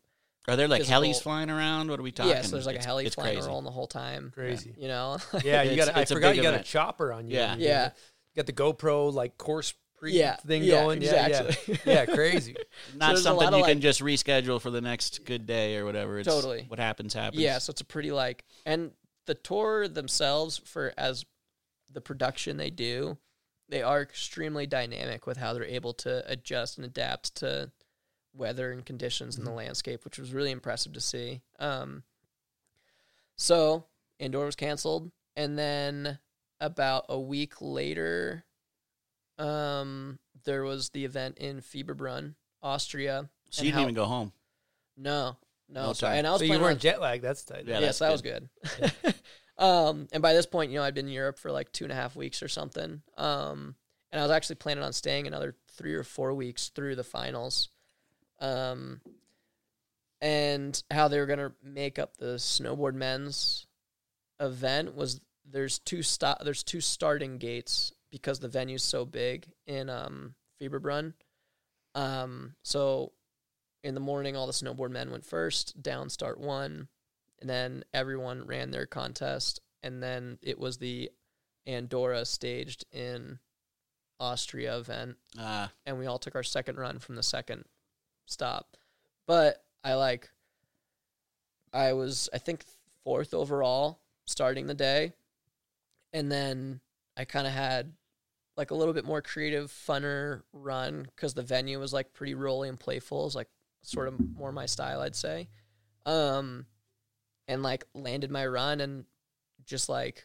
Are there like Physical- helis flying around? What are we talking? yeah. So there's like It's- a heli it's flying crazy. rolling the whole time. Crazy. You know. Yeah, you It's- got. I it's a forgot big you got event. a chopper on you. Yeah. You Yeah. got the GoPro like course pre Yeah, thing yeah, going. exactly. Yeah, yeah. yeah, crazy. So Not there's a something lot of, you can like- just reschedule for the next good day or whatever. It's Totally. What happens happens. Yeah, so it's a pretty like and the tour themselves for as the production they do, they are extremely dynamic with how they're able to adjust and adapt to weather and conditions in the landscape, which was really impressive to see. Um so indoor was canceled and then about a week later um there was the event in Fieberbrunn, Austria. So and you didn't how- even go home. No. No, No so, time. and I was So you planning on- weren't jet lagged. That's tight. Yeah. yeah, that's so that was good. um, and by this point, you know, I'd been in Europe for like two and a half weeks or something. Um, and I was actually planning on staying another three or four weeks through the finals. Um, and how they were going to make up the snowboard men's event was there's two stop there's two starting gates because the venue's so big in um Fieberbrunn. Um, so in the morning, all the snowboard men went first down start one and then everyone ran their contest and then it was the andorra staged in austria event Uh, and we all took our second run from the second stop but i like i was i think fourth overall starting the day and then i kind of had like a little bit more creative funner run because the venue was like pretty rolly and playful it was like sort of more my style i'd say um and like landed my run and just like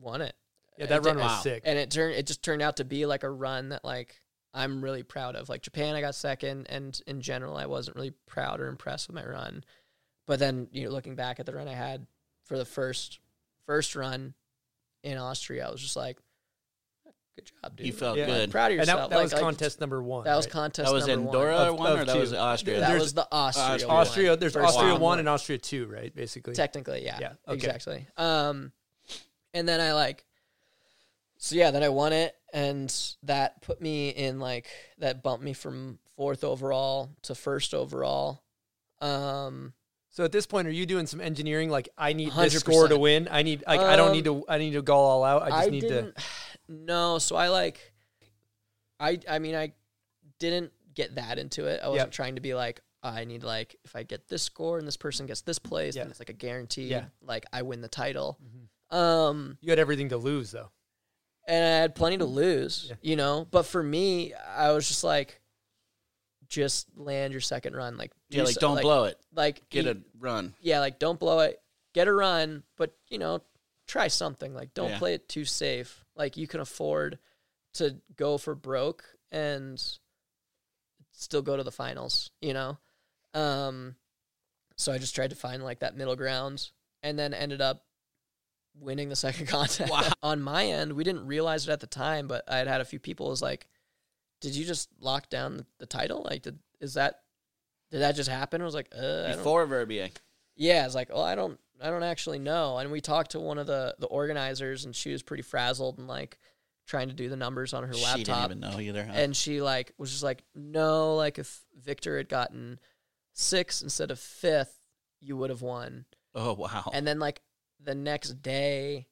won it Yeah, I that did- run was Wow. sick. and it turned it just turned out to be like a run that like I'm really proud of. Like Japan, I got second, and in general, I wasn't really proud or impressed with my run. But then you know, looking back at the run I had for the first first run in Austria, I was just like, "Good job, dude! you felt Yeah. good. proud of And yourself." that, that Like- was like, contest number one. That was right? contest. That was number Andorra Of- one, or of that was two. One. Austria. That There's- was the Austria. one. Austria. There's First Austria one. one and Austria two, right? Basically. Technically, yeah. Yeah, okay. Exactly. Um, and then I like, so yeah, then I won it, and that put me in like that bumped me from fourth overall to first overall. Um, So at this point, are you doing some engineering? Like, I need this 100%. score to win. I need. Like, I don't need Um, to. I need to go all out. I just need to. didn't, No, so I like, I I mean I didn't get that into it. I wasn't Yep. trying to be like I need like if I get this score and this person gets this place, Yeah. then it's like a guarantee. Yeah. Mm-hmm. Like I win the title. Um. You had everything to lose, though. and I had plenty to lose, you know. But for me, I was just like, just land your second run, like do Yeah, like so- don't blow it. like Get you- a run. yeah, like don't blow it, get a run, but you know, try something. Like don't Yeah. play it too safe. Like you can afford to go for broke and still go to the finals, you know. Um, so I just tried to find like that middle ground, and then ended up winning the second contest. On my end, we didn't realize it at the time, but I had had a few people was like, "Did you just lock down the, the title? Like, did is that did that just happen?" I was like, uh, I don't- Before Verbier. yeah, it's like, oh, I don't, I don't actually know. And we talked to one of the the organizers, and she was pretty frazzled and like trying to do the numbers on her She didn't laptop even know either. huh? and she like was just like no like if victor had gotten sixth instead of fifth you would have won oh wow. and then like the next day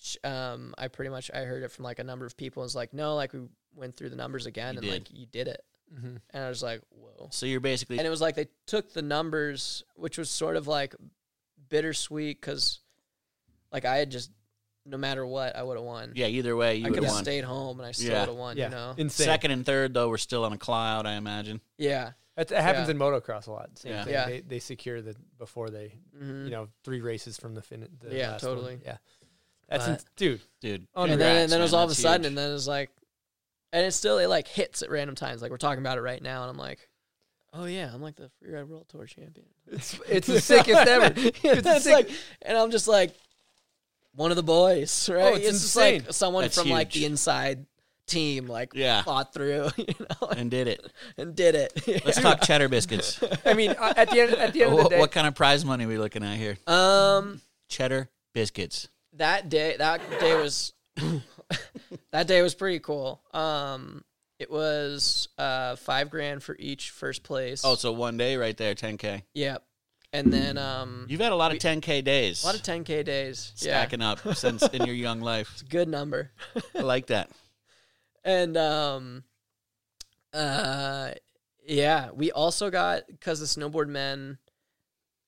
sh- um i pretty much i heard it from like a number of people it was like no like we went through the numbers again You and did. like you did it and i was like whoa so you're basically and it was like they took the numbers which was sort of like bittersweet because like i had just no matter what i would have won yeah. Either way, you i could would have won. stayed home and i still Yeah. would have won you know Insane. Second and third though were still on a cloud. I imagine. yeah That, that happens Yeah. in motocross a lot. Same Yeah. thing. Yeah. Mm-hmm. They, they secure the before they, you know, three races from the fin. The Yeah, last one. totally. Yeah, that's But- ins- dude. Dude. And congrats, and then, and then it man, was all of a that's sudden, huge. and then it was like, and it still it like hits at random times. Like we're talking about it right now, and I'm like, oh yeah, I'm like the freeride world tour champion. It's, it's the sickest ever. It's the It's sick- like, and I'm just like, one of the Oh, boys, right? it's just insane. like someone That's from like huge. the inside team, like Yeah. fought through, you know, and, and did it. did it. Let's talk cheddar biscuits. I mean, uh, at the end, at the end of the what, day, what kind of prize money are we looking at here? um, Cheddar biscuits. that day that day was that day was pretty cool. Um, it was uh five grand for each first place. Oh, so one day right there, 10k. Yep. And then um You've had a lot of 10k days. a lot of 10k days. stacking up since in your young life. Yeah. Good number. I like that. and um uh yeah, we also got cuz the snowboard men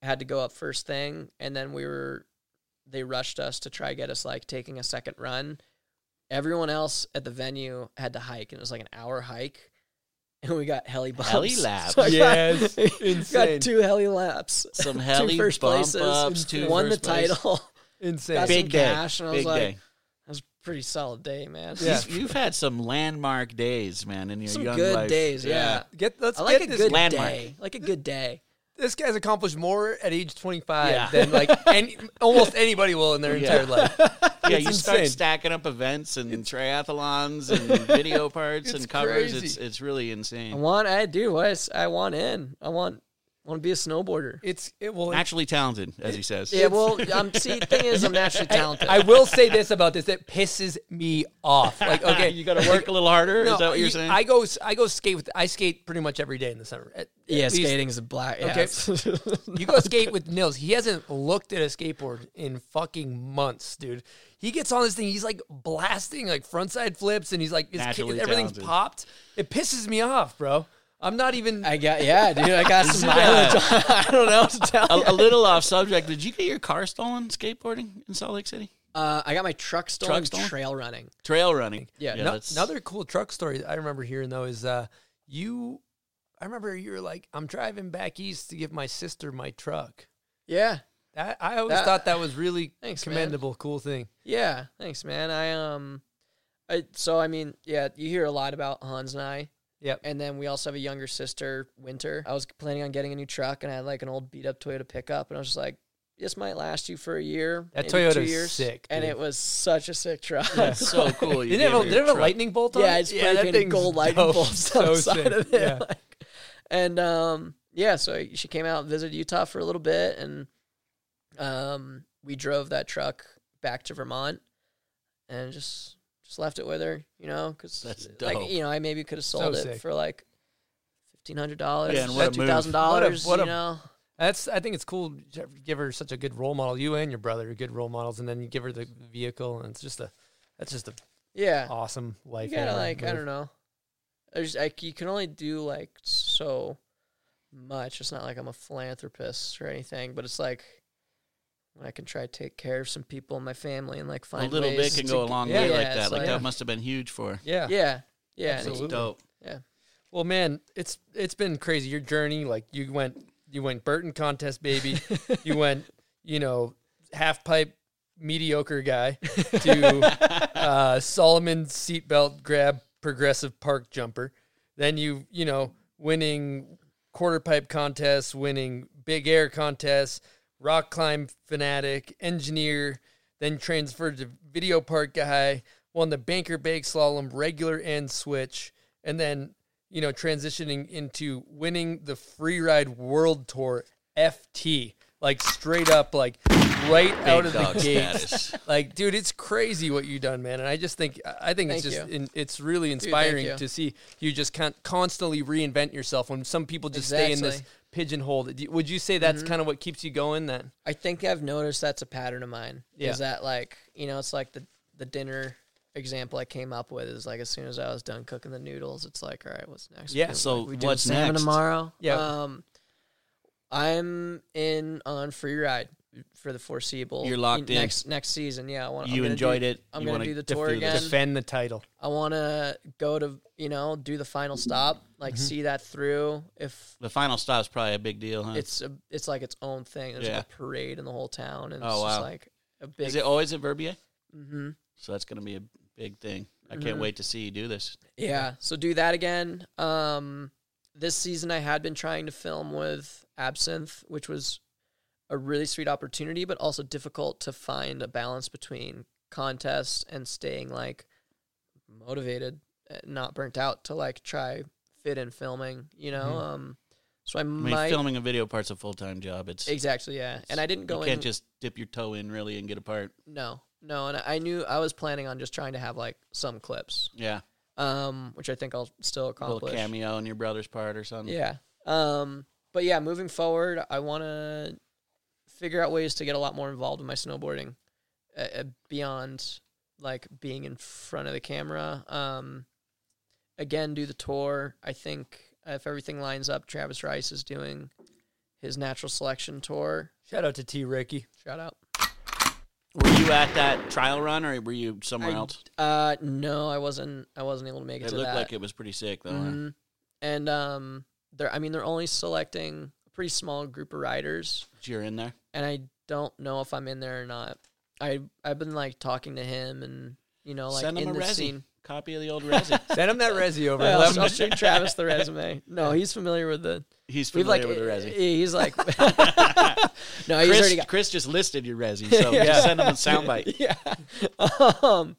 had to go up first thing and then we were they rushed us to try get us like taking a second run. Everyone else at the venue had to hike and it was like an hour hike. And we got heli bumps. Heli laps. I Yes, got, insane. got two heli laps. Some heli two first bump places. ups, two won first the place. title. insane. Got Big some day. cash, and I was Big like, day. That was a pretty solid day, man. Yeah. You've, you've had some landmark days, man, in your Some young good life. days, yeah. Get let's I like a get this good landmark. day. Like a good day. this guy's accomplished more at age 25 Yeah. than like any, almost anybody will in their Yeah. entire life. Yeah, It's you start insane. stacking up events and triathlons and video parts It's and covers. crazy. It's it's really I insane. want. I do. I, s- I want in. I want. Want to be a snowboarder. It's it will. Naturally talented, as he says. Yeah. Well, um, see, the thing is, I'm naturally talented. I will say this about this that pisses me off. Like okay, you got to work a little harder. No, is that what you're you- saying? I go s- I go skate with I skate pretty much every day in the summer. At- at yeah, least- skating is a black. Yeah, Okay. it's- You go skate with Nils. He hasn't looked at a skateboard in fucking months, dude. He gets on this thing. He's like blasting like frontside flips, and he's like, his ki- Naturally everything's talented. popped. It pisses me off, bro. I'm not even. I got. Yeah, dude. I got some. Yeah. mileage. I don't know what to tell. a, you. a little off subject. Did you get your car stolen skateboarding in Salt Lake City? Uh, I got my truck stolen. Truck stolen? Trail running. Trail running. Yeah, No- that's- another cool truck story that I remember hearing though is uh, you. I remember you were like, I'm driving back east to give my sister my truck. Yeah. That, I always That- thought that was really Thanks, man. commendable, cool thing. Yeah, thanks, man. I um, I so I mean, yeah, you hear a lot about Hans and I. Yep. And then we also have a younger sister, Winter. I was planning on getting a new truck, and I had like an old beat up Toyota pickup, and I was just like, this might last you for a year. That maybe two Toyota's years. sick, and dude. it was such a sick truck. That's so cool. You Did it gave have, a, her did it your have a truck. lightning bolt on yeah, it? it's yeah, that thing's gold lightning dope. bolts So outside sick. of it. Yeah. like- and um, yeah, so she came out and visited Utah for a little bit, and um, we drove that truck back to Vermont, and just just left it with her, you know, because That's dope. like you know I maybe could have sold it sick. for like fifteen hundred dollars, Yeah, and what a two move. thousand dollars, What a- what you a- know. That's. I think it's cool. to Give her such a good role model. You and your brother are good role models, and then you give her the vehicle, and it's just a. That's just a Yeah, awesome life. you gotta hack like I move. don't know. There's like you can only do like so much. It's not like I'm a philanthropist or anything, but it's like I can try to take care of some people in my family and like A find little bit ways can to go a g- long yeah, way yeah, like it's that. Like like- that must have been huge for. her. Yeah. Yeah, yeah, and it's- That's Absolutely. dope. Well, man, it's it's been crazy. Your journey, like you went, you went Burton contest baby. you went, you know, half pipe mediocre guy to uh, Solomon seatbelt grab progressive park jumper. Then you, you know, winning quarter pipe contests, winning big air contests, rock climb fanatic, engineer, then transferred to video park guy, won the banker bake slalom regular and switch, and then, you know, transitioning into winning the free ride world tour FT. Like straight up like right out of dog the status. gate. like, dude, it's crazy what you done, man. And I just think I think it's Thank just you. in, it's really thank inspiring you. to see you just con- constantly reinvent yourself. When some people just stay in this Exactly. Mm-hmm. pigeonhole, Do you- would you say that's kind of what keeps you going? Then I think I've noticed that's a pattern of mine. Yeah. Is that like you know, it's like the the dinner example I came up with is like as soon as I was done cooking the noodles, it's like, all right, what's next? Yeah, Like, so we doing what's salmon next? tomorrow? Yeah. Um, I'm in on free ride for the foreseeable. You're locked in. next next season. Yeah, I want. You enjoyed it. I'm You gonna wanna do the get tour through this. again. defend the title. I want to go to you know do the final stop, like Mm-hmm. see that through. If The final stop's probably a big deal, huh? it's a, it's like its own thing. There's Yeah. like a parade in the whole town, and Oh, it's just wow. like a big. Is it always at Verbier? Mhm. So that's going to be a big thing. I Mm-hmm. can't wait to see you do this. Yeah. So do that again. Um, this season I had been trying to film with Absinthe, which was a really sweet opportunity, but also difficult to find a balance between contests and staying like motivated, uh, not burnt out to like try fit in filming, you know? Um, so I, Mm-hmm. I mean, might filming a video part's a full time job. It's exactly. Yeah. And I didn't go you in. can't just dip your toe in really and get a part. no, no. And I- I knew I was planning on just trying to have like some clips, Yeah, um, which I think I'll still a little accomplish. cameo in your brother's part or something. Yeah. Um, but yeah, moving forward, I want to figure out ways to get a lot more involved in my snowboarding uh, uh, beyond like being in front of the camera. Um, again, do the tour. I think if everything lines up, Travis Rice is doing his natural selection tour. shout out to T. Ricky. Shout out. Were you at that trial run or were you somewhere I- else? Uh, no, I wasn't. I wasn't able to make it, It to looked that. like it was pretty sick though. huh? Mhm. And um, they're. I mean, they're only selecting a pretty small group of riders. You're in there. and I don't know if I'm in there or not. I I've been like talking to him and you know like Send him in a the resi. scene. Copy of the old resi. Send him that resi over. Yeah, Let I'll, him- I'll shoot Travis the resume. No, he's familiar with the. He's We've familiar like with the resi. he- He's like. no, he's Chris, already got. Chris just listed your resi, so just send him a soundbite. Yeah. um.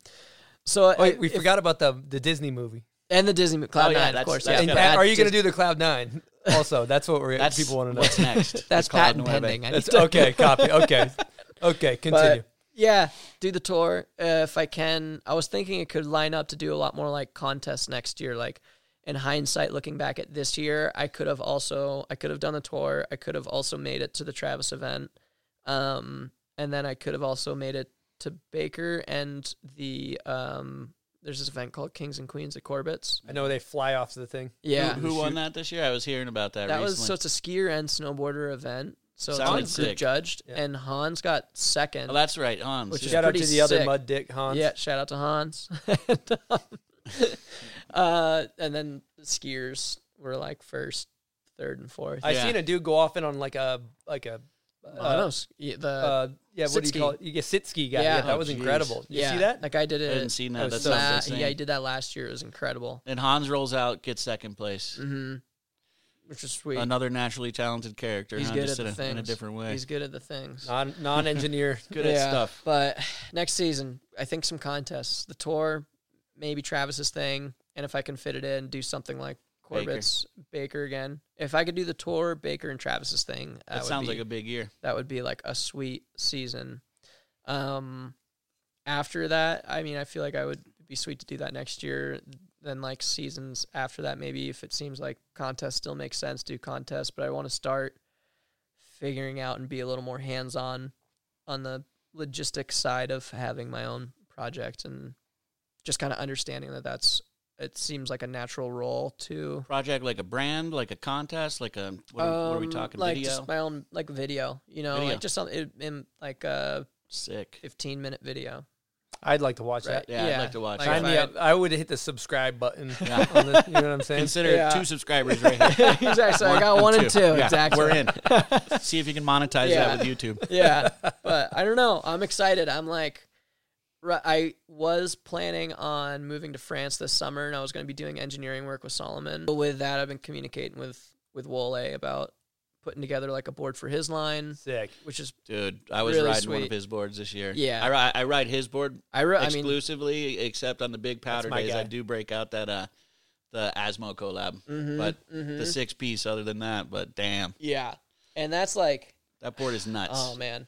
So Oh, wait, we if- forgot about the the Disney movie. and the Disney Cloud Oh, yeah, Nine, of that's- course. that's yeah, And no, Pat, Pat are you going just- to do the Cloud Nine? Also, that's what we're That's people want to know. What's next? It's That's called patent Nueve. pending. I need That's to- okay. Copy. Okay. Okay. Continue. But yeah, do the tour uh, if I can. I was thinking it could line up to do a lot more like contests next year. Like in hindsight, looking back at this year, I could have also I could have done the tour. I could have also made it to the Travis event, um, and then I could have also made it to Baker and the um. There's this event called Kings and Queens at Corbett's. I know they fly off the thing. Yeah, Who won that this year? I was hearing about that, that recently. was so it's a skier and snowboarder event. So Sounded it's like group sick. judged, and Hans got second. Oh, that's right, Hans. Which yeah. is Shout out to pretty the other sick. mud dick Hans. Yeah, shout out to Hans. and, um, uh, and then the skiers were like first, third, and fourth. I Yeah. seen a dude go off in on like a like a I don't know. s- y- The uh, yeah. What do Sitski. you call it? You get Sitski guy. Yeah, Yeah. that Oh, was geez. incredible. You yeah, see that? Like I did it. I hadn't seen that. it was That sounds la- yeah, I insane. did that last year. It was incredible, and Hans rolls out, gets second place. Mm-hmm. which was sweet. Another naturally talented character. He's huh? good at Just the in, a, things in a different way. He's good at the things. Non non engineer. good at stuff. But next season, I think some contests, the tour, maybe Travis's thing, and if I can fit it in, do something like Baker. Corbett's Baker, again. If I could do the tour, Baker and Travis's thing, that, That would sounds be, like a big year. that would be like a sweet season. Um, after that, I mean, I feel like I would be sweet to do that next year. Then like seasons after that, maybe if it seems like contests still make sense, do contests. But I want to start figuring out and be a little more hands on on the logistics side of having my own project and just kind of understanding that that's it seems like a natural role to Project like a brand, like a contest, like a what are, what are we Um, talking? like video. just my own like video you know Video. like just something it, in like uh, a Sick. 15 minute video I'd like to watch right that. Yeah, I'd like to watch Sign if me I- up. I would hit the subscribe button. Yeah. On this, you know what I'm saying? Consider Yeah. two subscribers right here. exactly. So I got one and two. Yeah, exactly. We're in. See if you can monetize Yeah. that with YouTube. yeah. But I don't know. I'm excited. I'm like, ri- I was planning on moving to France this summer, and I was going to be doing engineering work with Solomon. But with that, I've been communicating with with Wole about putting together like a board for his line, Sick. which is Dude, I was Really riding one of sweet. his boards this year. Yeah. I ride, I ride his board I wrote. I mean, exclusively, except on the big powder my days. guy. I do break out that uh the Asmo collab, Mm-hmm, but the six piece. Other than that, but damn, yeah, and that's like, Oh, that board is nuts. oh man,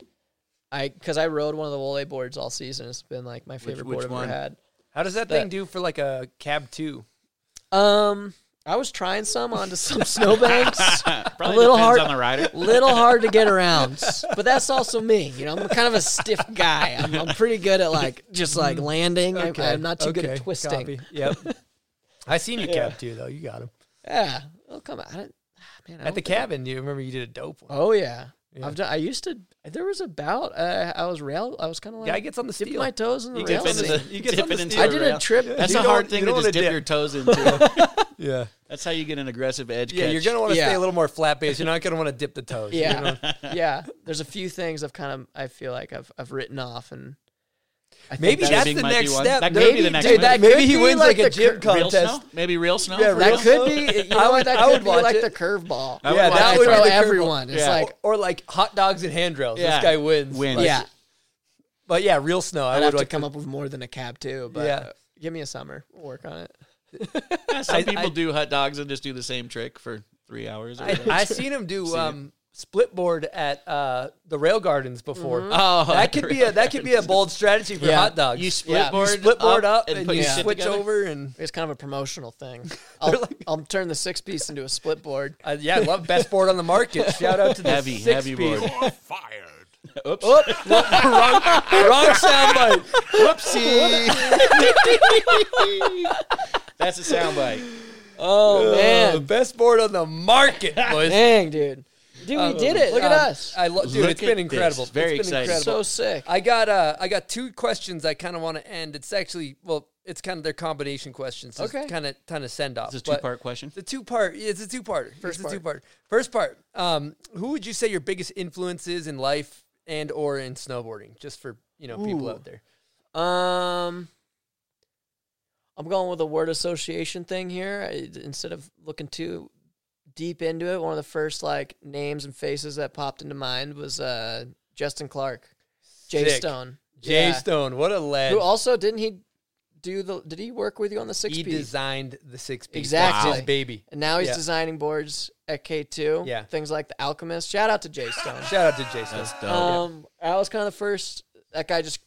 I because I rode one of the Wole boards all season. It's been like my favorite which board I've one? ever had. How does that, thing do for like a cab two? Um, I was trying some onto some snowbanks. Probably a little depends hard on the rider. Little hard to get around, but that's also me. You know, I'm kind of a stiff guy. I'm, I'm pretty good at like just like landing. Okay, I, am not too good at okay, twisting. copy. Yep. I seen you cab two though. You got him Yeah. Oh come on, I didn't- man. at the I don't think- cabin. Do you remember you did a dope one? Oh yeah. I've done, I used to. There was about uh, I was rail. I was kind of like Guy gets on the dipped steel. Oh, my toes in the You rail. dip into scene. the, you get dip it into into the I did rail. a trip. That's You a don't- hard you thing don't to wanna just dip, dip. your toes into. Yeah. That's how you get an aggressive edge Yeah, catch. you're gonna want to Yeah. stay a little more flat base. You're not gonna want to dip the toes. You're Yeah, gonna- yeah. There's a few things I've kind of I feel like I've I've written off and I think maybe that- that's being the might be next one. step. That could Maybe, be the next dude, one. that maybe could he be wins like like, a the gym cur- real contest. snow? Maybe real snow? Yeah, for real that us? could be you know I what, would- that I could would be watch like it. the curveball. would Yeah, watch that I it. would be throw the curveball. everyone. It's Yeah. like or like hot dogs and handrails. Yeah. This guy wins. Wins. Like- yeah, but yeah, real snow. I I'd would have to like come up with more than a cab too. But Yeah. uh, give me a summer, we'll work on it. Yeah, Some I- people I- do hot dogs and just do the same trick for three hours. Or I, whatever. I seen him do um, split board at uh, the rail gardens before. Uh, Oh, that could be a that could be a bold strategy for Mm-hmm. Yeah. hot dogs. You split Yeah. You board, split board up, and, put you your shit switch together? over and It's kind of a promotional thing. I'll, I'll turn the six piece into a split board. uh, yeah, I love best board on the market. Shout out to the Heavy, six heavy piece. board. Wrong soundbite. Whoopsie. That's a soundbite. Oh Uh, man, best board on the market, boys. dang dude, dude, we did it. Uh, Look at Um, us. I lo- dude, Look it's at been this. incredible. Very it's been exciting. incredible. so sick. I got uh, I got two questions I kind of want to end. It's actually well, it's kind of their combination questions. So Okay. It's kind of kind of send off. It's a two part question. The two part. It's a two part. First it's part. a two part. First part. Um, who would you say your biggest influences in life and or in snowboarding? Just for you know people Ooh. out there. Um, I'm going with a word association thing here. I, instead of looking too deep into it, one of the first like names and faces that popped into mind was uh, Justin Clark, Jay Sick. Stone, Jay Yeah. Stone. What a lad. who also didn't he do the? Did he work with you on the six He piece? designed the six piece. Exactly. That's his baby. And now he's Yeah. designing boards at K two. Yeah. things like the Alchemist. Shout out to Jay Stone. Shout out to Jay Stone. That's dope. um, I was kind of the first. That guy just.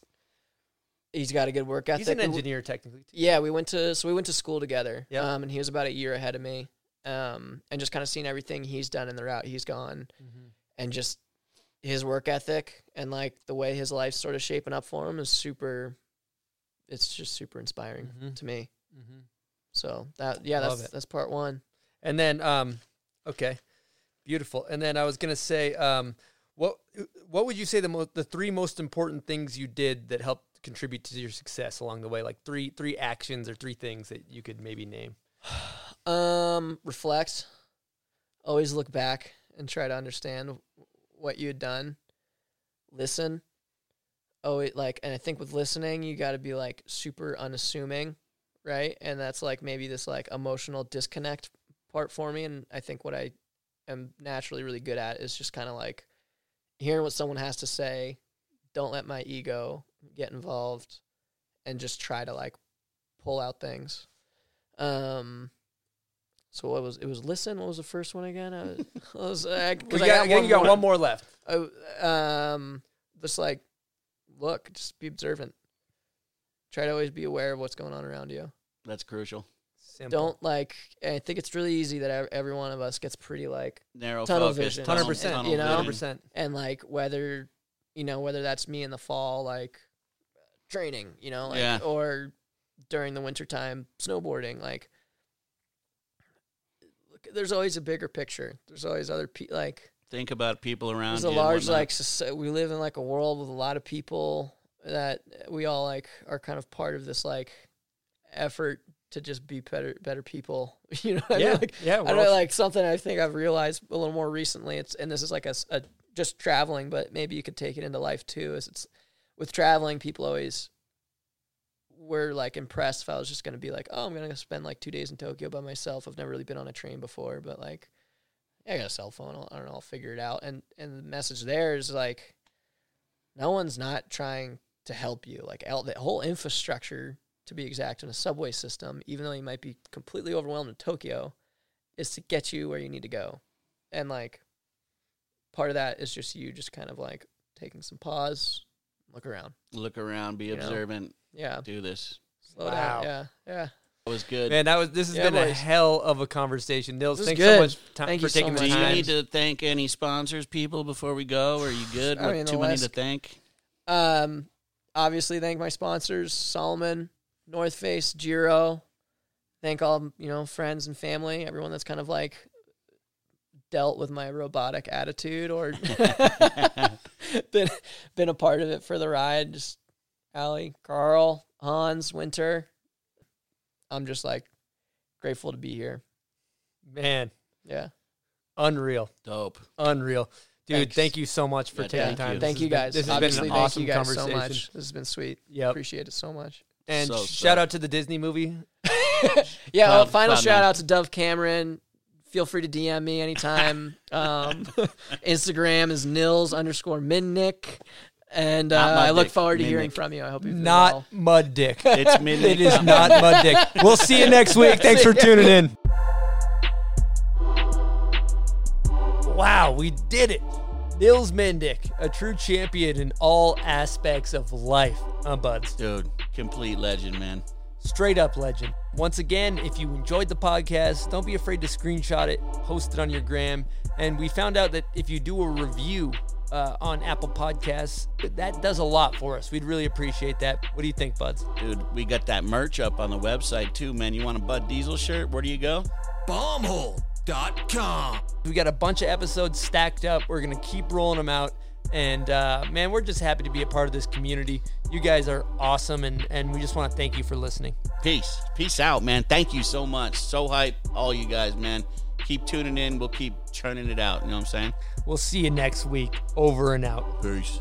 He's got a good work ethic. He's an We- engineer technically. Too. Yeah, we went to so we went to school together. Yep. Um, and he was about a year ahead of me. Um, and just kind of seeing everything he's done and the route he's gone, Mm-hmm. and just his work ethic and like the way his life's sort of shaping up for him is super. It's just super inspiring to me. So that yeah, Mm-hmm. Love that's it. that's part one. And then, um, okay, beautiful. And then I was gonna say, um, what what would you say the most the three most important things you did that helped contribute to your success along the way? Like three three actions or three things that you could maybe name. Um, reflect. Always look back and try to understand what you had done. Listen. Oh, it, like, and I think with listening, you got to be like super unassuming, right? And that's like maybe this like emotional disconnect part for me. And I think what I am naturally really good at is just kind of like hearing what someone has to say. Don't let my ego get involved, and just try to like pull out things. Um. So what was it? Was listen? What was the first one again? I was, I was I, 'cause We I got- I got think one you got more. one more left. I, Oh, um, just like look, just be observant. Try to always be aware of what's going on around you. That's crucial. Simple. Don't like. I think it's really easy that ev- every one of us gets pretty like, Narrow Tunnel focus. vision. tunnel- 100%, tunnel you know? vision. 100%. and like whether you know whether that's me in the fall like training, you know, like Yeah. or during the wintertime snowboarding, like. look, There's always a bigger picture. There's always other pe- like Think about people around There's you. a and large whatnot. like soci- we live in like a world with a lot of people that we all like are kind of part of this like effort to just be better better people. You know, what I Yeah, mean? like, yeah, I we're all- know, like something I think I've realized a little more recently. It's and this is like a, s- a- just traveling, but maybe you could take it into life too. Is it's with traveling, people always were like impressed if I was just gonna be like, oh, I'm gonna spend like two days in Tokyo by myself. I've never really been on a train before, but like I got a cell phone. I'll, I don't know. I'll figure it out. And and the message there is like, no one's not trying to help you. Like el- the whole infrastructure, to be exact, in a subway system, even though you might be completely overwhelmed in Tokyo, is to get you where you need to go. And like, part of that is just you just kind of like taking some pause, look around. Look around, be You know? observant. Yeah. Do this. Slow down. Yeah. Yeah. That was good. Man, that was this has Yeah, been a boys. hell of a conversation. Nils, This is thanks good. so much ti- Thank for you so taking much. the Do you time. need to thank any sponsors, people, before we go? Are you good? I What- mean, the too many last- to thank? Um, obviously, thank my sponsors, Solomon, North Face, Giro. Thank all you know, friends and family, everyone that's kind of like dealt with my robotic attitude or been been a part of it for the ride. Just Allie, Carl, Hans, Winter. I'm just like grateful to be here. Man, Yeah. unreal, Dope. unreal, dude. Thanks. Thank you so much for Yeah, taking thank time. you. This Thank has you been- guys. this has Obviously, been an thank awesome you guys so conversation. much. This has been sweet. Yep. Appreciate it so much. And So shout dope. out to the Disney movie. Yeah, Cloud- uh, final Cloud shout nine. out to Dove Cameron. Feel free to DM me anytime. um, Instagram is nils underscore minnick. And uh, Not my I look dick, forward to hearing minnick. from you. I hope you feel Not well. Mud Dick. It's midnight. it is not Mud Dick. We'll see you next week. Thanks for tuning in. Wow, we did it. Nils Mendick, a true champion in all aspects of life. Huh, buds? Dude, complete legend, man. Straight up legend. Once again, if you enjoyed the podcast, don't be afraid to screenshot it, post it on your gram. And we found out that if you do a review uh, on Apple Podcasts, that does a lot for us. We'd really appreciate that. What do you think, buds? Dude, we got that merch up on the website too, man. You want a Bud Diesel shirt? Where do you go? Bombhole.com. We got a bunch of episodes stacked up. We're going to keep rolling them out. And uh, man, we're just happy to be a part of this community. You guys are awesome. And, and we just want to thank you for listening. Peace. Peace out, man. Thank you so much. So hype, all you guys, man. Keep tuning in. We'll keep churning it out. You know what I'm saying? We'll see you next week. Over and out. Peace.